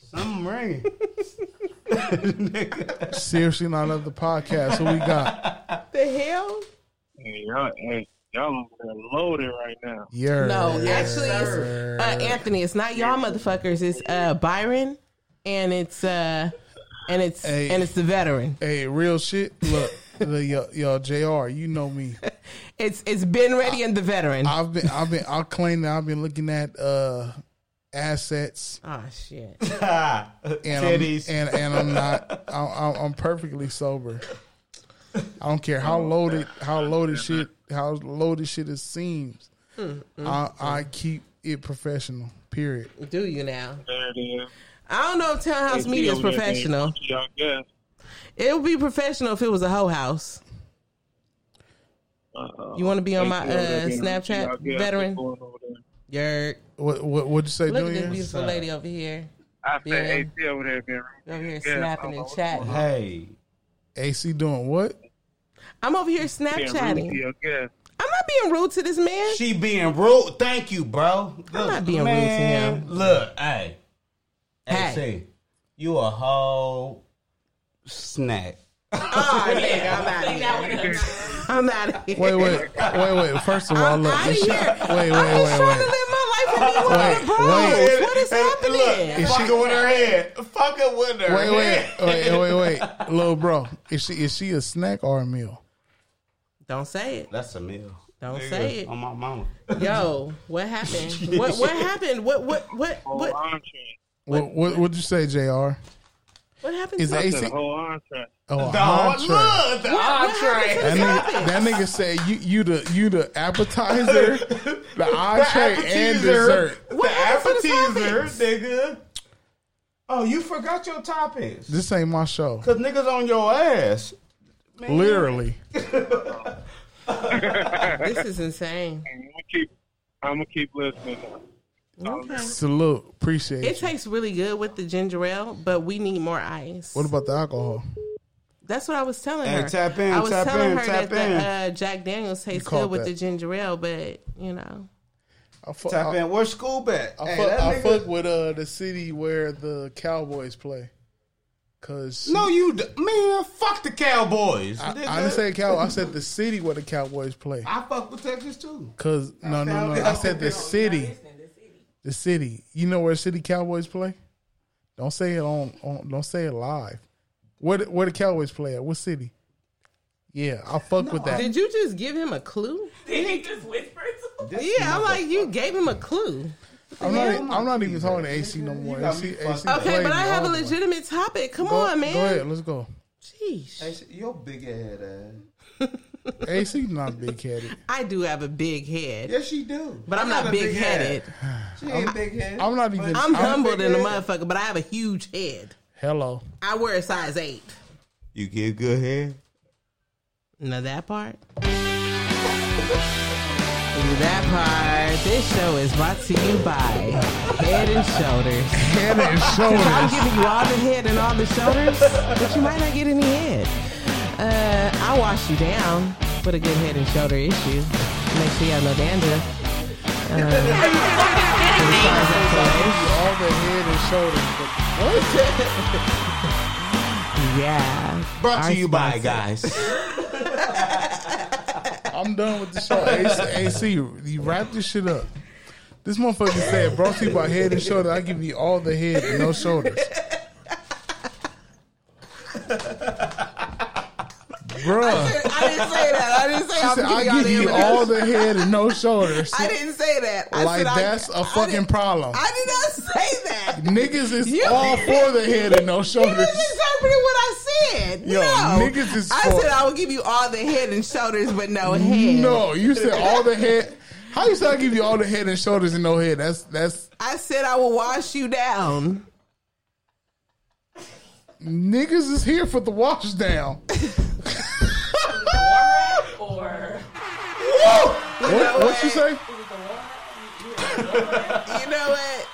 Something ringing. Seriously, not of the podcast. Who we got? The hell? y'all, hey, y'all are loaded right now. Yeah. No, actually, it's, uh, Anthony, it's not y'all motherfuckers. It's uh, Byron, and it's uh, and it's and it's the veteran. Hey, real shit. Look, the, yo, yo, Jr. You know me. It's it's been ready and the veteran. Ah, I've been, I've been, I'll claim that I've been looking at uh assets. Ah, shit. and, I'm, Titties. and and I'm not. I'm, I'm- I'm perfectly sober. I don't care Oh. how loaded, how loaded shit, how loaded shit it seems. Mm, mm, I, I keep it professional. Period. Do you now? There it is. I don't know if Townhouse Media is professional. Y'all guess. It would be professional if it was a hoe house. You want to be on my uh, Snapchat, veteran? Yerk. What what what'd you say? Look at Junior? this beautiful lady over here. I Yeah. said AC over there, man. Over here Yeah, snapping I'm and over- chatting. Hey, AC doing what? I'm over here Being rude to Snapchatting. your guest. I'm not being rude to this man. She being rude. Thank you, bro. Look, I'm not being rude to man, him. Look, hey, Hey. AC, you a whole snack. Oh, nigga, I'm out of here. I'm out of here. Wait wait wait wait. First of all, look. outta Is she, wait here. wait I'm wait just wait. trying to live my life and be one of the Wait, bros. wait. What is happening? Look, fuck it with her head. Fuck it with her Wait wait head. wait wait wait. Little bro, is she is she a snack or a meal? Don't say it. That's a meal. Don't Nigga, say it. On my mama. Yo, what happened? what what happened? What what what Oh, what What what would you say, Jr? what happened? Is to AC? The whole entree. Oh, The a whole- entree. look, the entree. That nigga, that nigga said you you the you the appetizer, the entree and dessert. The appetizer, nigga. Oh, you forgot your toppings. This ain't my show. Cause niggas on your ass. Man. Literally. This is insane. I'm gonna keep, I'm gonna keep listening. Okay. Salute. Appreciate It it. tastes really good with the ginger ale, but we need more ice. What about the alcohol? That's what I was telling Hey, her. tap in, I was tap telling in, her tap that the, uh, Jack Daniels tastes caught good with that. the ginger ale, but you know, I fu- Tap I- in. Where's school at? I, Hey, fuck, that I nigga- fuck with uh, the city where the Cowboys play. Cause No, you d- man. Fuck the Cowboys. I, I nigga. didn't say cow. I said the city where the Cowboys play. I fuck with Texas too. Cause no, no, no. I said the city, the city. You know where city Cowboys play? Don't say it on. on don't say it live. Where the- where the Cowboys play at? What city? Yeah, I fuck with that. Did you just give him a clue? Did he just whisper? yeah, I'm like, you gave him a clue. I'm not. e, I'm not even talking to AC no more. AC, AC Okay, but I have a legitimate topic. Come on, man. Go ahead, let's go. Jeez. your big head ass. AC not big headed. I do have a big head. Yes, she do. But I'm, not, a big headed. head. She ain't big head. I'm not even. I'm humble than a motherfucker, but I have a huge head. Hello. I wear a size eight. You give good head. Now that part. That part. This show is brought to you by Head and Shoulders. Head and Shoulders. I'm giving you all the head and all the shoulders, but you might not get any head. Uh, I wash you down with a good head and shoulder issue. Make sure you have no dandruff. Um, All the head and shoulders. yeah. Brought Our to you by sponsor. guys. I'm done with the show. AC, you wrap this shit up. This motherfucker said, brought to you by head and shoulder. I give you all the head and no shoulders. Bruh. I didn't say that. I didn't say She I'm said, I giving y'all give you the all all the head and no shoulders. I didn't say that. I like said I- that's a fucking problem. I did not say that. niggas is You- all for the head and no You shoulders. misinterpreted what I said. Yo, no. niggas is I for- said I will give you all the head and shoulders, but no head. No, you said all the head. How you say I give you all the head and shoulders and no head? That's that's I said I will wash you down. niggas is here for the wash down. Or What, what you say? You know what?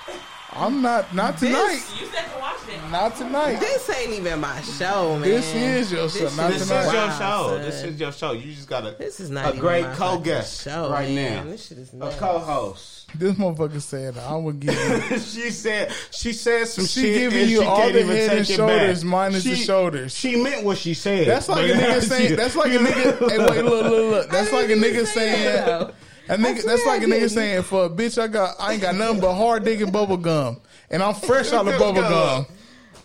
I'm not not tonight. you said to watch it. Not tonight. This ain't even my show, man. This is your show, not This is tonight. your Wow, show. son. This is your show. You just got a This is not a even great my fucking co-guest show, right man. now. This shit is a nuts. co-host. This motherfucker said I would give you. she said she said some She shit giving and you she all can't the even head take and it shoulders back. minus the She- shoulders. She meant what she said. That's like a But nigga she- saying. That's like a nigga. Hey, wait, look, look, look. That's like a nigga saying. A nigga, that's like a nigga saying for a bitch. I got, I ain't got nothing but hard dick and bubble gum, and I'm fresh out of bubble gum.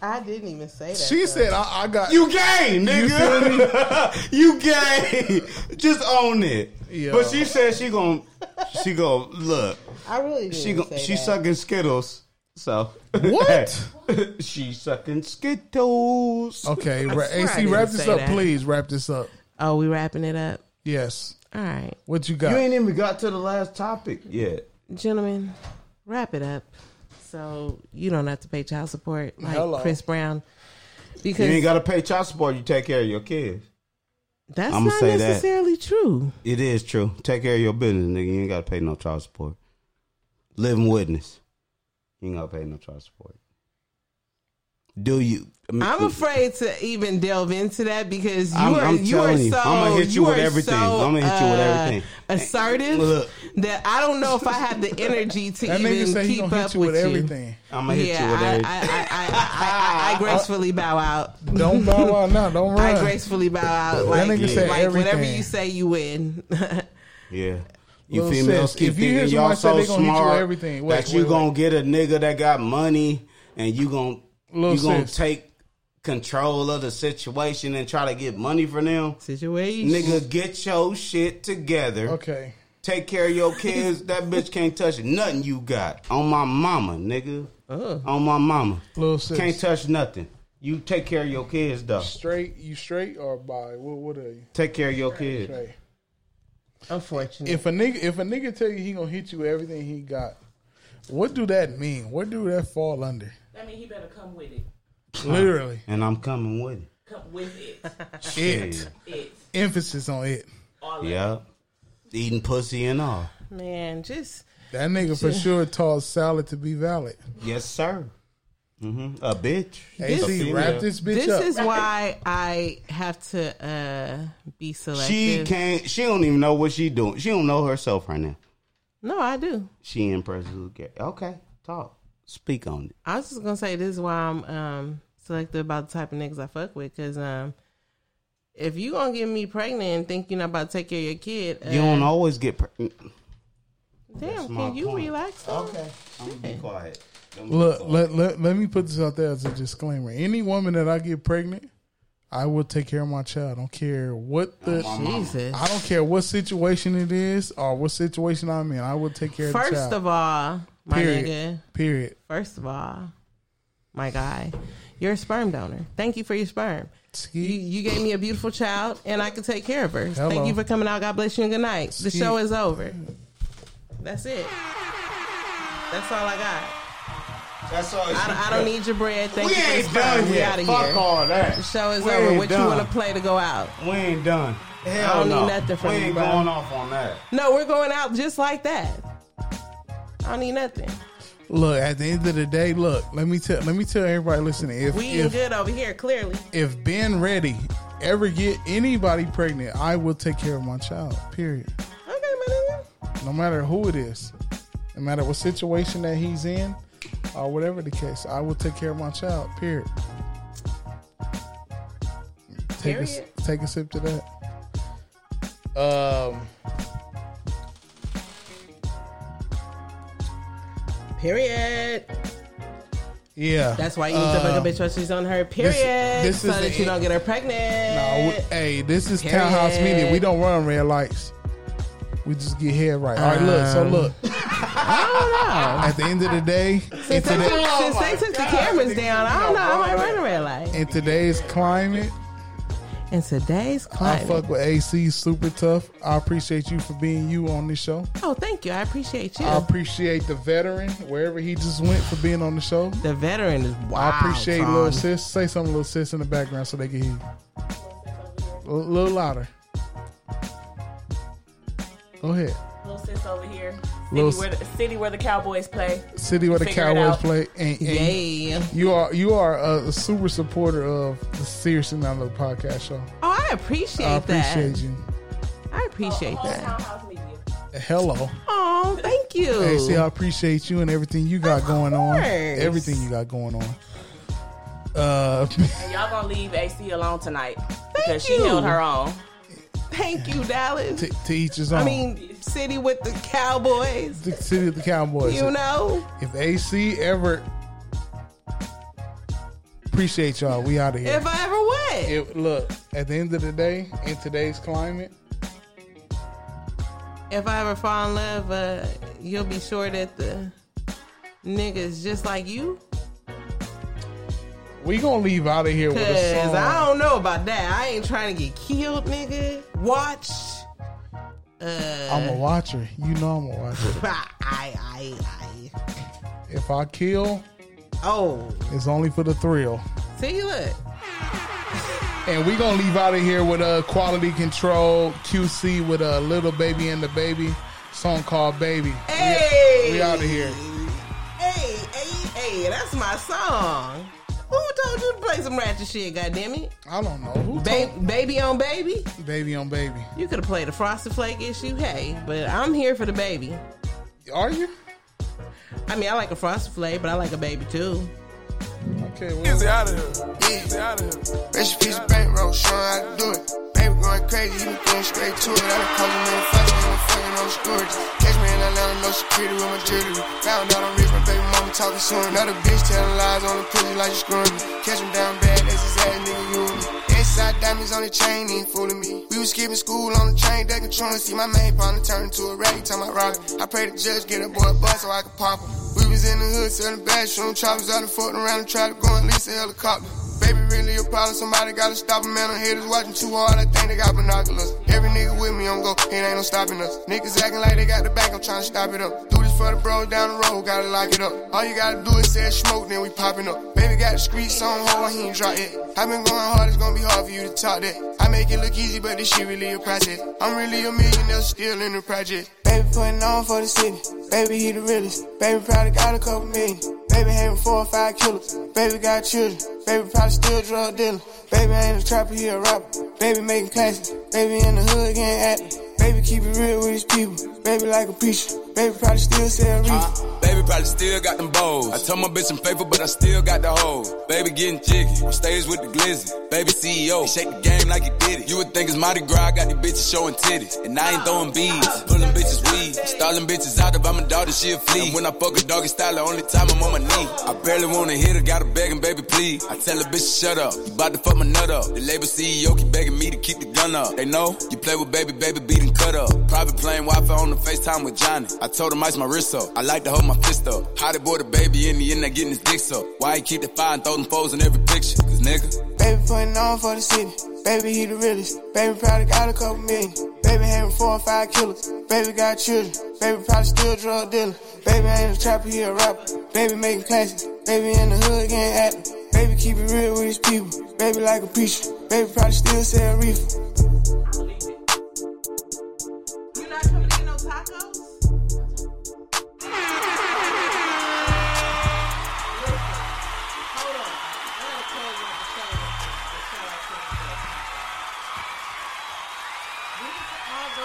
I didn't even say that. She said, I, I got You gay, feel me? nigga. You, gay. Just own it. Yeah. But she said she gon' she gon' look. I really didn't She gon' say she that. sucking Skittles. So What? Oh, she sucking Skittles. Okay, ra- swear I AC, didn't wrap this say up, that. please. Wrap this up. Oh, we wrapping it up. Yes. All right, What you You got? ain't even got to the last topic yet. gentlemen, wrap it up. So you don't have to pay child support like Hello. Chris Brown. You Because ain't gotta pay child support. You take care of your kids. that's I'ma not say that. necessarily true. It is true. Take care of your business, nigga. You ain't gotta pay no child support. Living witness. You ain't gotta pay no child support. Do you? I'm afraid to even delve into that because you I'm- are I'm you are telling you, so I'ma hit you are with everything. so, I'ma hit you with uh, everything. Assertive Look. that I don't know if I have the energy to That nigga even said he keep gonna hit up you with, with everything. I'm gonna hit yeah, you with I, everything. I, I, I, I, I gracefully bow out. Don't bow out now. Don't run. I gracefully bow out. Like, nigga said like whatever everything. you say, you win. Yeah. You Little females sis, keep if you hear thinking y'all somebody say so they gonna hit you with smart everything, wait, that you wait, gonna wait. get a nigga that got money and you gonna Little you gonna sis. take control of the situation and try to get money from them. Situation. Nigga, get your shit together. Okay. Take care of your kids. that bitch can't touch nothing you got. On my mama, nigga. On my mama. Uh. Little sis. Can't touch nothing. You take care of your kids though. Straight? You straight or bi? What? What are you? Take care of your kids. Straight. Unfortunately. If a nigga, if a nigga tell you he gonna hit you with everything he got, what do that mean? What do that fall under? That mean he better come with it. Literally, And I'm coming with it. Come with it. it. It. Emphasis on it. All of Yeah. Eating pussy and all. Man, just That nigga for sure taught salad to be valid. Yes, sir. hmm A bitch. A AC, female. wrap this bitch this up. is why I have to uh, be selective. She can't. She don't even know what she doing. She don't know herself right now. No, I do. She in President Gary. Okay, talk. Speak on it. I was just gonna say this is why I'm um, selective about the type of niggas I fuck with. Cause um, if you gonna get me pregnant and think you're not about to take care of your kid, uh, You don't always get. Pre- Damn, my can you point. relax? though? okay, I'm gonna be quiet. Look, let, let, let me put this out there as a disclaimer. Any woman that I get pregnant, I will take care of my child. I don't care what the Oh, my mama. Jesus. I don't care what situation it is or what situation I'm in. I will take care of the First child. of all, my Period. nigga. Period. First of all, my guy, you're a sperm donor. Thank you for your sperm. You, you gave me a beautiful child, and I can take care of her. Hello. Thank you for coming out. God bless you and good night. The Ski. show is over. That's it. That's all I got. That's all. I, I don't need your bread. Thank We you. for the ain't sperm. done We yet. out of Fuck here. all that. The show is We over. ain't What done. you want to play to go out? We ain't done. Hell I don't no. need nothing from we you, ain't bro. going off on that. No, we're going out just like that. I don't need nothing. Look, at the end of the day, look, let me tell let me tell everybody listening if We ain't if, good over here, clearly. if Ben Ready ever get anybody pregnant, I will take care of my child. Period. No matter who it is, no matter what situation that he's in, or whatever the case, I will take care of my child. Period. Take a, Period. take a sip to that. Um. Period. Yeah. Um, That's why you need to fuck a bitch while she's on her period, Uh, this so is that the- you don't get her pregnant. No, we- hey, this is townhouse Period. media. We don't run red lights. We just get head right. All right, look. So Um, look. I At the end of the day, in, Since, they, today- took- since they took the cameras down, I don't know. I might run a red light. in today's climate, in today's I climate. fuck with AC super tough. I appreciate you for being you on this show. Oh, thank you. I appreciate you. I appreciate the veteran wherever he just went for being on the show. The veteran is wild. I appreciate Tom. little sis. Say something, little sis, in the background so they can hear you. A little louder. Go ahead. Little sis over here. Little City where, the, city where the Cowboys play. City where the Figure it Cowboys out. play, and, and Yay. you are you are a, super supporter of the Seriously Not Little podcast show. Oh, I appreciate, I appreciate that. you. I appreciate that. Hello. Oh, thank you. Hey, see, I appreciate you and everything you got going on. course. Everything you got going on. Uh, And y'all gonna leave eh? AC alone tonight because you. she held her own. Thank you, Dallas. to, to each his own. I mean, city with the Cowboys. the city of the Cowboys. You know, if AC ever appreciate y'all, we out of here. if I ever would. It- look, at the end of the day, in today's climate, If I ever fall in love, uh, you'll be sure that the niggas just like you. we gonna leave out of here with a Cause song. I don't know about that. I ain't trying to get killed, nigga. Watch. Uh, I'm a watcher. You know I'm a watcher. I, I, I. If I kill, Oh, it's only for the thrill. see, look. And we gonna leave out of here with uh, quality control QC with a uh, little baby and the baby song called Baby. We- Hey. we, out of here. Hey, hey, hey, that's my song. Who told you to play some ratchet shit, goddammit? I don't know who Ba- baby on baby? told- baby on baby. You could have played a frosted flake issue, hey, but I'm here for the baby. Are you? I mean, I like a frosted flake, but I like a baby too. Okay, Easy out of here. Easy out of here. Rich piece of bankroll, showing how to do it. Baby going crazy, he was going straight to it. I done called him in the fight, I'm fucking no storage. Catch me in Atlanta, no security with my jewelry. Found out I'm rich, my baby mama talking soon. Another bitch telling lies on the pussy like you screwing me. Catch him down bad, that's his ass, nigga, you and me. Inside diamonds on the chain, he ain't fooling me. We was skipping school on the train, that controlling. See my main partner turn into a rat, he talking about robbing. I pray the judge get a boy a bus so I can pop him. We was in the hood selling bathroom choppers. I done fucked around and tried to go and lease a helicopter. Baby, really a problem. Somebody gotta stop him. Man, I'm haters watching too hard. I think they got binoculars. Every nigga with me, I'm go. It ain't no stopping us. Niggas acting like they got the back. I'm trying to stop it up. Do this for the bros down the road. Gotta lock it up. All you gotta do is say smoke, then we popping up. Baby got the streets on hold. He ain't drop it. I've been going hard. It's gonna be hard for you to top that. I make it look easy, but this shit really a process. I'm really a millionaire still in the project. Baby putting on for the city. Baby, he the realest. Baby, probably got a couple million. Baby, having four or five killers. Baby, got children. Baby, probably still drug dealer. Baby, ain't a trapper, he a rapper. Baby, making classes. Baby, in the hood, getting active. Baby, keep it real with these people. Baby like a peach. Baby probably still sell reef. Uh, Baby probably still got them bowls. I told my bitch I'm faithful, but I still got the hoes. Baby getting jiggy, on stage with the glizzy. Baby CEO, he shake the game like he did it. You would think it's Mardi Gras, I got these bitches showing titties. And I ain't throwing beads, pulling bitches weed. Stalling bitches out, if I'm a daughter, she a flea. And when I fuck a doggy style, the only time I'm on my knee. I barely wanna hit her, gotta beg and baby please. I tell a bitch to shut up, you bout to fuck my nut up. The label CEO keep begging me to keep the gun up. They know, you play with baby, baby beating cut up. Private plane Wi-Fi on the FaceTime with Johnny. I told him ice my wrist up. I like to hold my fist up. How they boy the baby in the end, they getting his dicks up. Why he keep the fire and throw them foes in every picture? Cause nigga, Baby putting on for the city. Baby, he the realest. Baby probably got a couple million. Baby having four or five killers. Baby got children. Baby probably still drug dealer. Baby ain't a trapper, he a rapper. Baby making classics. Baby in the hood getting active. Baby keep it real with his people. Baby like a preacher. Baby probably still sell reefer.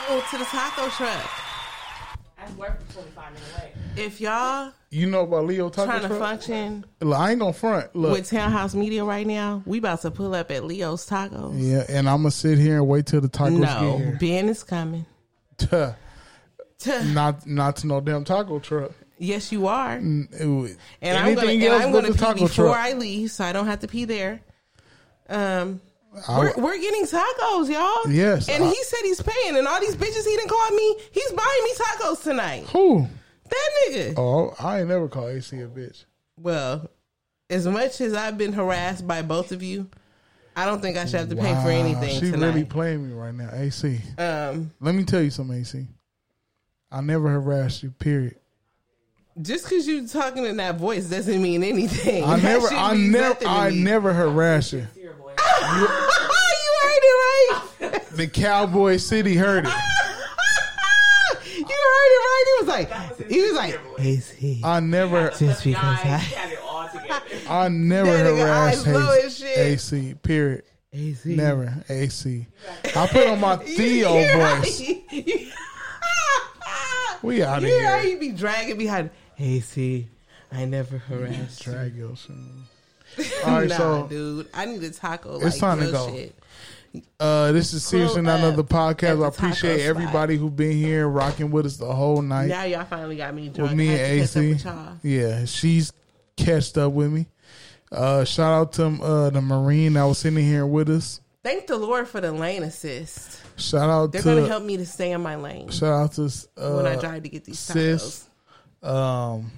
Go to the taco truck. That's worth the 45 minute wait. If y'all You know about Leo Taco trying to Truck? function Look, I ain't gonna front. Look, with Townhouse Media right now, we about to pull up at Leo's Tacos. yeah, and I'm gonna sit here and wait till the tacos no, get here. Ben is coming. Tuh. not not to no damn taco truck. Yes, you are. And And I'm gonna, and I'm gonna pee before I leave, so I don't have to pee there. Um, I- we're, we're getting tacos, y'all. Yes, And I- he said he's paying, and all these bitches he didn't call me. He's buying me tacos tonight. Who? That nigga. Oh, I ain't never called AC a bitch. Well, as much as I've been harassed by both of you, I don't think I should have to pay for Wow, anything She tonight. really playing me right now, AC. Um, Let me tell you something, AC. I never harassed you. Period. just because you talking in that voice doesn't mean anything. I That never, shouldn't I mean never, nothing to I me. never harassed you. you heard it right. The Cowboy City heard it. You heard it right. He was like, he was like, AC. I never, Just because I, I never That nigga harassed eyes low as AC, shit. AC. Period. AC. Never AC. I put on my Theo you, voice. You, We out of you here. heard he be dragging behind. AC, I never harassed. you. Drag your shit. All right, nah, so dude, I need a taco. Like, it's time to real go. Shit. Uh, this is seriously not another podcast. I appreciate taco everybody who's been here rocking with us the whole night. Now y'all finally got me drunk. with me I and had to catch up AC. with y'all. Yeah, she's catched up with me. Uh, shout out to uh, the Marine that was sitting here with us. Thank the Lord for the lane assist. Shout out They're to gonna help me to stay in my lane. shout out to uh, When I tried to get these sis, um,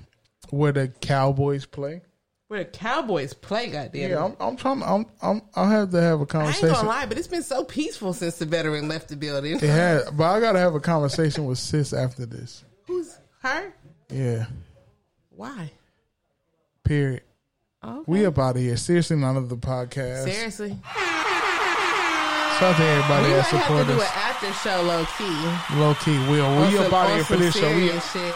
where the Cowboys play. Where the Cowboys play, goddamn. Yeah, I'm, I'm trying. I'm, I'm I have to have a I ain't conversation. gonna lie, but it's been so peaceful since the veteran left the building. It had, but I gotta have a conversation with sis after this. Who's her? Yeah. Why? Period. We up out of here. Seriously, none of the podcast. Seriously, Shout out to everybody we might that have support to do an us. after show, low key. Low key, we are On we some- up out on of here for some this show. We, serious shit.